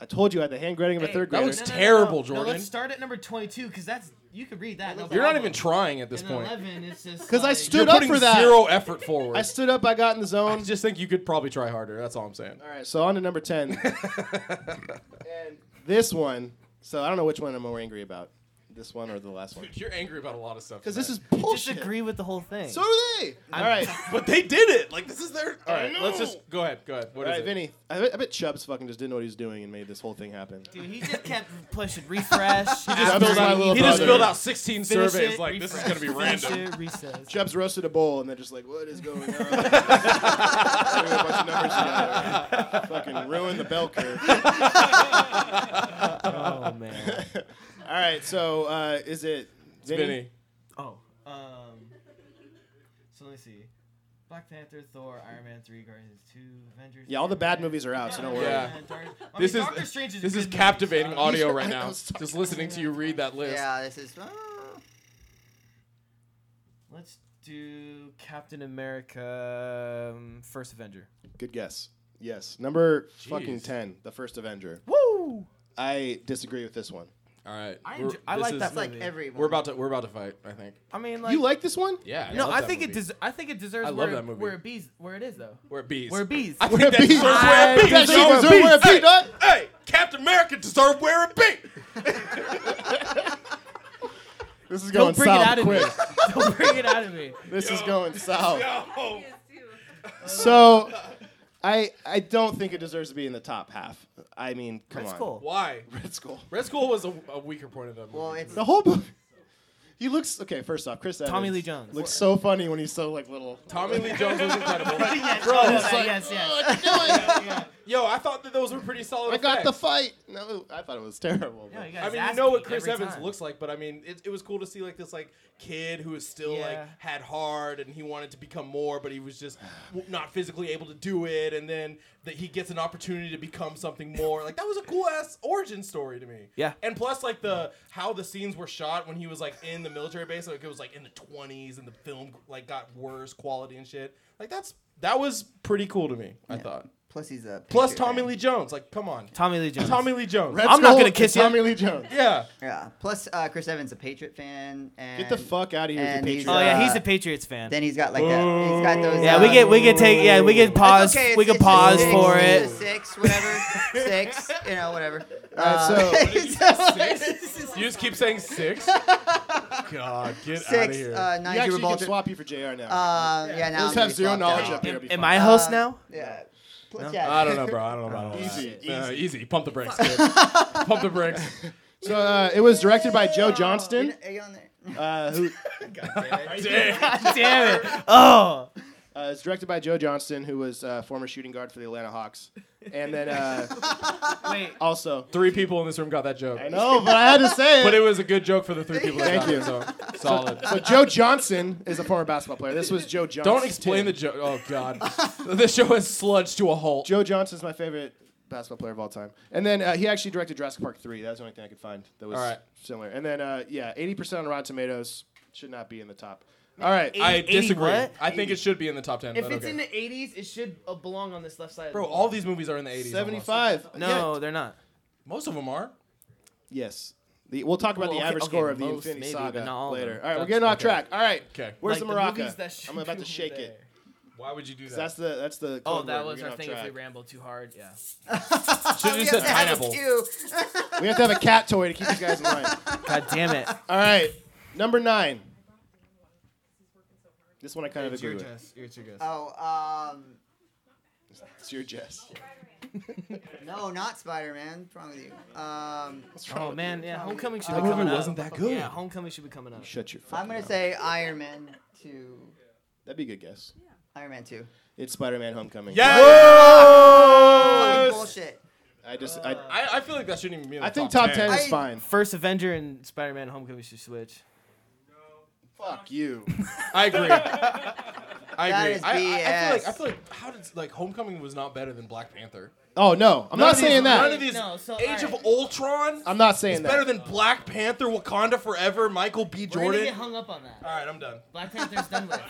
Speaker 4: I told you I had the hand grading of a third
Speaker 7: that
Speaker 4: grader.
Speaker 7: looks terrible, Jordan.
Speaker 5: let's start at number 22 because that's you could read that. no
Speaker 7: You're not
Speaker 5: problem.
Speaker 7: even trying at this
Speaker 5: And
Speaker 7: point.
Speaker 5: 11,
Speaker 4: *laughs*
Speaker 5: it's just
Speaker 4: Because I
Speaker 5: like-
Speaker 4: stood
Speaker 7: You're
Speaker 4: up
Speaker 7: putting
Speaker 4: for that.
Speaker 7: zero effort forward.
Speaker 4: I
Speaker 7: I
Speaker 4: stood up. I got in the zone.
Speaker 7: just think you could probably try harder. That's all I'm saying.
Speaker 4: All right, so on to number 10. and this one, so I don't know which one I'm more angry about. This one or the last one?
Speaker 7: Dude, you're angry about a lot of stuff.
Speaker 4: Because this is
Speaker 7: tonight.
Speaker 4: bullshit.
Speaker 5: Disagree with the whole thing.
Speaker 4: So do they. All right.
Speaker 7: *laughs* But they did it. Like this is their. All
Speaker 4: I
Speaker 7: right, let's
Speaker 4: know.
Speaker 7: just go ahead. Go ahead. What
Speaker 4: All
Speaker 7: is
Speaker 4: right,
Speaker 7: it?
Speaker 4: Vinny. I bet, I bet Chubbs fucking just didn't know what he was doing and made this whole thing happen.
Speaker 5: Dude, he just kept pushing refresh. he
Speaker 4: Chubbs is my little
Speaker 7: He just
Speaker 4: brother.
Speaker 7: filled out 16 surveys. like this is gonna be random.
Speaker 5: It, recess.
Speaker 4: Chubbs roasted a bowl and they're just like, what is going on?
Speaker 5: *laughs*
Speaker 4: Threw a bunch of numbers
Speaker 5: *laughs*
Speaker 4: together. Fucking ruined the bell curve.
Speaker 5: Oh man.
Speaker 4: *laughs* All right, so uh, is it Vinny?
Speaker 7: Vinny.
Speaker 5: Oh. Um. So let me see. Black Panther, Thor, Iron Man, Three Guardians, Two Avengers.
Speaker 4: Yeah, all the bad movies are out, so don't worry.
Speaker 7: Yeah. This is this is captivating audio right now. Just listening to you read that list.
Speaker 6: Yeah, this is. Uh,
Speaker 5: Let's do Captain America, um, First Avenger.
Speaker 4: Good guess. Yes, number fucking
Speaker 7: Jeez.
Speaker 4: ten, the first Avenger.
Speaker 5: Woo!
Speaker 4: I disagree with this one.
Speaker 7: All right.
Speaker 5: I
Speaker 7: We're-
Speaker 5: enjoy- I
Speaker 7: this
Speaker 5: like
Speaker 7: is-
Speaker 5: that
Speaker 6: it's like
Speaker 5: movie.
Speaker 6: everyone.
Speaker 7: We're about to we're about to fight. I think.
Speaker 5: I mean, like
Speaker 4: you like this *laughs* one?
Speaker 7: Yeah.
Speaker 5: No,
Speaker 7: love
Speaker 5: I
Speaker 7: that
Speaker 5: think it
Speaker 7: movie.
Speaker 5: des- I think it deserves.
Speaker 7: I love
Speaker 5: where,
Speaker 7: that movie.
Speaker 5: Where it bees, where it is though.
Speaker 7: We're bees.
Speaker 5: Where it bees.
Speaker 7: I
Speaker 4: We're
Speaker 7: think that
Speaker 4: bees.
Speaker 7: deserves where it be.
Speaker 4: That thing deserves where it be, dog.
Speaker 7: Hey, Captain America deserved where it be.
Speaker 4: This is
Speaker 5: Don't
Speaker 4: going
Speaker 5: bring it
Speaker 4: south
Speaker 5: out of me.
Speaker 4: quick.
Speaker 5: *laughs* Don't bring it out of me.
Speaker 4: This is going south.
Speaker 7: Oh,
Speaker 8: Yes, too.
Speaker 4: So, I I don't think it deserves to be in the top half. I mean, come
Speaker 5: That's
Speaker 4: on.
Speaker 5: cool.
Speaker 7: why?
Speaker 4: Red Skull.
Speaker 7: Red Skull was a, a weaker point of the movie.
Speaker 6: well, it's
Speaker 4: The whole. bo- He looks okay. First off, Chris
Speaker 5: Tommy
Speaker 4: Evans
Speaker 5: Lee Jones.
Speaker 4: looks so funny when he's so like little.
Speaker 7: Tommy Lee Jones was
Speaker 5: *laughs*
Speaker 7: incredible.
Speaker 5: Bro,
Speaker 4: it's like,
Speaker 5: yes, yes.
Speaker 4: What you doing?
Speaker 7: Yo, I thought that those were pretty solid.
Speaker 4: I got the
Speaker 7: effects.
Speaker 4: fight. No, I thought it was terrible.
Speaker 5: No,
Speaker 4: but-
Speaker 5: you
Speaker 7: I
Speaker 5: guys
Speaker 7: mean, you
Speaker 5: ask
Speaker 7: know
Speaker 5: me
Speaker 7: what Chris
Speaker 5: every
Speaker 7: Evans
Speaker 5: time.
Speaker 7: looks like, but I mean, it, it was cool to see like this like kid who was still
Speaker 5: Yeah.
Speaker 7: like had hard and he wanted to become more, but he was just w- not physically able to do it. And then that he gets an opportunity to become something more. Like that was a cool ass origin story to me.
Speaker 5: Yeah.
Speaker 7: And plus, like the how the scenes were shot when he was like in the military base, like it was like in the twenties, and the film like got worse quality and shit. Like that's that was pretty cool to me. I thought.
Speaker 6: plus he's a
Speaker 7: Plus
Speaker 6: Patriot
Speaker 7: Tommy
Speaker 6: fan.
Speaker 7: Lee Jones. Like, come on.
Speaker 5: Tommy Lee Jones.
Speaker 7: Tommy Lee Jones.
Speaker 4: Red
Speaker 5: I'm not
Speaker 4: Skull
Speaker 5: gonna
Speaker 4: and
Speaker 5: kiss ya.
Speaker 4: Tommy Lee Jones.
Speaker 7: Yeah.
Speaker 6: Yeah. Plus uh, Chris Evans a Patriot fan and
Speaker 4: Get the fuck out of here,
Speaker 6: And
Speaker 4: you
Speaker 6: he's,
Speaker 4: patriot.
Speaker 5: Oh yeah,
Speaker 6: Uh,
Speaker 5: he's a Patriots fan.
Speaker 6: Then he's got like that. He's got those.
Speaker 5: yeah,
Speaker 6: uh,
Speaker 5: we get we could take yeah we could pause
Speaker 6: It's okay,
Speaker 5: we could
Speaker 6: it's- it's a
Speaker 5: pause
Speaker 6: six,
Speaker 5: for it.
Speaker 6: it's a Six, whatever. six, you know, whatever. Uh,
Speaker 4: Alright,
Speaker 6: *laughs*
Speaker 4: so- What
Speaker 7: Six? You just keep saying six? God, get out of
Speaker 6: six,
Speaker 7: here.
Speaker 6: uh,
Speaker 4: you
Speaker 6: nine
Speaker 4: actually can
Speaker 6: Gigabalter.
Speaker 4: swap you for JR now.
Speaker 6: Um, yeah, now
Speaker 4: Those
Speaker 6: I'm
Speaker 4: have
Speaker 6: getting
Speaker 4: zero
Speaker 6: swapped
Speaker 4: knowledge
Speaker 6: out.
Speaker 4: up here. It'll be
Speaker 5: Am
Speaker 4: fine.
Speaker 5: I host now?
Speaker 6: Yeah. Plus,
Speaker 5: No?
Speaker 6: yeah.
Speaker 7: I don't know, bro. I don't know about all
Speaker 4: Easy,
Speaker 7: that. Uh, easy. Pump the brakes, kid. Pump the brakes.
Speaker 4: So uh, it was directed by Joe Johnston,
Speaker 6: Are you on there?
Speaker 4: *laughs* uh, who
Speaker 7: *laughs*
Speaker 5: *laughs*
Speaker 7: Damn.
Speaker 5: Damn *laughs* it! Oh,
Speaker 4: uh, it's directed by Joe Johnston, who was uh, former shooting guard for the Atlanta Hawks, and then
Speaker 5: *laughs*
Speaker 4: uh,
Speaker 5: wait.
Speaker 4: also.
Speaker 7: Three people in this room got that joke.
Speaker 4: I know, but I had to say it.
Speaker 7: But it
Speaker 4: *laughs*
Speaker 7: was a good joke for the three people that
Speaker 4: Thank
Speaker 7: got
Speaker 4: you.
Speaker 7: it, so solid.
Speaker 4: so Joe Johnson is a former basketball player. This was Joe Johnston.
Speaker 7: Don't explain the joke. Oh, God. *laughs* this show has sludged to a halt.
Speaker 4: Joe Johnson's my favorite basketball player of all time. And then uh, he actually directed Jurassic Park 3. That was the only thing I could find that was
Speaker 7: All right.
Speaker 4: similar. And then, uh, yeah, 80% on Rotten Tomatoes should not be in the top. All right.
Speaker 7: I
Speaker 5: 80
Speaker 7: disagree.
Speaker 5: what?
Speaker 7: I think it should be in the top ten.
Speaker 10: If
Speaker 7: but
Speaker 10: it's
Speaker 7: okay.
Speaker 10: in the 80s, it should uh, belong on this left side. of
Speaker 7: Bro,
Speaker 10: the
Speaker 7: all these movies are in the 80s. almost.
Speaker 4: 75.
Speaker 5: No,
Speaker 4: Yeah.
Speaker 5: they're not.
Speaker 7: Most of them are.
Speaker 4: Yes. The, we'll talk about
Speaker 5: Well,
Speaker 4: the
Speaker 5: okay-
Speaker 4: average
Speaker 5: okay,
Speaker 4: score of the
Speaker 5: most
Speaker 4: Infinity
Speaker 5: maybe,
Speaker 4: Saga
Speaker 5: but not all of
Speaker 4: later.
Speaker 5: them.
Speaker 4: All right, we're
Speaker 7: That's-
Speaker 4: getting off
Speaker 7: okay.
Speaker 4: track. All right.
Speaker 7: Okay.
Speaker 4: Where's
Speaker 10: Like
Speaker 4: the
Speaker 10: the movies that
Speaker 4: maraca?
Speaker 10: should
Speaker 4: I'm about
Speaker 10: go
Speaker 4: to shake
Speaker 10: there.
Speaker 4: it.
Speaker 7: Why would you do that?
Speaker 4: That's the that's the.
Speaker 10: Oh,
Speaker 4: code
Speaker 10: that
Speaker 4: word.
Speaker 10: was
Speaker 4: We're
Speaker 10: our
Speaker 4: getting
Speaker 10: thing.
Speaker 4: off
Speaker 10: If we
Speaker 4: track.
Speaker 10: ramble too hard, yeah.
Speaker 7: Should
Speaker 6: We
Speaker 7: have
Speaker 6: have
Speaker 7: said
Speaker 6: to have a
Speaker 7: pineapple.
Speaker 6: queue.
Speaker 4: we have to have a cat toy to keep these guys in line.
Speaker 5: God damn it!
Speaker 4: All right, number nine. This one I kind of
Speaker 5: It's
Speaker 4: agree
Speaker 5: your
Speaker 4: with.
Speaker 5: guess. It's your guess.
Speaker 6: Oh, um,
Speaker 4: It's your Jess.
Speaker 6: no, not Spider Man. What's wrong with you? Um,
Speaker 5: Oh man, yeah, Homecoming should
Speaker 7: That
Speaker 5: be
Speaker 7: movie
Speaker 5: coming up.
Speaker 7: wasn't that good.
Speaker 5: Yeah, Homecoming should be coming up.
Speaker 4: Shut your.
Speaker 6: I'm
Speaker 4: fucking
Speaker 6: gonna
Speaker 4: mouth.
Speaker 6: say Iron Man two.
Speaker 4: that'd be a good guess.
Speaker 6: Iron Man two.
Speaker 4: It's Spider-Man: Homecoming.
Speaker 6: Fucking
Speaker 7: Yes!
Speaker 6: bullshit.
Speaker 4: I just I,
Speaker 7: I, I feel like that shouldn't even be. In the
Speaker 4: I think top ten is
Speaker 6: I-
Speaker 4: fine.
Speaker 5: First Avenger and Spider-Man: Homecoming should switch.
Speaker 4: Fuck you. *laughs*
Speaker 7: I agree. I
Speaker 6: That
Speaker 7: agree.
Speaker 6: is
Speaker 7: I, I, I feel like
Speaker 6: BS.
Speaker 7: I feel like how did like Homecoming was not better than Black Panther.
Speaker 4: Oh no, I'm not
Speaker 7: of these-
Speaker 4: saying
Speaker 7: None of
Speaker 4: that.
Speaker 7: these
Speaker 10: No, so,
Speaker 7: Age
Speaker 10: alright.
Speaker 7: of Ultron.
Speaker 4: I'm not saying
Speaker 7: It's better
Speaker 4: that.
Speaker 7: than Black Panther, Wakanda Forever, Michael B.
Speaker 10: We're gonna
Speaker 7: Jordan.
Speaker 10: get hung up on that.
Speaker 7: All right, I'm done.
Speaker 10: Black Panther's done
Speaker 7: *laughs*
Speaker 10: with.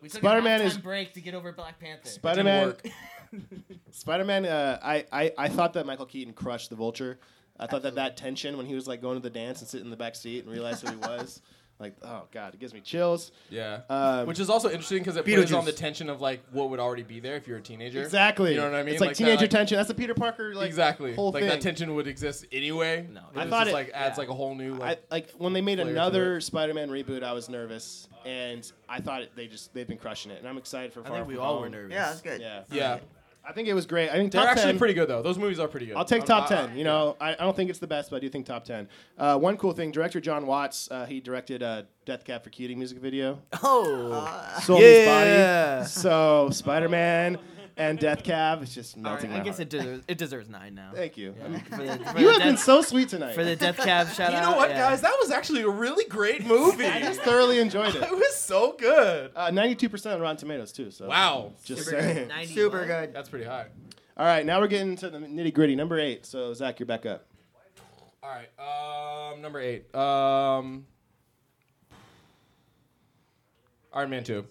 Speaker 10: We took a
Speaker 4: Spider-Man
Speaker 10: halftime
Speaker 4: is-
Speaker 10: break to get over Black Panther.
Speaker 7: Didn't
Speaker 4: Spider-Man.
Speaker 7: work.
Speaker 4: Spider-Man. Uh, I, I I thought that Michael Keaton crushed the Vulture. I thought that that tension when he was *laughs* like going to the dance and sitting in the back seat and realized who he was. Like, oh god, it gives me chills.
Speaker 7: Yeah.
Speaker 4: Um,
Speaker 7: Which is also interesting because it plays on
Speaker 4: Beetlejuice.
Speaker 7: the tension of like what would already be there if you're a teenager.
Speaker 4: Exactly.
Speaker 7: You know what I mean?
Speaker 4: It's like,
Speaker 7: that,
Speaker 4: teenager tension. That's the Peter Parker like
Speaker 7: exactly.
Speaker 4: whole
Speaker 7: like
Speaker 4: thing.
Speaker 7: that tension would exist anyway. No.
Speaker 4: I thought it-
Speaker 7: like adds like a whole new
Speaker 4: I,
Speaker 7: like.
Speaker 4: like when they made
Speaker 7: Layer to
Speaker 4: another Spider-Man reboot, I was nervous, and I thought it, they just they've been crushing it, and I'm excited for.
Speaker 5: I
Speaker 4: Far
Speaker 5: think we
Speaker 4: From
Speaker 5: all
Speaker 4: Home.
Speaker 5: were nervous.
Speaker 6: Yeah, that's good.
Speaker 4: Yeah,
Speaker 7: yeah.
Speaker 4: I think it was great. I think
Speaker 7: They're
Speaker 4: top
Speaker 7: actually
Speaker 4: 10
Speaker 7: pretty good though. Those movies are pretty good.
Speaker 4: I'll take
Speaker 7: I'm-
Speaker 4: top
Speaker 7: I-
Speaker 4: ten. You know, I, I don't think it's the best, but I do think top ten. Uh, one cool thing, director John Watts, uh, he directed uh, Death Cab for Cutie music
Speaker 5: *laughs*
Speaker 4: video.
Speaker 5: Oh.
Speaker 6: Uh,
Speaker 4: Soul Meets
Speaker 5: Yeah.
Speaker 4: Body. So Spider Man and Death Cab, it's just
Speaker 5: All
Speaker 4: *laughs*
Speaker 5: right,
Speaker 4: melting.
Speaker 5: I
Speaker 4: my
Speaker 5: guess
Speaker 4: heart.
Speaker 5: it deserves, it deserves nine now.
Speaker 4: Thank *laughs* you.
Speaker 5: I mean, for the, for
Speaker 4: You
Speaker 5: the
Speaker 4: have been
Speaker 5: death-
Speaker 4: so sweet tonight.
Speaker 5: for the death cab shout
Speaker 7: You
Speaker 5: out.
Speaker 7: know what,
Speaker 5: yeah.
Speaker 7: guys? That was actually a really great movie.
Speaker 4: *laughs* I just
Speaker 7: *laughs* it
Speaker 4: thoroughly enjoyed
Speaker 5: *laughs*
Speaker 4: it.
Speaker 7: was so good.
Speaker 4: Uh, 92% on Rotten Tomatoes too. So
Speaker 7: Wow.
Speaker 4: just
Speaker 6: Super
Speaker 4: saying.
Speaker 6: good. Super good.
Speaker 7: That's pretty high.
Speaker 4: All right, now we're getting to the nitty gritty. Number eight. So Zach, you're back up.
Speaker 7: All right. Um, number eight. Um, Iron Man two.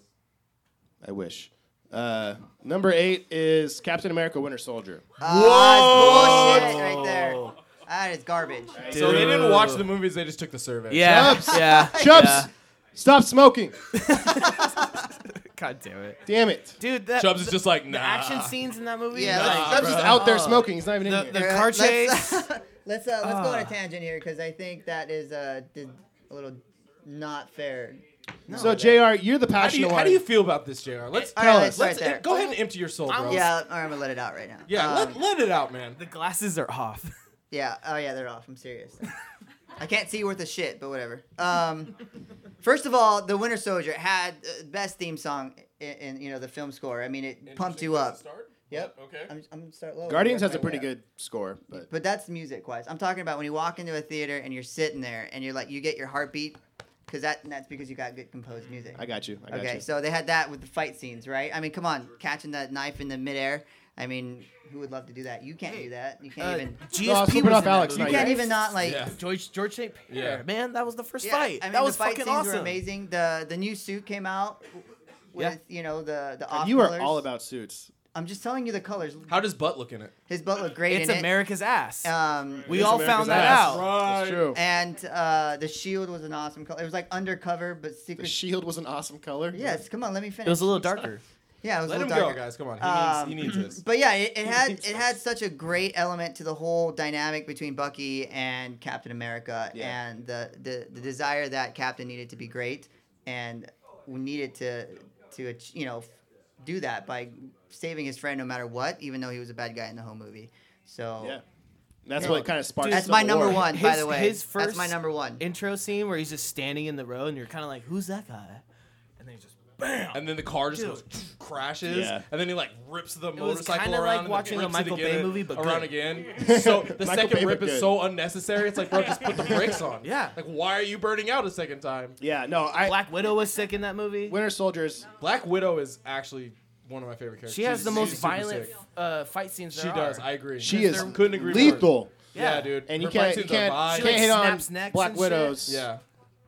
Speaker 4: I wish. Uh, number eight is Captain America: Winter Soldier.
Speaker 5: *laughs*
Speaker 6: Oh, that's bullshit right there. That is garbage.
Speaker 7: So they didn't watch the movies; they just took the survey.
Speaker 5: Yeah.
Speaker 4: Chubbs.
Speaker 5: Yeah.
Speaker 4: Chubbs,
Speaker 5: Yeah.
Speaker 4: stop smoking.
Speaker 5: God damn it.
Speaker 4: Damn it.
Speaker 5: Dude, that
Speaker 7: Chubbs is just like nah.
Speaker 5: the action scenes in that movie.
Speaker 6: Yeah,
Speaker 5: like,
Speaker 6: like-
Speaker 4: Chubbs is out there smoking. He's not even in
Speaker 5: the,
Speaker 4: here.
Speaker 5: the
Speaker 6: Alright,
Speaker 5: car
Speaker 6: *laughs* let's-
Speaker 5: chase.
Speaker 6: Let's uh, let's go on a tangent here because I think that is uh, di- a little not fair.
Speaker 4: so Jr., you're the
Speaker 7: How do, you,
Speaker 4: passionate
Speaker 7: how
Speaker 4: one.
Speaker 7: do you feel about this, Jr.? Let's
Speaker 6: All right, let's
Speaker 7: let's
Speaker 6: start there.
Speaker 7: go ahead and empty your soul, bro.
Speaker 6: Yeah, all right, I'm gonna let it out right now.
Speaker 7: Yeah,
Speaker 6: Um,
Speaker 7: let, let it out, man.
Speaker 5: the glasses are off. *laughs*
Speaker 6: Yeah. Oh yeah, they're off. I'm serious. I can't see worth a shit, but whatever. Um, first of all, the Winter Soldier had uh, best theme song in, in you know the film score. I mean, it pumped you up. Yep.
Speaker 7: Okay.
Speaker 6: I'm, I'm gonna start low.
Speaker 4: Guardians
Speaker 6: Work
Speaker 4: has a
Speaker 6: my
Speaker 4: pretty
Speaker 6: way up.
Speaker 4: good score, but
Speaker 6: But that's music wise. I'm talking about when you walk into a theater and you're sitting there and you're like you get your heartbeat because that and that's because you got good composed music.
Speaker 4: I got you. I got
Speaker 6: okay,
Speaker 4: you.
Speaker 6: so they had that with the fight scenes, right? I mean, come on, catching that knife in the midair. I mean, who would love to do that? You can't do that. You can't
Speaker 5: Uh,
Speaker 6: even.
Speaker 5: GSP
Speaker 4: No,
Speaker 5: was
Speaker 4: flipping
Speaker 5: in
Speaker 4: off
Speaker 5: that
Speaker 4: Alex
Speaker 5: movie.
Speaker 6: You
Speaker 4: Snyder.
Speaker 6: can't even not like.
Speaker 7: Yeah.
Speaker 5: George George St. Pierre,
Speaker 7: Yeah.
Speaker 5: man, that was the first
Speaker 6: Yeah,
Speaker 5: fight.
Speaker 6: I mean,
Speaker 5: that was
Speaker 6: the fight
Speaker 5: fucking
Speaker 6: scenes
Speaker 5: awesome.
Speaker 6: were amazing. The the new suit came out with
Speaker 5: Yeah.
Speaker 6: you know the the
Speaker 4: And
Speaker 6: off
Speaker 4: you are
Speaker 6: colors.
Speaker 4: all about suits.
Speaker 6: I'm just telling you the colors.
Speaker 7: How does Butt look in it?
Speaker 6: His butt looked great
Speaker 5: It's
Speaker 6: in
Speaker 5: America's ass.
Speaker 6: it. Um,
Speaker 5: we all
Speaker 4: America's
Speaker 5: found that
Speaker 4: ass.
Speaker 5: out.
Speaker 4: That's true.
Speaker 6: and uh, the shield was an awesome color. It was like undercover, but
Speaker 4: The
Speaker 6: secret.
Speaker 4: shield was an awesome color.
Speaker 6: yes, come on, let me finish.
Speaker 5: It was a little darker.
Speaker 6: yeah, it was
Speaker 7: Let
Speaker 6: a
Speaker 7: him
Speaker 6: little darker.
Speaker 7: go, guys. Come on. He,
Speaker 6: Um,
Speaker 7: needs, he needs this.
Speaker 6: But yeah, it, it had it had such a great element to the whole dynamic between Bucky and Captain America,
Speaker 4: Yeah.
Speaker 6: and the, the the desire that Captain needed to be great, and we needed to to ach- you know f- do that by saving his friend no matter what, even though he was a bad guy in the whole movie. So
Speaker 4: Yeah. That's
Speaker 6: Yeah.
Speaker 4: what kind of sparked.
Speaker 6: that's
Speaker 4: Civil
Speaker 6: my number
Speaker 4: War.
Speaker 6: one, by
Speaker 5: His-
Speaker 6: the way.
Speaker 5: his
Speaker 6: that's my
Speaker 5: first
Speaker 6: number one.
Speaker 5: Intro scene where he's just standing in the road and you're kind of like, who's that guy? And then he's just bam.
Speaker 7: And then the car just
Speaker 5: Dude.
Speaker 7: goes, *sniffs* crashes,
Speaker 4: Yeah.
Speaker 7: and then he like rips the
Speaker 5: was
Speaker 7: motorcycle
Speaker 5: kinda
Speaker 7: around.
Speaker 5: like
Speaker 7: and then
Speaker 5: watching a
Speaker 7: rips it
Speaker 5: Michael Bay
Speaker 7: again,
Speaker 5: movie, but
Speaker 7: around
Speaker 5: good. *laughs*
Speaker 7: again. So
Speaker 4: Michael
Speaker 7: the second
Speaker 4: Bay,
Speaker 7: rip
Speaker 4: but
Speaker 7: is
Speaker 4: good.
Speaker 7: so unnecessary. It's like, bro, just put the brakes on.
Speaker 5: Yeah.
Speaker 7: Like, why are you burning out a second time?
Speaker 4: Yeah. No. I
Speaker 5: Black Widow was sick in that movie.
Speaker 4: Winter Soldiers.
Speaker 7: Black Widow is actually one of my favorite characters.
Speaker 5: she has
Speaker 7: She's-
Speaker 5: the most
Speaker 7: she's super
Speaker 5: violent
Speaker 7: sick.
Speaker 5: uh, fight scenes.
Speaker 7: She
Speaker 5: there
Speaker 7: does.
Speaker 5: Are.
Speaker 7: I agree.
Speaker 4: She is
Speaker 7: couldn't agree more.
Speaker 4: lethal.
Speaker 7: Yeah,
Speaker 5: Yeah.
Speaker 7: dude.
Speaker 4: And you
Speaker 7: Her fight
Speaker 4: can't, you
Speaker 7: scenes are
Speaker 4: can't,
Speaker 7: vibes.
Speaker 4: you
Speaker 5: like,
Speaker 4: can't hit
Speaker 5: snaps
Speaker 4: on
Speaker 5: necks
Speaker 4: Black
Speaker 5: and shit.
Speaker 4: Widow's
Speaker 7: Yeah.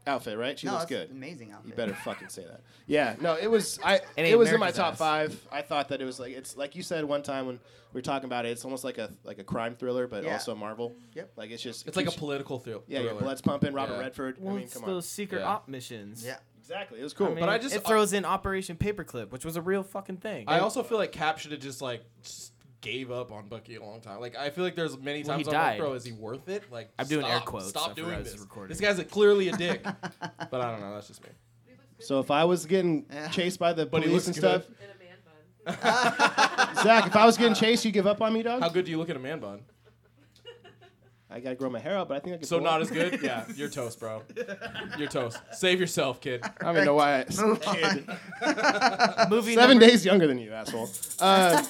Speaker 4: outfit, right? She
Speaker 6: no,
Speaker 4: looks
Speaker 6: it's an
Speaker 4: good.
Speaker 6: amazing outfit.
Speaker 4: You better fucking say that. Yeah, no, it was I.
Speaker 5: ain't
Speaker 4: It was in my
Speaker 5: America's
Speaker 4: top
Speaker 5: ass.
Speaker 4: five. I thought that it was like it's like you said one time when we were talking about it. It's almost like a like a crime thriller, but
Speaker 6: Yeah.
Speaker 4: also Marvel.
Speaker 6: Yep.
Speaker 4: Like it's just
Speaker 7: It's like a
Speaker 4: keeps-
Speaker 7: political thrill.
Speaker 4: yeah, your
Speaker 7: thriller.
Speaker 4: blood's pumping. Robert
Speaker 7: Yeah.
Speaker 4: Redford.
Speaker 5: Well,
Speaker 4: I mean,
Speaker 5: it's
Speaker 4: come on.
Speaker 5: those secret
Speaker 7: Yeah.
Speaker 5: op missions. *laughs*
Speaker 6: Yeah. *laughs*
Speaker 4: Exactly, it was cool.
Speaker 5: I mean,
Speaker 7: But I just-
Speaker 5: it throws in Operation Paperclip, which was a real fucking thing.
Speaker 7: I also feel like Cap should have just like s- gave up on Bucky a long time. Like I feel like there's many
Speaker 5: Well, he
Speaker 7: times I'm like,
Speaker 5: died.
Speaker 7: bro, is he worth it? Like
Speaker 5: I'm doing air
Speaker 7: stop.
Speaker 5: quotes. I
Speaker 7: Stop
Speaker 5: forgot
Speaker 7: doing
Speaker 5: this
Speaker 7: this.
Speaker 5: is recorded.
Speaker 7: This guy's a, clearly a
Speaker 5: *laughs*
Speaker 7: dick. but I don't know. That's just me.
Speaker 4: so if I was getting
Speaker 6: Yeah.
Speaker 4: chased by the
Speaker 7: But he
Speaker 4: police and
Speaker 7: looks
Speaker 4: stuff,
Speaker 8: In a man bun. *laughs*
Speaker 4: Zach, if I was
Speaker 7: *laughs*
Speaker 4: getting chased, you give up on me, dog?
Speaker 7: How good do you look at a man bun?
Speaker 4: I gotta grow my hair out, but I think I can.
Speaker 7: So
Speaker 4: pull
Speaker 7: not
Speaker 4: it.
Speaker 7: as *laughs* good. Yeah, you're toast, bro. *laughs* You're toast. Save yourself, kid.
Speaker 4: I don't even know why. I,
Speaker 6: Move *laughs* on.
Speaker 4: *laughs*
Speaker 5: movie
Speaker 4: Seven
Speaker 5: number-
Speaker 4: days younger than you, asshole. Uh,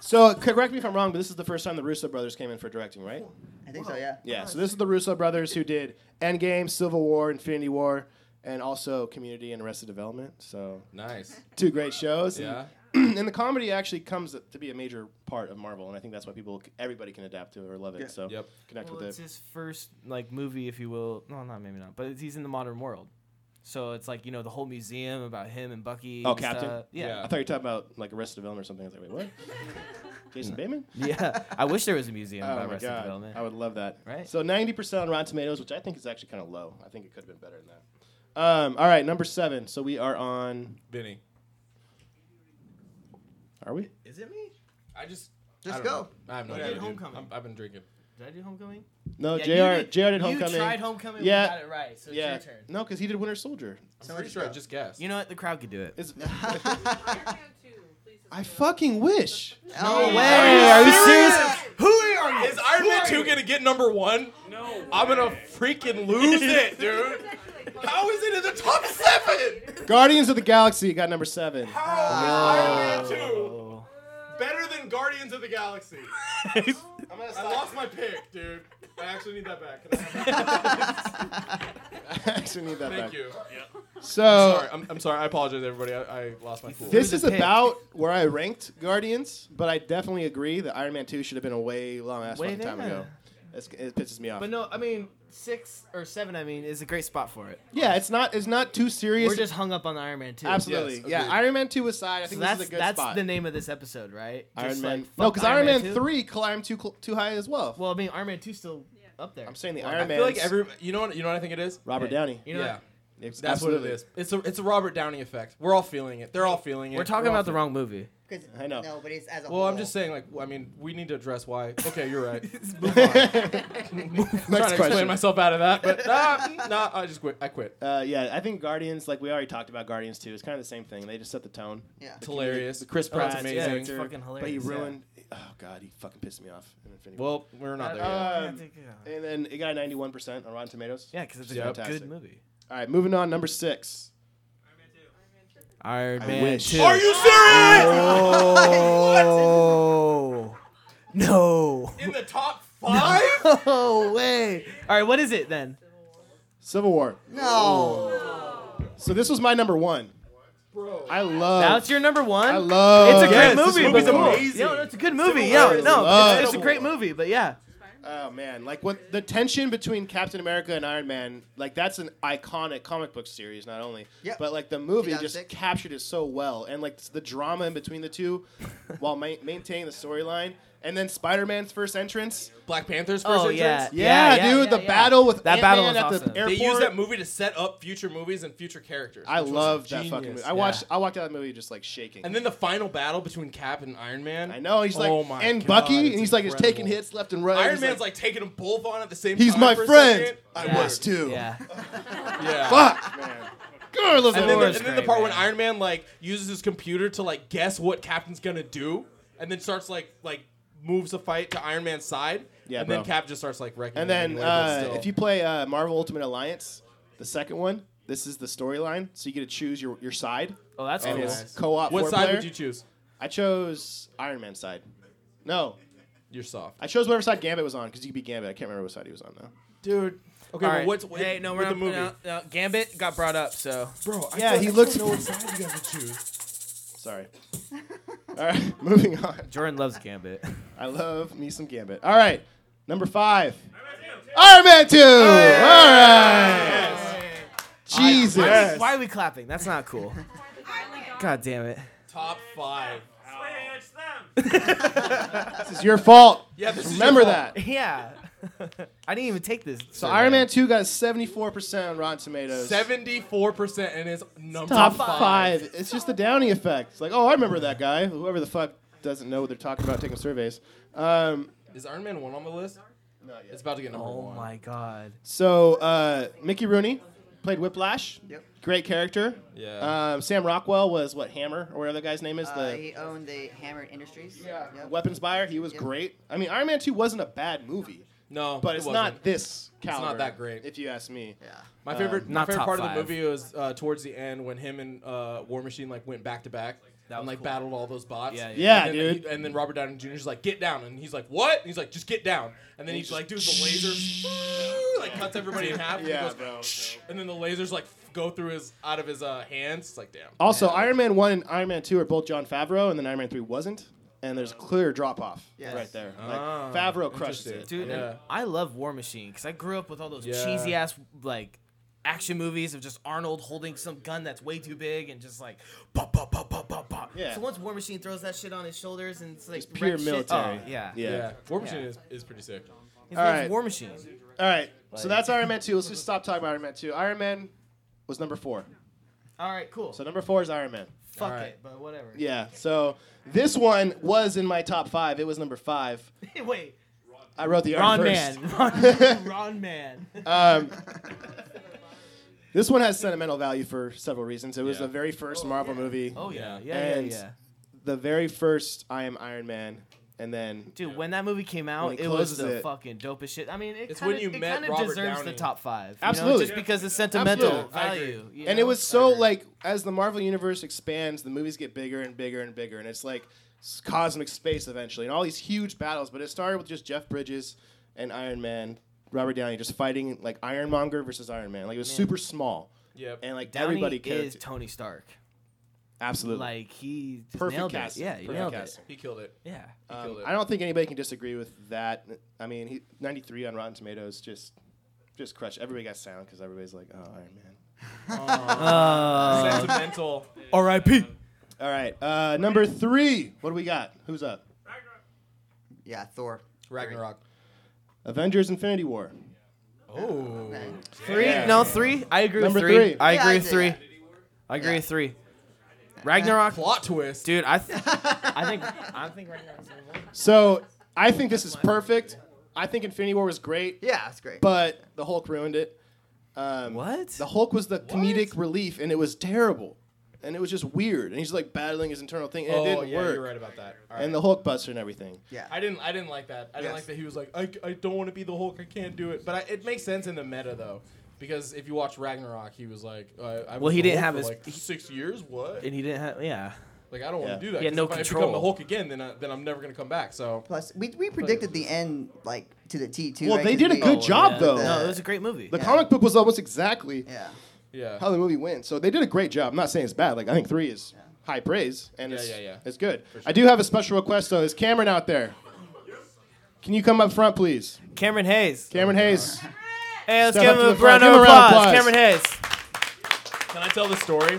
Speaker 4: so correct me if I'm wrong, but this is the first time the Russo brothers came in for directing, right?
Speaker 6: I think so. Yeah.
Speaker 5: Oh,
Speaker 4: Yeah, so
Speaker 6: *laughs*
Speaker 4: this is the Russo brothers who did Endgame, Civil War, Infinity War, and also Community and Arrested Development. So
Speaker 7: *laughs* Nice.
Speaker 4: two great shows. and-
Speaker 7: Yeah.
Speaker 4: And, *clears throat* the comedy actually comes to be a major part of Marvel, and I think that's why people, everybody can adapt to it or love it.
Speaker 6: Yeah.
Speaker 4: So
Speaker 7: Yep.
Speaker 4: connect
Speaker 5: Well,
Speaker 4: with
Speaker 5: it's
Speaker 4: it.
Speaker 5: his first like movie, if you will. No, not maybe not, but it's, he's in the modern world, so it's like you know the whole museum about him and Bucky.
Speaker 4: Oh,
Speaker 5: and
Speaker 4: Captain?
Speaker 5: stuff. Yeah.
Speaker 4: I thought you were talking about like Arrested Development or something. I was like, wait, what?
Speaker 5: *laughs*
Speaker 4: Jason Bateman?
Speaker 5: Yeah, I wish there was a museum
Speaker 4: Oh
Speaker 5: about
Speaker 4: my
Speaker 5: Arrested
Speaker 4: God.
Speaker 5: Development.
Speaker 4: I would love that.
Speaker 5: Right.
Speaker 4: So 90% on Rotten Tomatoes, which I think is actually kind of low. I think it could have been better than that. Um, all right, number seven. So we are on.
Speaker 7: Benny.
Speaker 4: Are we?
Speaker 5: Is it me?
Speaker 7: I just.
Speaker 6: Just
Speaker 7: I don't
Speaker 6: go.
Speaker 7: Know. I have no
Speaker 5: What
Speaker 7: idea.
Speaker 5: did
Speaker 7: Dude.
Speaker 5: Homecoming?
Speaker 7: I'm, I've been drinking.
Speaker 5: Did I do Homecoming?
Speaker 4: No,
Speaker 5: Yeah,
Speaker 4: JR,
Speaker 5: you did-
Speaker 4: JR did
Speaker 5: you
Speaker 4: Homecoming.
Speaker 5: tried Homecoming, we
Speaker 4: Yeah.
Speaker 5: got it right, so it's
Speaker 4: yeah.
Speaker 5: your turn.
Speaker 4: No, because he did Winter Soldier.
Speaker 7: I'm
Speaker 6: So
Speaker 7: pretty
Speaker 6: let's
Speaker 7: sure I
Speaker 6: go.
Speaker 7: just guessed.
Speaker 5: You know what? The crowd could do it. *laughs*
Speaker 4: It's, I
Speaker 8: I
Speaker 4: fucking wish.
Speaker 6: No way!
Speaker 5: Are you serious?
Speaker 7: Who are you? Is Iron Man 2 going to get number one?
Speaker 9: No.
Speaker 7: I'm going to freaking lose
Speaker 5: *laughs*
Speaker 7: it, dude. How is it in the top seven?
Speaker 4: Guardians of the Galaxy got number seven. *laughs*
Speaker 5: Oh.
Speaker 7: How is Iron Man 2 better than Guardians of the Galaxy? I lost my pick, dude. I actually need that back. Can I have that?
Speaker 4: I actually need that back.
Speaker 7: Thank you.
Speaker 4: So
Speaker 7: Sorry, I'm, I'm sorry. I apologize, everybody. I, I lost my cool.
Speaker 4: Oh. this
Speaker 5: Who's
Speaker 4: is
Speaker 5: the pick?
Speaker 4: about where I ranked Guardians, but I definitely agree that Iron Man Two should have been a way long ass
Speaker 5: Way
Speaker 4: fucking time
Speaker 5: there.
Speaker 4: ago. It's, it pisses me off.
Speaker 5: But no, I mean six or seven. I mean is a great spot for it.
Speaker 4: yeah, it's not it's not too serious.
Speaker 5: We're just hung up on the Iron Man too.
Speaker 4: Absolutely.
Speaker 7: Yes,
Speaker 4: yeah,
Speaker 7: agreed.
Speaker 4: Iron Man 2 aside, I
Speaker 5: So
Speaker 4: think
Speaker 5: that's
Speaker 4: this is a good
Speaker 5: that's
Speaker 4: spot.
Speaker 5: the name of this episode, right?
Speaker 4: Iron
Speaker 5: Just
Speaker 4: Man.
Speaker 5: like,
Speaker 4: no,
Speaker 5: fuck
Speaker 4: because Iron, Man
Speaker 5: 2?
Speaker 4: 3 climbed too cl- too high as well.
Speaker 5: Well, I mean Iron Man two's still up there.
Speaker 4: I'm saying the
Speaker 7: I
Speaker 4: Iron
Speaker 7: feel
Speaker 4: Man.
Speaker 7: like every. You know what? You know what I think it is.
Speaker 4: Robert
Speaker 5: Yeah.
Speaker 4: Downey.
Speaker 5: You know,
Speaker 7: yeah,
Speaker 4: It's
Speaker 7: that's
Speaker 4: absolutely.
Speaker 7: what it is. It's a it's a Robert Downey effect. We're all feeling it. They're all feeling it.
Speaker 5: we're talking
Speaker 7: all
Speaker 5: about the
Speaker 7: feeling
Speaker 5: wrong movie.
Speaker 6: 'Cause-
Speaker 4: *laughs* I know.
Speaker 6: No, but it's as a
Speaker 7: Well, I'm
Speaker 6: whole.
Speaker 7: just saying, like, I mean, we need to address why. Okay, you're
Speaker 4: *laughs*
Speaker 7: right. I'm trying
Speaker 4: Next
Speaker 7: to explain
Speaker 4: question.
Speaker 7: myself out of that, but nah, nah, I just quit. I quit.
Speaker 4: Uh, yeah, I think Guardians, like we already talked about Guardians 2, is kind of the same thing. They just set the tone.
Speaker 6: Yeah.
Speaker 7: It's hilarious.
Speaker 4: Chris
Speaker 5: Oh,
Speaker 4: Pratt's
Speaker 5: it's- yeah,
Speaker 4: amazing.
Speaker 5: it's fucking
Speaker 4: but he
Speaker 5: hilarious, yeah.
Speaker 4: ruined. Oh, God, he fucking pissed me off. in Infinity War.
Speaker 7: Well, we're
Speaker 5: Uh,
Speaker 7: not there yet.
Speaker 4: Um, and then it got 91% on Rotten Tomatoes.
Speaker 5: yeah, because it's a
Speaker 4: Yep.
Speaker 5: good
Speaker 4: Fantastic.
Speaker 5: movie.
Speaker 4: All right, moving on, number six.
Speaker 5: Iron
Speaker 4: I
Speaker 5: Man
Speaker 4: wish.
Speaker 5: two.
Speaker 4: Are
Speaker 5: *laughs*
Speaker 7: you serious?
Speaker 5: Oh no!
Speaker 7: In the top five?
Speaker 5: No way! All right, what is it then?
Speaker 4: Civil War.
Speaker 6: No.
Speaker 4: So this was my number one. Bro. I love.
Speaker 5: That's your number one.
Speaker 4: I love.
Speaker 5: It's a great
Speaker 7: Yes, this
Speaker 5: movie.
Speaker 7: movie's
Speaker 5: but-
Speaker 7: amazing.
Speaker 5: Yo, no, it's a good movie.
Speaker 7: Civil
Speaker 5: Yo,
Speaker 7: War
Speaker 5: no,
Speaker 7: is
Speaker 5: it's- it's, a
Speaker 4: incredible.
Speaker 5: great movie. But yeah,
Speaker 4: Oh man, like when the tension between Captain America and Iron Man, like that's an iconic comic book series not only,
Speaker 6: Yep.
Speaker 4: but like the movie just
Speaker 6: 2006.
Speaker 4: captured it so well and like the drama in between the two while ma- maintaining the storyline. And then Spider-Man's first entrance.
Speaker 7: Black Panther's first
Speaker 5: oh
Speaker 7: entrance?
Speaker 5: yeah,
Speaker 4: Yeah, dude, the battle with
Speaker 5: that battle
Speaker 4: Ant-Man
Speaker 5: was
Speaker 4: at
Speaker 5: awesome.
Speaker 4: the airport.
Speaker 7: They use that movie to set up future movies and future characters.
Speaker 4: I
Speaker 7: which was
Speaker 4: love that
Speaker 7: genius.
Speaker 4: fucking movie. I
Speaker 5: yeah.
Speaker 4: watched I walked out of that movie just like shaking.
Speaker 7: And then the final battle between Cap and Iron Man.
Speaker 4: I know he's like
Speaker 7: Oh my
Speaker 4: and
Speaker 7: God,
Speaker 4: Bucky
Speaker 7: it's
Speaker 4: and he's like just
Speaker 7: incredible.
Speaker 4: taking hits left and right.
Speaker 7: Iron
Speaker 4: He's
Speaker 7: Man's like, taking them both on at the same
Speaker 4: he's
Speaker 7: time.
Speaker 4: my
Speaker 7: for a
Speaker 4: friend.
Speaker 7: second.
Speaker 4: I
Speaker 5: Yeah.
Speaker 4: was too.
Speaker 5: Yeah,
Speaker 7: Yeah.
Speaker 4: Fuck, man. God, I love that
Speaker 7: And then, the,
Speaker 4: movie.
Speaker 7: and then the
Speaker 5: great,
Speaker 7: part when
Speaker 5: man.
Speaker 7: Iron Man like uses his computer to like guess what Captain's gonna do, and then starts like like moves the fight to Iron Man's side.
Speaker 4: Yeah,
Speaker 7: and
Speaker 4: bro.
Speaker 7: then Cap just starts like wrecking.
Speaker 4: And
Speaker 7: him
Speaker 4: then
Speaker 7: and labels
Speaker 4: uh,
Speaker 7: still.
Speaker 4: if you play uh, Marvel Ultimate Alliance, the second one, this is the storyline. So you get to choose your, your side.
Speaker 5: Oh, that's
Speaker 4: and
Speaker 5: cool.
Speaker 4: it's co-op.
Speaker 7: what
Speaker 4: four
Speaker 7: side
Speaker 4: player.
Speaker 7: would you choose?
Speaker 4: I chose Iron Man's side. No,
Speaker 7: You're soft,
Speaker 4: I chose whatever side Gambit was on because you could be Gambit. I can't remember what side he was on now.
Speaker 7: dude. Okay,
Speaker 5: All
Speaker 7: well,
Speaker 5: right.
Speaker 7: what's what,
Speaker 5: hey, no, we're
Speaker 7: with
Speaker 5: not,
Speaker 7: the movie,
Speaker 5: no, no, Gambit got brought up, so
Speaker 7: bro? I
Speaker 4: Yeah,
Speaker 7: don't-
Speaker 4: he
Speaker 7: I
Speaker 4: looks-
Speaker 7: don't
Speaker 4: *laughs*
Speaker 7: know what side you guys would choose.
Speaker 4: Sorry. All right, *laughs* moving on.
Speaker 5: Jordan loves Gambit.
Speaker 4: I love me some Gambit. All right, number five. Iron Man Two. All right. Jesus.
Speaker 5: *laughs* Why, are we, why are we clapping? That's not cool. God damn it!
Speaker 7: Top five.
Speaker 9: It's them.
Speaker 4: This is your fault.
Speaker 7: Yeah, this is your
Speaker 4: Remember
Speaker 7: fault.
Speaker 4: that.
Speaker 5: *laughs* Yeah, *laughs* I didn't even take this.
Speaker 4: So Iron Man 2 got 74% on Rotten Tomatoes.
Speaker 7: Seventy-four percent and it's number
Speaker 4: Top
Speaker 7: five.
Speaker 4: five. It's just the Downey effect. It's like, oh, I remember that guy. Whoever the fuck doesn't know what they're talking about taking surveys. Um,
Speaker 7: Is Iron Man one on the list? It's about to get number one.
Speaker 5: Oh my god.
Speaker 4: so uh, Mickey Rooney played Whiplash.
Speaker 6: Yep.
Speaker 4: Great character.
Speaker 7: Yeah.
Speaker 4: Um, Sam Rockwell was what Hammer or whatever that guy's name is.
Speaker 6: Uh,
Speaker 4: the
Speaker 6: he owned the Hammered Industries. Yeah.
Speaker 4: weapons buyer. He was
Speaker 6: Yep.
Speaker 4: great. I mean, Iron Man 2 wasn't a bad movie,
Speaker 7: No,
Speaker 4: but
Speaker 7: it
Speaker 4: it's
Speaker 7: wasn't.
Speaker 4: not this caliber.
Speaker 7: that great.
Speaker 4: if you ask me.
Speaker 6: Yeah.
Speaker 7: My favorite,
Speaker 4: Um,
Speaker 7: my
Speaker 5: not
Speaker 7: favorite
Speaker 5: top
Speaker 7: part of
Speaker 5: five.
Speaker 7: the movie was uh, towards the end when him and uh, War Machine like went back to back
Speaker 5: That
Speaker 7: and
Speaker 5: was
Speaker 7: like
Speaker 5: cool.
Speaker 7: battled all those bots.
Speaker 5: Yeah,
Speaker 4: yeah.
Speaker 7: and
Speaker 4: Yeah,
Speaker 7: then,
Speaker 4: dude.
Speaker 7: and then Robert Downey Jr. is like, "Get down!" And he's like, "What?" And he's like, "Just get down!" And then he's like, "Dude, the laser *laughs* like cuts everybody in half."
Speaker 4: Yeah,
Speaker 7: and, he goes, and then the lasers like f- go through his out of his uh, hands. It's like, damn.
Speaker 4: Also, Iron Man 1 and Iron Man 2 are both John Favreau, and then Iron Man 3 wasn't. And there's a clear drop off
Speaker 6: Yes.
Speaker 4: right there. Like,
Speaker 7: Ah,
Speaker 4: Favreau crushes
Speaker 7: interesting.
Speaker 4: it.
Speaker 5: Dude,
Speaker 7: Yeah.
Speaker 5: and I love War Machine because I grew up with all those
Speaker 7: Yeah.
Speaker 5: cheesy ass like action movies of just Arnold holding some gun that's way too big and just like pop pop pop pop pop pop.
Speaker 4: Yeah.
Speaker 5: So once War Machine throws that shit on his shoulders and it's like
Speaker 4: It's pure
Speaker 5: wreck shit-
Speaker 4: military.
Speaker 5: Oh, yeah.
Speaker 4: Yeah.
Speaker 7: War Machine is, is pretty sick.
Speaker 5: His
Speaker 4: All
Speaker 5: name's
Speaker 4: right.
Speaker 5: War Machine.
Speaker 4: All right. so
Speaker 5: Like-
Speaker 4: that's Iron Man 2. Let's just stop talking about Iron Man 2. Iron Man was number four.
Speaker 5: All right, cool.
Speaker 4: So number four is Iron Man.
Speaker 5: Fuck
Speaker 7: Alright.
Speaker 5: it, but whatever.
Speaker 4: Yeah. So this one was in my top five. It was number five.
Speaker 5: *laughs* Wait,
Speaker 4: I wrote the
Speaker 5: Ron
Speaker 4: R first. *laughs*
Speaker 5: Man. *laughs* Ron, Ron Man.
Speaker 4: Um, this one has sentimental value for several reasons. It was
Speaker 7: Yeah.
Speaker 4: the very first Marvel movie,
Speaker 5: Oh yeah,
Speaker 7: Yeah.
Speaker 5: yeah, yeah,
Speaker 4: And-
Speaker 5: yeah.
Speaker 4: the very first I Am Iron Man, and then
Speaker 5: Dude, when that movie came out,
Speaker 4: When he
Speaker 5: it was
Speaker 4: closes
Speaker 5: the
Speaker 4: it.
Speaker 5: fucking dopest shit. I mean, it
Speaker 7: It's
Speaker 5: kind
Speaker 7: when you
Speaker 5: of
Speaker 7: met Robert
Speaker 5: deserves the
Speaker 7: Downey.
Speaker 5: top five. you know,
Speaker 4: Absolutely.
Speaker 5: just because it's sentimental
Speaker 4: Absolutely.
Speaker 7: I agree.
Speaker 5: value. you
Speaker 4: and
Speaker 5: know?
Speaker 4: it was so like as the Marvel universe expands, the movies get bigger and bigger and bigger, and it's like s- cosmic space eventually, and all these huge battles. But it started with just Jeff Bridges and Iron Man, Robert Downey, just fighting like Ironmonger versus Iron Man. Like it was super small,
Speaker 7: Yep.
Speaker 4: and like
Speaker 5: Downey
Speaker 4: everybody cared.
Speaker 5: is Tony Stark.
Speaker 4: Absolutely,
Speaker 5: Like he just
Speaker 4: perfect
Speaker 5: nailed
Speaker 4: casting.
Speaker 5: it. Yeah, he
Speaker 4: perfect
Speaker 5: nailed
Speaker 4: casting.
Speaker 7: He killed it.
Speaker 5: it.
Speaker 7: *laughs*
Speaker 5: Yeah.
Speaker 7: He
Speaker 4: Um,
Speaker 7: killed it.
Speaker 4: I don't think anybody can disagree with that. I mean, he, 93 on Rotten Tomatoes just just crushed. Everybody got sound because everybody's like, oh, Iron Man.
Speaker 5: Uh,
Speaker 7: Sentimental.
Speaker 5: R.I.P.
Speaker 4: All right, uh, number three. What do we got? Who's up?
Speaker 6: Yeah, Thor.
Speaker 7: Ragnarok.
Speaker 4: Avengers: Infinity War.
Speaker 7: Oh.
Speaker 5: Three?
Speaker 4: Yeah.
Speaker 5: No, three. I agree
Speaker 4: Number
Speaker 5: with three.
Speaker 4: three.
Speaker 5: I
Speaker 6: Yeah,
Speaker 5: agree
Speaker 6: I
Speaker 5: with
Speaker 6: did
Speaker 5: three.
Speaker 6: that.
Speaker 5: I agree
Speaker 6: Yeah.
Speaker 5: with three. Ragnarok,
Speaker 7: Plot twist.
Speaker 5: dude. I,
Speaker 7: *laughs*
Speaker 5: th- I think, I think Ragnarok's the one.
Speaker 4: So I think this is perfect. I think Infinity War was great,
Speaker 6: *laughs* Yeah, that's great.
Speaker 4: but the Hulk ruined it. Um,
Speaker 5: What?
Speaker 4: The Hulk was the comedic relief, and it was terrible, and it was just weird. And he's like battling his internal thing, and
Speaker 7: oh,
Speaker 4: it didn't
Speaker 7: yeah,
Speaker 4: work.
Speaker 7: you're right about that. All right.
Speaker 4: And the Hulk buster and everything.
Speaker 6: yeah.
Speaker 7: I didn't. I didn't like that. I didn't
Speaker 6: Yes.
Speaker 7: like that he was like, I, I don't want to be the Hulk. I can't do it. But I, it makes sense in the meta though, because if you watch Ragnarok, he was like, I, I was
Speaker 5: Well, he
Speaker 7: the
Speaker 5: didn't have
Speaker 7: Hulk for,
Speaker 5: his-
Speaker 7: like
Speaker 5: he-
Speaker 7: six years. What?
Speaker 5: And he didn't have. Yeah.
Speaker 7: Like I don't
Speaker 4: Yeah.
Speaker 7: want to do that.
Speaker 5: He had
Speaker 7: 'cause
Speaker 5: no
Speaker 7: if I- If I
Speaker 5: control.
Speaker 7: become the Hulk again, then I, then I'm never gonna come back. So
Speaker 6: Plus, we, we predicted the end like to the T two.
Speaker 4: Well, they did a good job,
Speaker 5: yeah.
Speaker 4: though.
Speaker 5: No, it was a great movie.
Speaker 4: The comic book was almost exactly
Speaker 6: Yeah,
Speaker 7: yeah.
Speaker 4: how the movie went. So they did a great job. I'm not saying it's bad. Like I think three is high praise and
Speaker 7: Yeah,
Speaker 4: it's,
Speaker 7: yeah, yeah.
Speaker 4: it's good.
Speaker 7: sure.
Speaker 4: I do have a special request though. Is Cameron out there? Can you come up front, please?
Speaker 5: Cameron Hayes.
Speaker 4: Cameron Hayes.
Speaker 5: Hey, let's
Speaker 4: Step
Speaker 5: give
Speaker 4: up to
Speaker 5: him a
Speaker 4: the front. Give
Speaker 5: round of
Speaker 4: him a round of
Speaker 5: applause.
Speaker 4: applause.
Speaker 5: Cameron Hayes.
Speaker 7: Can I tell the story?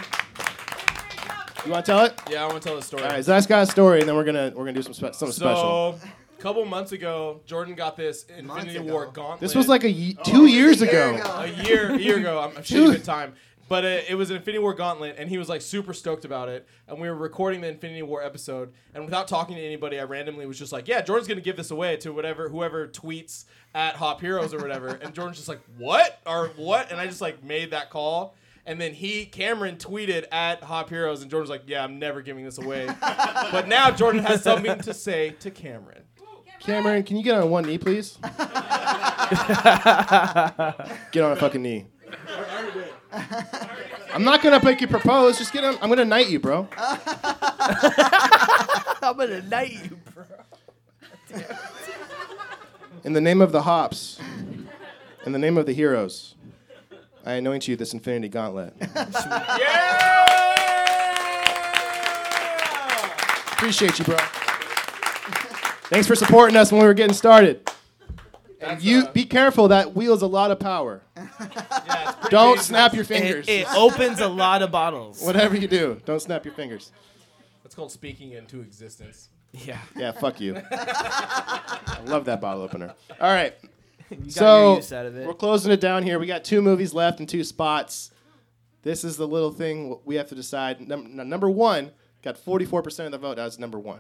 Speaker 4: You want to tell it?
Speaker 7: Yeah, I want to tell the story.
Speaker 4: All right, Zach's got a story, and then we're gonna we're gonna do some spe- something special.
Speaker 7: so, a couple months ago, Jordan got this Infinity
Speaker 6: ago.
Speaker 7: War gauntlet.
Speaker 4: This was like a ye- two years ago.
Speaker 7: a year a year ago. I'm, I'm shooting good time. But uh, it was an Infinity War gauntlet, and he was like super stoked about it. And we were recording the Infinity War episode, and without talking to anybody, I randomly was just like, "Yeah, Jordan's gonna give this away to whatever whoever tweets at Hop Heroes or whatever." and Jordan's just like, "What or what?" And I just like made that call. And then he, Cameron, tweeted at Hop Heroes, and Jordan's like, "Yeah, I'm never giving this away." but now Jordan has something to say to Cameron.
Speaker 4: Cameron, can you get on one knee, please? get on a fucking knee. I'm not gonna make you propose. Just get on. I'm gonna knight you, bro.
Speaker 5: I'm gonna knight you, bro.
Speaker 4: In the name of the hops, in the name of the heroes, I anoint you this infinity gauntlet. Appreciate you, bro. Thanks for supporting us when we were getting started.
Speaker 7: That's,
Speaker 4: You
Speaker 7: uh,
Speaker 4: be careful. That wheel's a lot of power.
Speaker 7: *laughs* yeah, it's pretty
Speaker 4: Don't
Speaker 7: dangerous.
Speaker 4: snap your
Speaker 5: It,
Speaker 4: fingers. *laughs*
Speaker 5: it opens a lot of bottles.
Speaker 4: Whatever you do, don't snap your fingers.
Speaker 7: That's called speaking into existence.
Speaker 5: *laughs* Yeah.
Speaker 4: Yeah, fuck
Speaker 7: *laughs*
Speaker 4: you. I love that bottle opener. All right.
Speaker 5: You got your
Speaker 4: so
Speaker 5: use out of
Speaker 4: we're
Speaker 5: it.
Speaker 4: closing it down here. We got two movies left and two spots. This is the little thing w- we have to decide. Num- n- number one got 44% of the vote. That was number one.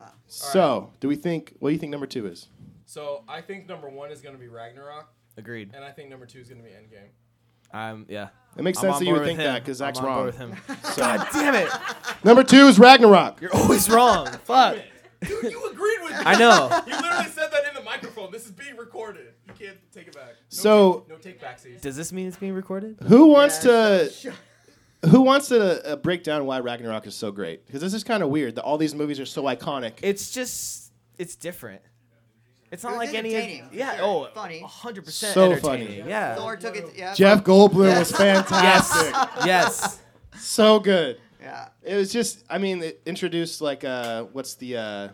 Speaker 7: Ah.
Speaker 4: So, do we think? What do you think number two is?
Speaker 7: So I think number one is going to be Ragnarok,
Speaker 5: Agreed.
Speaker 7: and I think number two is going to be Endgame.
Speaker 5: Um. Yeah.
Speaker 4: It makes
Speaker 5: I'm
Speaker 4: sense
Speaker 5: on
Speaker 4: that you
Speaker 5: board
Speaker 4: would
Speaker 5: with
Speaker 4: think
Speaker 5: him.
Speaker 4: that because Zach's
Speaker 5: I'm on
Speaker 4: wrong.
Speaker 5: board with him. *laughs* God damn it!
Speaker 4: Number two is Ragnarok.
Speaker 5: You're always wrong. Fuck.
Speaker 7: *laughs* you agreed with me.
Speaker 5: I
Speaker 7: *laughs*
Speaker 5: know.
Speaker 7: You literally said that in the microphone. This is being recorded. You can't take it back. No
Speaker 4: So-
Speaker 7: take, no take backsies.
Speaker 5: Does this mean it's being recorded?
Speaker 4: Who wants to? Who wants to uh, break down why Ragnarok is so great? Because this is kind of weird that all these movies are so iconic.
Speaker 5: It's just. It's different. It's not
Speaker 6: was
Speaker 5: like any.
Speaker 6: entertaining,
Speaker 5: Of,
Speaker 6: for
Speaker 5: yeah.
Speaker 6: sure.
Speaker 5: Oh.
Speaker 6: Funny.
Speaker 5: Hundred percent.
Speaker 4: So
Speaker 5: entertaining.
Speaker 4: funny.
Speaker 5: Yeah.
Speaker 6: *laughs* Thor took it. Yeah,
Speaker 4: Jeff Goldblum
Speaker 7: *laughs*
Speaker 6: Yeah.
Speaker 4: was fantastic.
Speaker 5: Yes.
Speaker 4: So good.
Speaker 6: Yeah,
Speaker 4: It was just, I mean, it introduced like uh, what's the uh,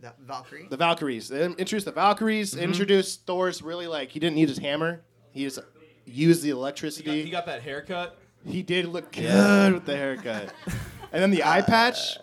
Speaker 6: the Valkyrie.
Speaker 4: the
Speaker 7: Mm-hmm.
Speaker 4: Valkyries? It introduced the Valkyries. It introduced Thor's really like he didn't need his hammer. He just use the
Speaker 7: He got,
Speaker 4: electricity.
Speaker 7: he got that haircut.
Speaker 4: He did look good with the haircut. and then the eye patch.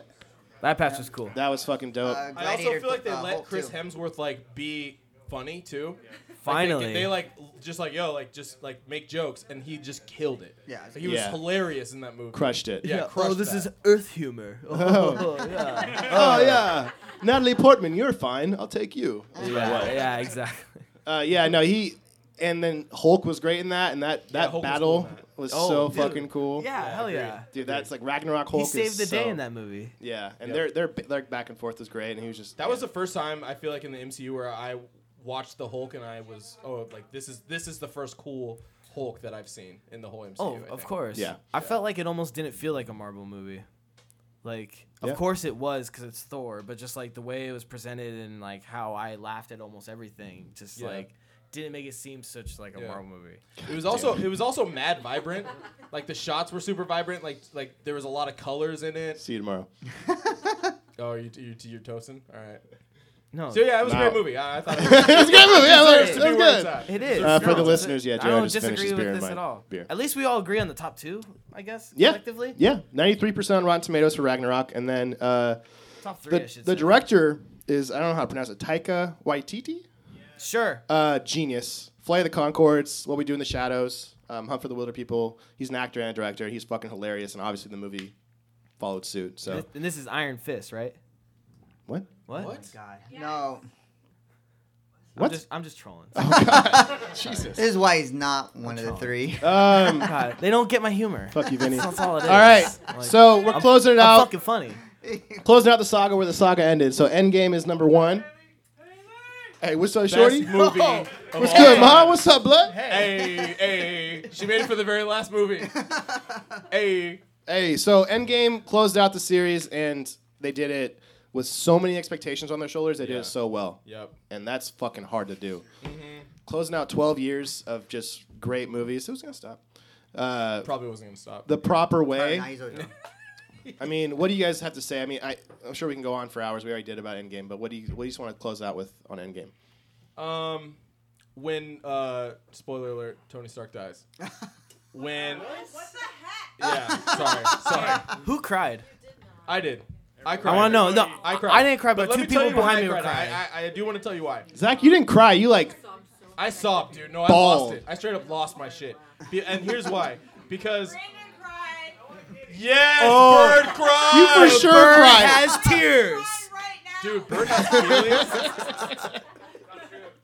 Speaker 5: That patch was cool.
Speaker 4: That was fucking dope.
Speaker 7: I also
Speaker 6: Uh, Gladiator,
Speaker 7: feel like they
Speaker 6: uh,
Speaker 7: let
Speaker 6: Hulk
Speaker 7: Chris
Speaker 6: too.
Speaker 7: Hemsworth like be funny too. Like,
Speaker 5: Finally.
Speaker 7: they, they like l- just like yo like just like make jokes and he just killed it.
Speaker 6: Yeah.
Speaker 7: So he was
Speaker 4: Yeah.
Speaker 7: hilarious in that movie.
Speaker 4: Crushed it.
Speaker 7: Yeah, crushed that.
Speaker 5: Earth humor.
Speaker 4: Oh.
Speaker 5: *laughs* yeah.
Speaker 4: *laughs* Oh yeah. Natalie Portman, you're fine. I'll take you.
Speaker 5: yeah,
Speaker 4: *laughs*
Speaker 5: yeah, exactly.
Speaker 4: Uh, yeah, no, he and then Hulk was great in that and that that
Speaker 7: Hulk was
Speaker 4: battle
Speaker 7: cool in
Speaker 4: was,
Speaker 5: Oh,
Speaker 4: so
Speaker 5: dude.
Speaker 4: fucking cool.
Speaker 5: Yeah, hell yeah.
Speaker 4: Dude, that's like Ragnarok Hulk
Speaker 5: He
Speaker 4: is
Speaker 5: saved the day
Speaker 4: so-
Speaker 5: in that movie.
Speaker 4: Yeah, and
Speaker 7: Yeah.
Speaker 4: their their their back and forth was great and he was just
Speaker 7: That was the first time I feel like in the MCU where I watched the Hulk and I was oh like this is this is the first cool Hulk that I've seen in the whole MCU.
Speaker 5: Oh,
Speaker 7: I
Speaker 5: of
Speaker 7: think.
Speaker 5: course.
Speaker 4: Yeah.
Speaker 5: I felt like it almost didn't feel like a Marvel movie. Like, of
Speaker 4: Yeah.
Speaker 5: course it was because it's Thor, but just like the way it was presented and like how I laughed at almost everything, just
Speaker 7: Yeah.
Speaker 5: like didn't make it seem such like a
Speaker 7: Yeah.
Speaker 5: Marvel movie.
Speaker 7: It was also it was also mad vibrant.
Speaker 5: *laughs*
Speaker 7: Like the shots were super vibrant. Like like there was a lot of colors in it.
Speaker 4: See you tomorrow.
Speaker 7: Oh, you you you're toasting. All right.
Speaker 5: No,
Speaker 7: So yeah, it was
Speaker 4: Wow.
Speaker 7: a great movie. I,
Speaker 5: *laughs*
Speaker 7: I thought it was
Speaker 4: That's a good movie. Yeah, that was-
Speaker 7: to
Speaker 4: that
Speaker 7: be
Speaker 4: was
Speaker 7: where it's
Speaker 4: good.
Speaker 7: at.
Speaker 5: it is.
Speaker 4: Uh, for
Speaker 5: No,
Speaker 4: the
Speaker 5: it's
Speaker 4: listeners, yeah,
Speaker 5: I
Speaker 4: Jared
Speaker 5: don't
Speaker 4: just finished
Speaker 5: disagree
Speaker 4: his
Speaker 5: with
Speaker 4: beer and
Speaker 5: this
Speaker 4: mine.
Speaker 5: at all.
Speaker 4: Beer.
Speaker 5: At least we all agree on the top two, I guess.
Speaker 4: Yeah.
Speaker 5: Collectively,
Speaker 4: Yeah, ninety three percent on Rotten Tomatoes for Ragnarok, and then uh,
Speaker 5: top three. I
Speaker 4: the,
Speaker 5: should
Speaker 4: the
Speaker 5: say.
Speaker 4: director is I don't know how to pronounce it, Taika Waititi.
Speaker 5: Sure.
Speaker 4: Uh, genius. Flight of the Concords, What We Do in the Shadows, um, Hunt for the Wilder People. He's an actor and a director. He's fucking hilarious, and obviously the movie followed suit. So
Speaker 5: Th- and this is Iron Fist, right?
Speaker 4: what?
Speaker 5: What?
Speaker 6: Oh my God. No.
Speaker 5: I'm
Speaker 4: What? Oh.
Speaker 5: just, I'm just trolling.
Speaker 4: Jesus.
Speaker 6: This is why he's not one of the
Speaker 5: Control.
Speaker 6: three.
Speaker 4: Um,
Speaker 5: *laughs* God, they don't get
Speaker 4: *laughs*
Speaker 5: my humor.
Speaker 4: fuck you, Vinny. All
Speaker 5: That's all it is.
Speaker 4: right,
Speaker 5: Like,
Speaker 4: so we're
Speaker 5: I'm-
Speaker 4: closing it
Speaker 5: I'm
Speaker 4: out.
Speaker 5: fucking funny.
Speaker 4: Closing out the saga where the saga ended. So Endgame is number one. Hey, what's up,
Speaker 7: Best
Speaker 4: Shorty?
Speaker 5: *laughs*
Speaker 7: movie. of
Speaker 4: What's
Speaker 7: all
Speaker 4: good,
Speaker 7: time.
Speaker 4: Ma? What's up, blood?
Speaker 7: Hey, hey, she made it for the very last movie. Hey,
Speaker 4: Hey, so Endgame closed out the series, and they did it with so many expectations on their shoulders. They did
Speaker 7: Yeah.
Speaker 4: it so well.
Speaker 7: yep.
Speaker 4: and that's fucking hard to do.
Speaker 7: Mm-hmm.
Speaker 4: Closing out 12 years of just great movies, who's gonna stop? Uh,
Speaker 7: Probably wasn't gonna stop.
Speaker 4: the proper way.
Speaker 6: Nice.
Speaker 4: I mean, what do you guys have to say? I mean, I, I'm sure we can go on for hours. We already did about Endgame, but what do you what do you just want to close out with on Endgame?
Speaker 7: Um, when uh, spoiler alert, Tony Stark dies. When
Speaker 8: What the heck?
Speaker 7: yeah, sorry, sorry,
Speaker 5: Who cried?
Speaker 7: I did. I cried.
Speaker 5: I want to know. No,
Speaker 7: I
Speaker 5: I,
Speaker 7: cried.
Speaker 5: didn't cry, but,
Speaker 7: let
Speaker 5: two
Speaker 7: me tell
Speaker 5: people
Speaker 7: you why
Speaker 5: behind me
Speaker 7: I
Speaker 5: were
Speaker 7: cried.
Speaker 5: crying.
Speaker 7: I, I, I do want to tell you why.
Speaker 4: Zach, you didn't cry. You like
Speaker 7: I sobbed, dude. No, I
Speaker 4: Ball.
Speaker 7: lost it. I straight up lost my shit. Be- and here's why. Because
Speaker 8: Brandon cried.
Speaker 7: yes,
Speaker 5: Oh.
Speaker 7: Bird cried.
Speaker 4: you for sure cried.
Speaker 5: has tears.
Speaker 8: Cried right now.
Speaker 7: Dude, Bird
Speaker 5: *laughs*
Speaker 7: has feelings.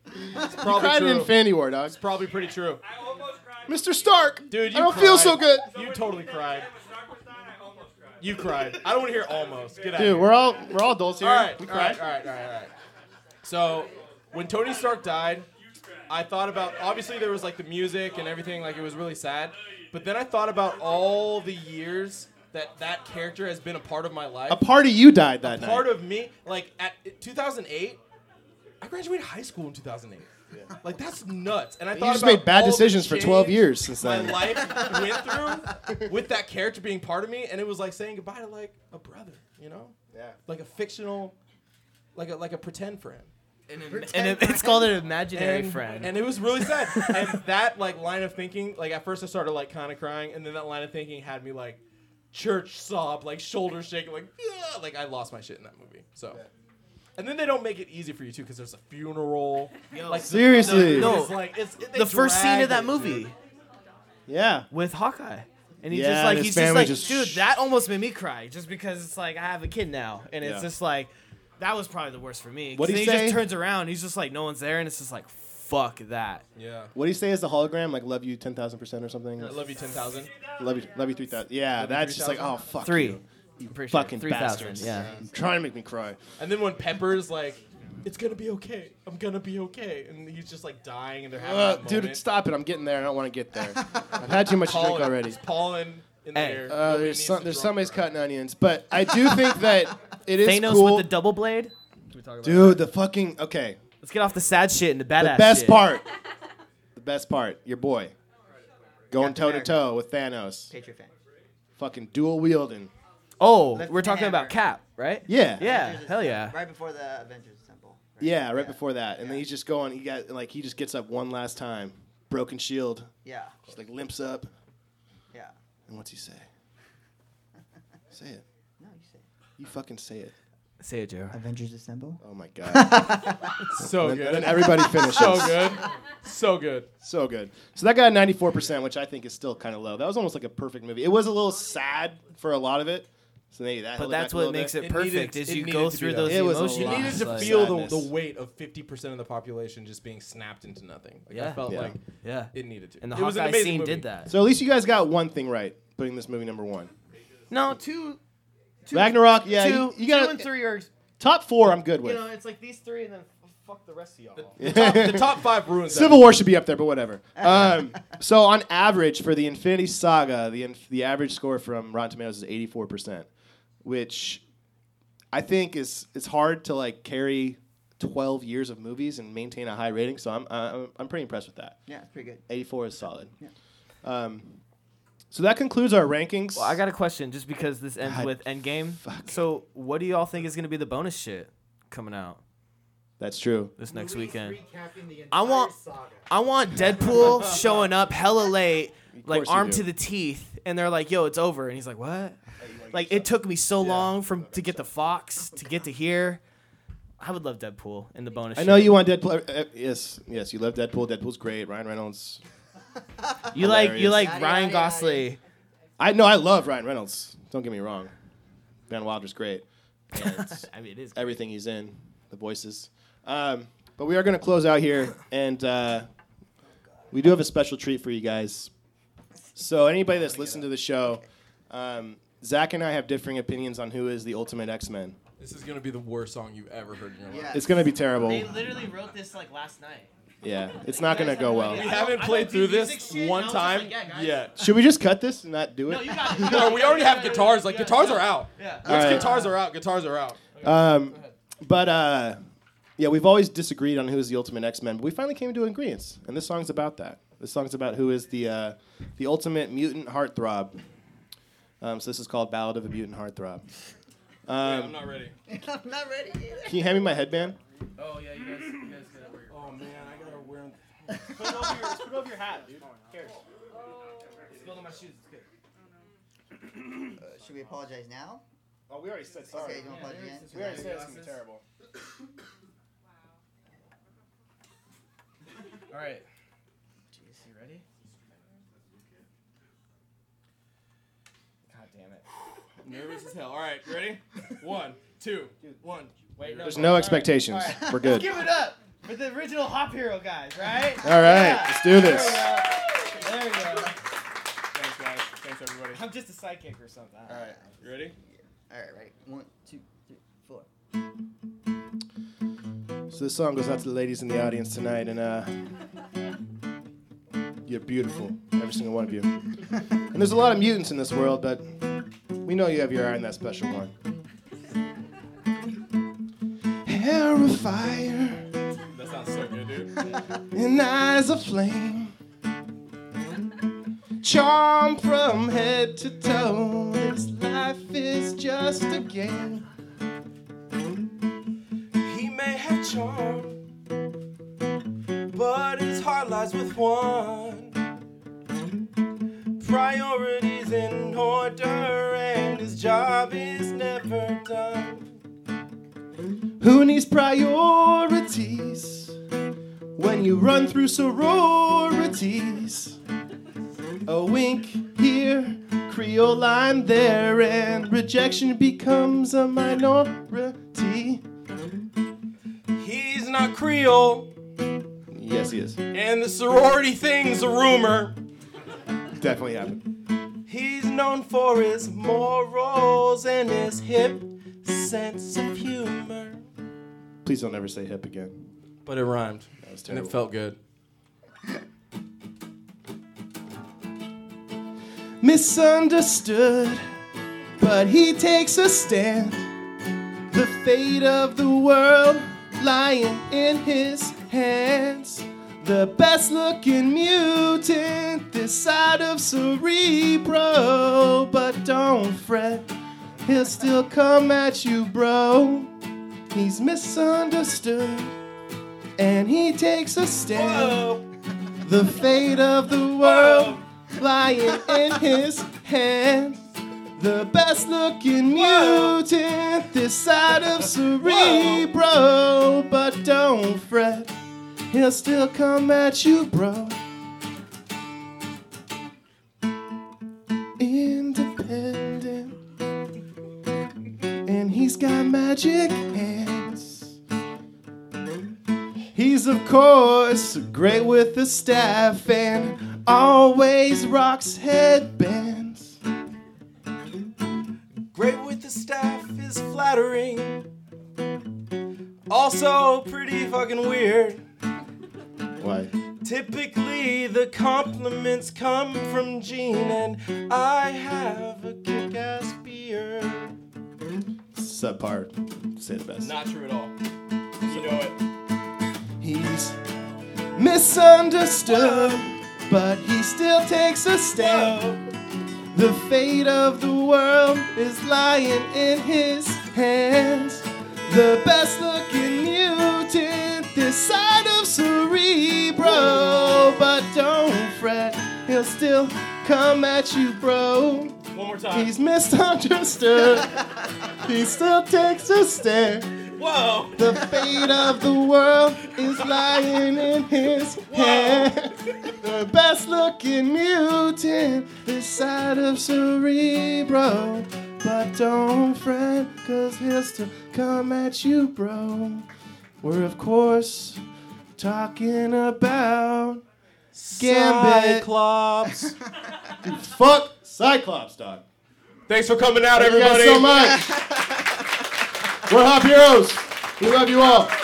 Speaker 7: it's probably
Speaker 4: Cried
Speaker 7: true.
Speaker 4: in Infinity War, dog.
Speaker 7: it's probably pretty true.
Speaker 9: I almost cried.
Speaker 4: Mr. Stark,
Speaker 7: Dude, you
Speaker 4: I don't feel
Speaker 7: cried.
Speaker 4: so good.
Speaker 7: You totally cried.
Speaker 9: When Stark was dying, I almost cried.
Speaker 7: You cried. I don't want to hear almost. Get out.
Speaker 4: Dude, we're all we're all adults here.
Speaker 7: all right.
Speaker 4: we
Speaker 7: All right.
Speaker 4: cried.
Speaker 7: All right. All right. All right. So, when Tony Stark died, I thought about obviously there was like the music and everything like it was really sad, but then I thought about all the years that that character has been a part of my life.
Speaker 4: A part of you died that night.
Speaker 7: part of me like at 2008 i graduated high school in 2008 like that's nuts and i thought
Speaker 4: you just
Speaker 7: about
Speaker 4: made bad
Speaker 7: all the
Speaker 4: decisions for 12
Speaker 7: change
Speaker 4: years since
Speaker 7: my
Speaker 4: then.
Speaker 7: life went through with that character being part of me and it was like saying goodbye to like a brother you know
Speaker 4: Yeah.
Speaker 7: like a fictional like a like a pretend friend
Speaker 5: And it, it's called an imaginary
Speaker 7: and,
Speaker 5: friend.
Speaker 7: and it was really sad and that like line of thinking like at first i started like kind of crying and then that line of thinking had me like church sob like shoulder shaking like yeah like i lost my shit in that movie so and then they don't make it easy for you too because there's a funeral like the-
Speaker 4: Seriously.
Speaker 7: the-
Speaker 5: No.
Speaker 7: it's like it's it- they
Speaker 5: the first scene
Speaker 7: drag
Speaker 5: of that
Speaker 7: it,
Speaker 5: movie
Speaker 7: dude.
Speaker 4: Yeah.
Speaker 5: with Hawkeye. And he's
Speaker 4: Yeah,
Speaker 5: just
Speaker 4: and
Speaker 5: like,
Speaker 4: his
Speaker 5: he's just
Speaker 4: family
Speaker 5: like,
Speaker 4: just-
Speaker 5: dude, that almost made me cry just because it's like, I have a kid now. And it's
Speaker 4: Yeah.
Speaker 5: just like, that was probably the worst for me. 'Cause
Speaker 4: What'd he
Speaker 5: then
Speaker 4: say?
Speaker 5: just turns around. He's just like, no one's there. And it's just like, fuck that.
Speaker 7: yeah
Speaker 4: What do you say is the hologram? Like love you 10,000% or something?
Speaker 7: i love you 10000
Speaker 4: Love you, love you, three thousand. Yeah, that's just like, oh
Speaker 7: 3,000?
Speaker 4: fuck,
Speaker 5: Three.
Speaker 4: you,
Speaker 5: You
Speaker 4: fucking bastards.
Speaker 5: 3,000. Yeah.
Speaker 4: You're trying to make me cry.
Speaker 7: and then when pepper's like it's gonna be okay i'm gonna be okay and he's just like dying and they're having
Speaker 4: Uh,
Speaker 7: that
Speaker 4: dude,
Speaker 7: moment.
Speaker 4: stop it! I'm getting there. I don't want to get there. I've had too much to drink
Speaker 7: pollen
Speaker 4: already.
Speaker 7: there's pollen in the
Speaker 5: Hey.
Speaker 7: air
Speaker 4: Uh,
Speaker 7: Nobody
Speaker 4: there's
Speaker 7: needs
Speaker 4: some,
Speaker 7: to
Speaker 4: there's
Speaker 7: drop
Speaker 4: somebody's
Speaker 7: around.
Speaker 4: cutting onions, but I do think that it is
Speaker 5: Thanos
Speaker 4: cool.
Speaker 5: with the double blade.
Speaker 4: dude, the fucking okay.
Speaker 5: Let's get off the sad shit into
Speaker 4: The
Speaker 5: badass
Speaker 4: best
Speaker 5: shit. *laughs*
Speaker 4: part. The best part. Your boy, going
Speaker 6: Captain
Speaker 4: toe to
Speaker 6: America.
Speaker 4: toe with Thanos.
Speaker 6: Patriot fan.
Speaker 4: Fucking dual wielding.
Speaker 5: Oh,
Speaker 6: Lift
Speaker 5: we're
Speaker 6: the
Speaker 5: talking about
Speaker 6: hammer.
Speaker 5: Cap, right?
Speaker 4: Yeah.
Speaker 5: Yeah.
Speaker 6: Avengers
Speaker 5: Hell
Speaker 6: is-
Speaker 5: yeah.
Speaker 6: Right before the Avengers Temple.
Speaker 4: Yeah, right before that, and then he's just going. He got like he just gets up one last time. broken shield.
Speaker 6: Yeah.
Speaker 4: Just like limps up.
Speaker 6: Yeah.
Speaker 4: And what's
Speaker 3: *laughs*
Speaker 4: he say? say it.
Speaker 6: No, you say. it.
Speaker 4: You fucking say it.
Speaker 5: Say it, Joe.
Speaker 6: Avengers Assemble.
Speaker 3: *laughs*
Speaker 4: Oh my god.
Speaker 3: So
Speaker 4: and, then-
Speaker 3: good.
Speaker 4: And then everybody finishes.
Speaker 3: so good. So good.
Speaker 4: So good. So that got a 94%, which I think is still kind of low. That was almost like a perfect movie. It was a little sad for a lot of it. So maybe that.
Speaker 5: But that's what makes it
Speaker 7: It needed-
Speaker 5: perfect is
Speaker 7: it
Speaker 5: you
Speaker 7: needed
Speaker 5: go
Speaker 7: to be
Speaker 5: through
Speaker 7: that.
Speaker 5: those
Speaker 4: It was a
Speaker 5: emotions.
Speaker 7: You
Speaker 4: lot.
Speaker 7: needed to
Speaker 4: Like
Speaker 7: feel the,
Speaker 4: sadness.
Speaker 7: the weight of 50% of the population just being snapped into nothing. Like, I
Speaker 5: Yeah.
Speaker 7: felt
Speaker 4: Yeah.
Speaker 7: like
Speaker 5: Yeah.
Speaker 7: it needed to.
Speaker 5: And the
Speaker 7: it was an
Speaker 5: Hawkeye
Speaker 7: amazing
Speaker 5: scene
Speaker 7: movie.
Speaker 5: did that.
Speaker 4: So at least you guys got one thing right, putting this movie number one.
Speaker 5: no, two, two
Speaker 4: Ragnarok, yeah.
Speaker 5: two,
Speaker 4: you, you
Speaker 10: Two
Speaker 4: got
Speaker 10: and three are,
Speaker 4: top four. I'm good with.
Speaker 10: you know, it's like these three and then f- fuck the rest of y'all.
Speaker 4: *laughs*
Speaker 7: The top five ruins
Speaker 4: Civil War should be up there, but whatever. Um, *laughs* so on average for the Infinity Saga, the inf- the average score from Rotten Tomatoes is 84 percent, which I think is it's hard to like carry 12 years of movies and maintain a high rating. So I'm I'm, I'm pretty impressed with that.
Speaker 6: Yeah, it's pretty good.
Speaker 4: 84 is solid. Um, so that concludes our rankings.
Speaker 5: Well, I got a question just because this ends
Speaker 4: God,
Speaker 5: with Endgame.
Speaker 4: fuck.
Speaker 5: So, what do y'all think is going to be the bonus shit coming out
Speaker 4: That's true.
Speaker 5: this next weekend?
Speaker 11: Recapping the entire
Speaker 5: I want-
Speaker 11: saga.
Speaker 5: I
Speaker 10: *laughs*
Speaker 5: want Deadpool showing up hella late, like
Speaker 4: course you
Speaker 5: armed
Speaker 4: do.
Speaker 5: to the teeth, and they're like, "Yo, it's over," and he's like, "What?" Like it took me so long from to get the Fox to get to here. I would love Deadpool in the bonus.
Speaker 4: I know
Speaker 5: shit.
Speaker 4: you want Deadpool. uh, uh, yes, yes, you love Deadpool. Deadpool's great. Ryan Reynolds.
Speaker 5: You like you
Speaker 4: Hilarious.
Speaker 5: like
Speaker 6: Yada,
Speaker 5: Ryan
Speaker 6: yada, yada.
Speaker 5: Gosling.
Speaker 4: I know I love Ryan Reynolds. Don't get me wrong. Van Wilder's great.
Speaker 5: *laughs*
Speaker 4: And
Speaker 5: I mean, it is.
Speaker 4: everything he's in, the voices. Um, but we are going to close out here, and uh, we do have a special treat for you guys. So anybody that's listened to the show, um, Zach and I have differing opinions on who is the ultimate X Men.
Speaker 7: This is going to be the worst song you've ever heard in your life.
Speaker 6: Yeah.
Speaker 4: It's going to be terrible.
Speaker 10: They literally wrote this like last night.
Speaker 4: Yeah, it's not going to go well.
Speaker 7: We
Speaker 10: I
Speaker 7: haven't
Speaker 10: don't- I
Speaker 7: played
Speaker 10: don't
Speaker 7: through
Speaker 10: do music
Speaker 7: this
Speaker 10: shit,
Speaker 7: one
Speaker 10: and I was
Speaker 7: time
Speaker 10: just like, yeah, guys.
Speaker 7: yet.
Speaker 4: Should we just cut this and not do
Speaker 10: No,
Speaker 4: it?
Speaker 10: you got it. You got
Speaker 7: No,
Speaker 10: it.
Speaker 7: we already have
Speaker 10: Yeah,
Speaker 7: guitars.
Speaker 10: yeah,
Speaker 7: Like
Speaker 10: yeah,
Speaker 7: guitars
Speaker 10: yeah.
Speaker 7: are out.
Speaker 10: Yeah.
Speaker 4: All
Speaker 7: Once
Speaker 4: right.
Speaker 7: guitars are out, guitars are out.
Speaker 4: Um, but uh, yeah, we've always disagreed on who is the ultimate X Men, but we finally came to agreements, and this song's about that. This song's about who is the uh, the ultimate mutant heartthrob. Um, so this is called Ballad of a Mutant Heartthrob.
Speaker 7: I'm
Speaker 4: Um,
Speaker 7: not ready.
Speaker 6: *laughs* I'm not ready either.
Speaker 4: can you hand me my headband?
Speaker 10: Oh yeah, you guys, you guys gotta work.
Speaker 7: Oh man, I gotta wear.
Speaker 10: Put it over your, put it over your hat, dude. Cares.
Speaker 8: Oh.
Speaker 10: It's going on my shoes. It's good.
Speaker 6: *laughs* Should we apologize now?
Speaker 4: Oh, we already said
Speaker 6: Okay, you want to apologize again?
Speaker 4: it's gonna be terrible.
Speaker 10: All right. Jeez, you ready? God damn it.
Speaker 7: Nervous as hell. All right, you ready? One, two, one.
Speaker 10: Wait, no.
Speaker 4: There's no expectations. We're good.
Speaker 10: Give it up for the original Hop Hero guys, right?
Speaker 4: All right, let's do this.
Speaker 10: There we go. There we go.
Speaker 7: Thanks guys. Thanks everybody.
Speaker 10: I'm just a sidekick or something.
Speaker 7: All right, you ready?
Speaker 6: All right, ready. One, two, three, four.
Speaker 4: So this song goes out to the ladies in the audience tonight, and uh, you're beautiful, every single one of you. And there's a lot of mutants in this world, but we know you have your eye on that special one. Hair of fire
Speaker 7: That sounds so good, dude.
Speaker 4: *laughs* and eyes of flame, charm from head to toe. This life is just a game.
Speaker 7: He may have charm, but his heart lies with one. Priorities in order, and his job is never done.
Speaker 4: Who needs priorities when you run through sororities? A wink here, Creole line there, and rejection becomes a minority.
Speaker 7: He's not Creole,
Speaker 4: Yes, he is.
Speaker 7: and the sorority thing's a rumor.
Speaker 4: Definitely happened.
Speaker 7: He's known for his morals and his hip sense of humor.
Speaker 4: Please don't ever say hip again.
Speaker 7: But it rhymed,
Speaker 4: That was
Speaker 7: and
Speaker 4: terrible.
Speaker 7: it felt good.
Speaker 4: misunderstood, but he takes a stand. The fate of the world lying in his hands. The best looking mutant this side of Cerebro, but don't fret, he'll still come at you, bro. He's misunderstood, and he takes a stand. The fate of the world lying in his hands. The best looking mutant this side of Cerebro. But don't fret, he'll still come at you, bro. Independent. And he's got magic hands. He's, of course, great with the staff and always rocks headbands.
Speaker 11: Great with the staff is flattering. Also pretty fucking weird.
Speaker 4: Why?
Speaker 11: Typically, the compliments come from Gene, and I have a kick ass beard.
Speaker 4: Subpar. Say the best.
Speaker 7: Not true at all. You know it.
Speaker 4: He's misunderstood, but he still takes a stand. The fate of the world is lying in his hands. The best looking mutant this side of Cerebro. But don't fret, he'll still come at you, bro.
Speaker 7: One more time.
Speaker 4: He's misunderstood, he still takes a stand.
Speaker 7: Whoa!
Speaker 4: The fate of the world is lying in his hand. The best looking mutant this side of Cerebro. But don't fret, cause he'll still come at you, bro. We're, of course, talking about Gambit.
Speaker 11: Cyclops.
Speaker 4: Fuck Cyclops, dog.
Speaker 7: Thanks for coming out,
Speaker 4: Thank
Speaker 7: everybody.
Speaker 4: you guys so much. We're Hop Heroes. We love you all.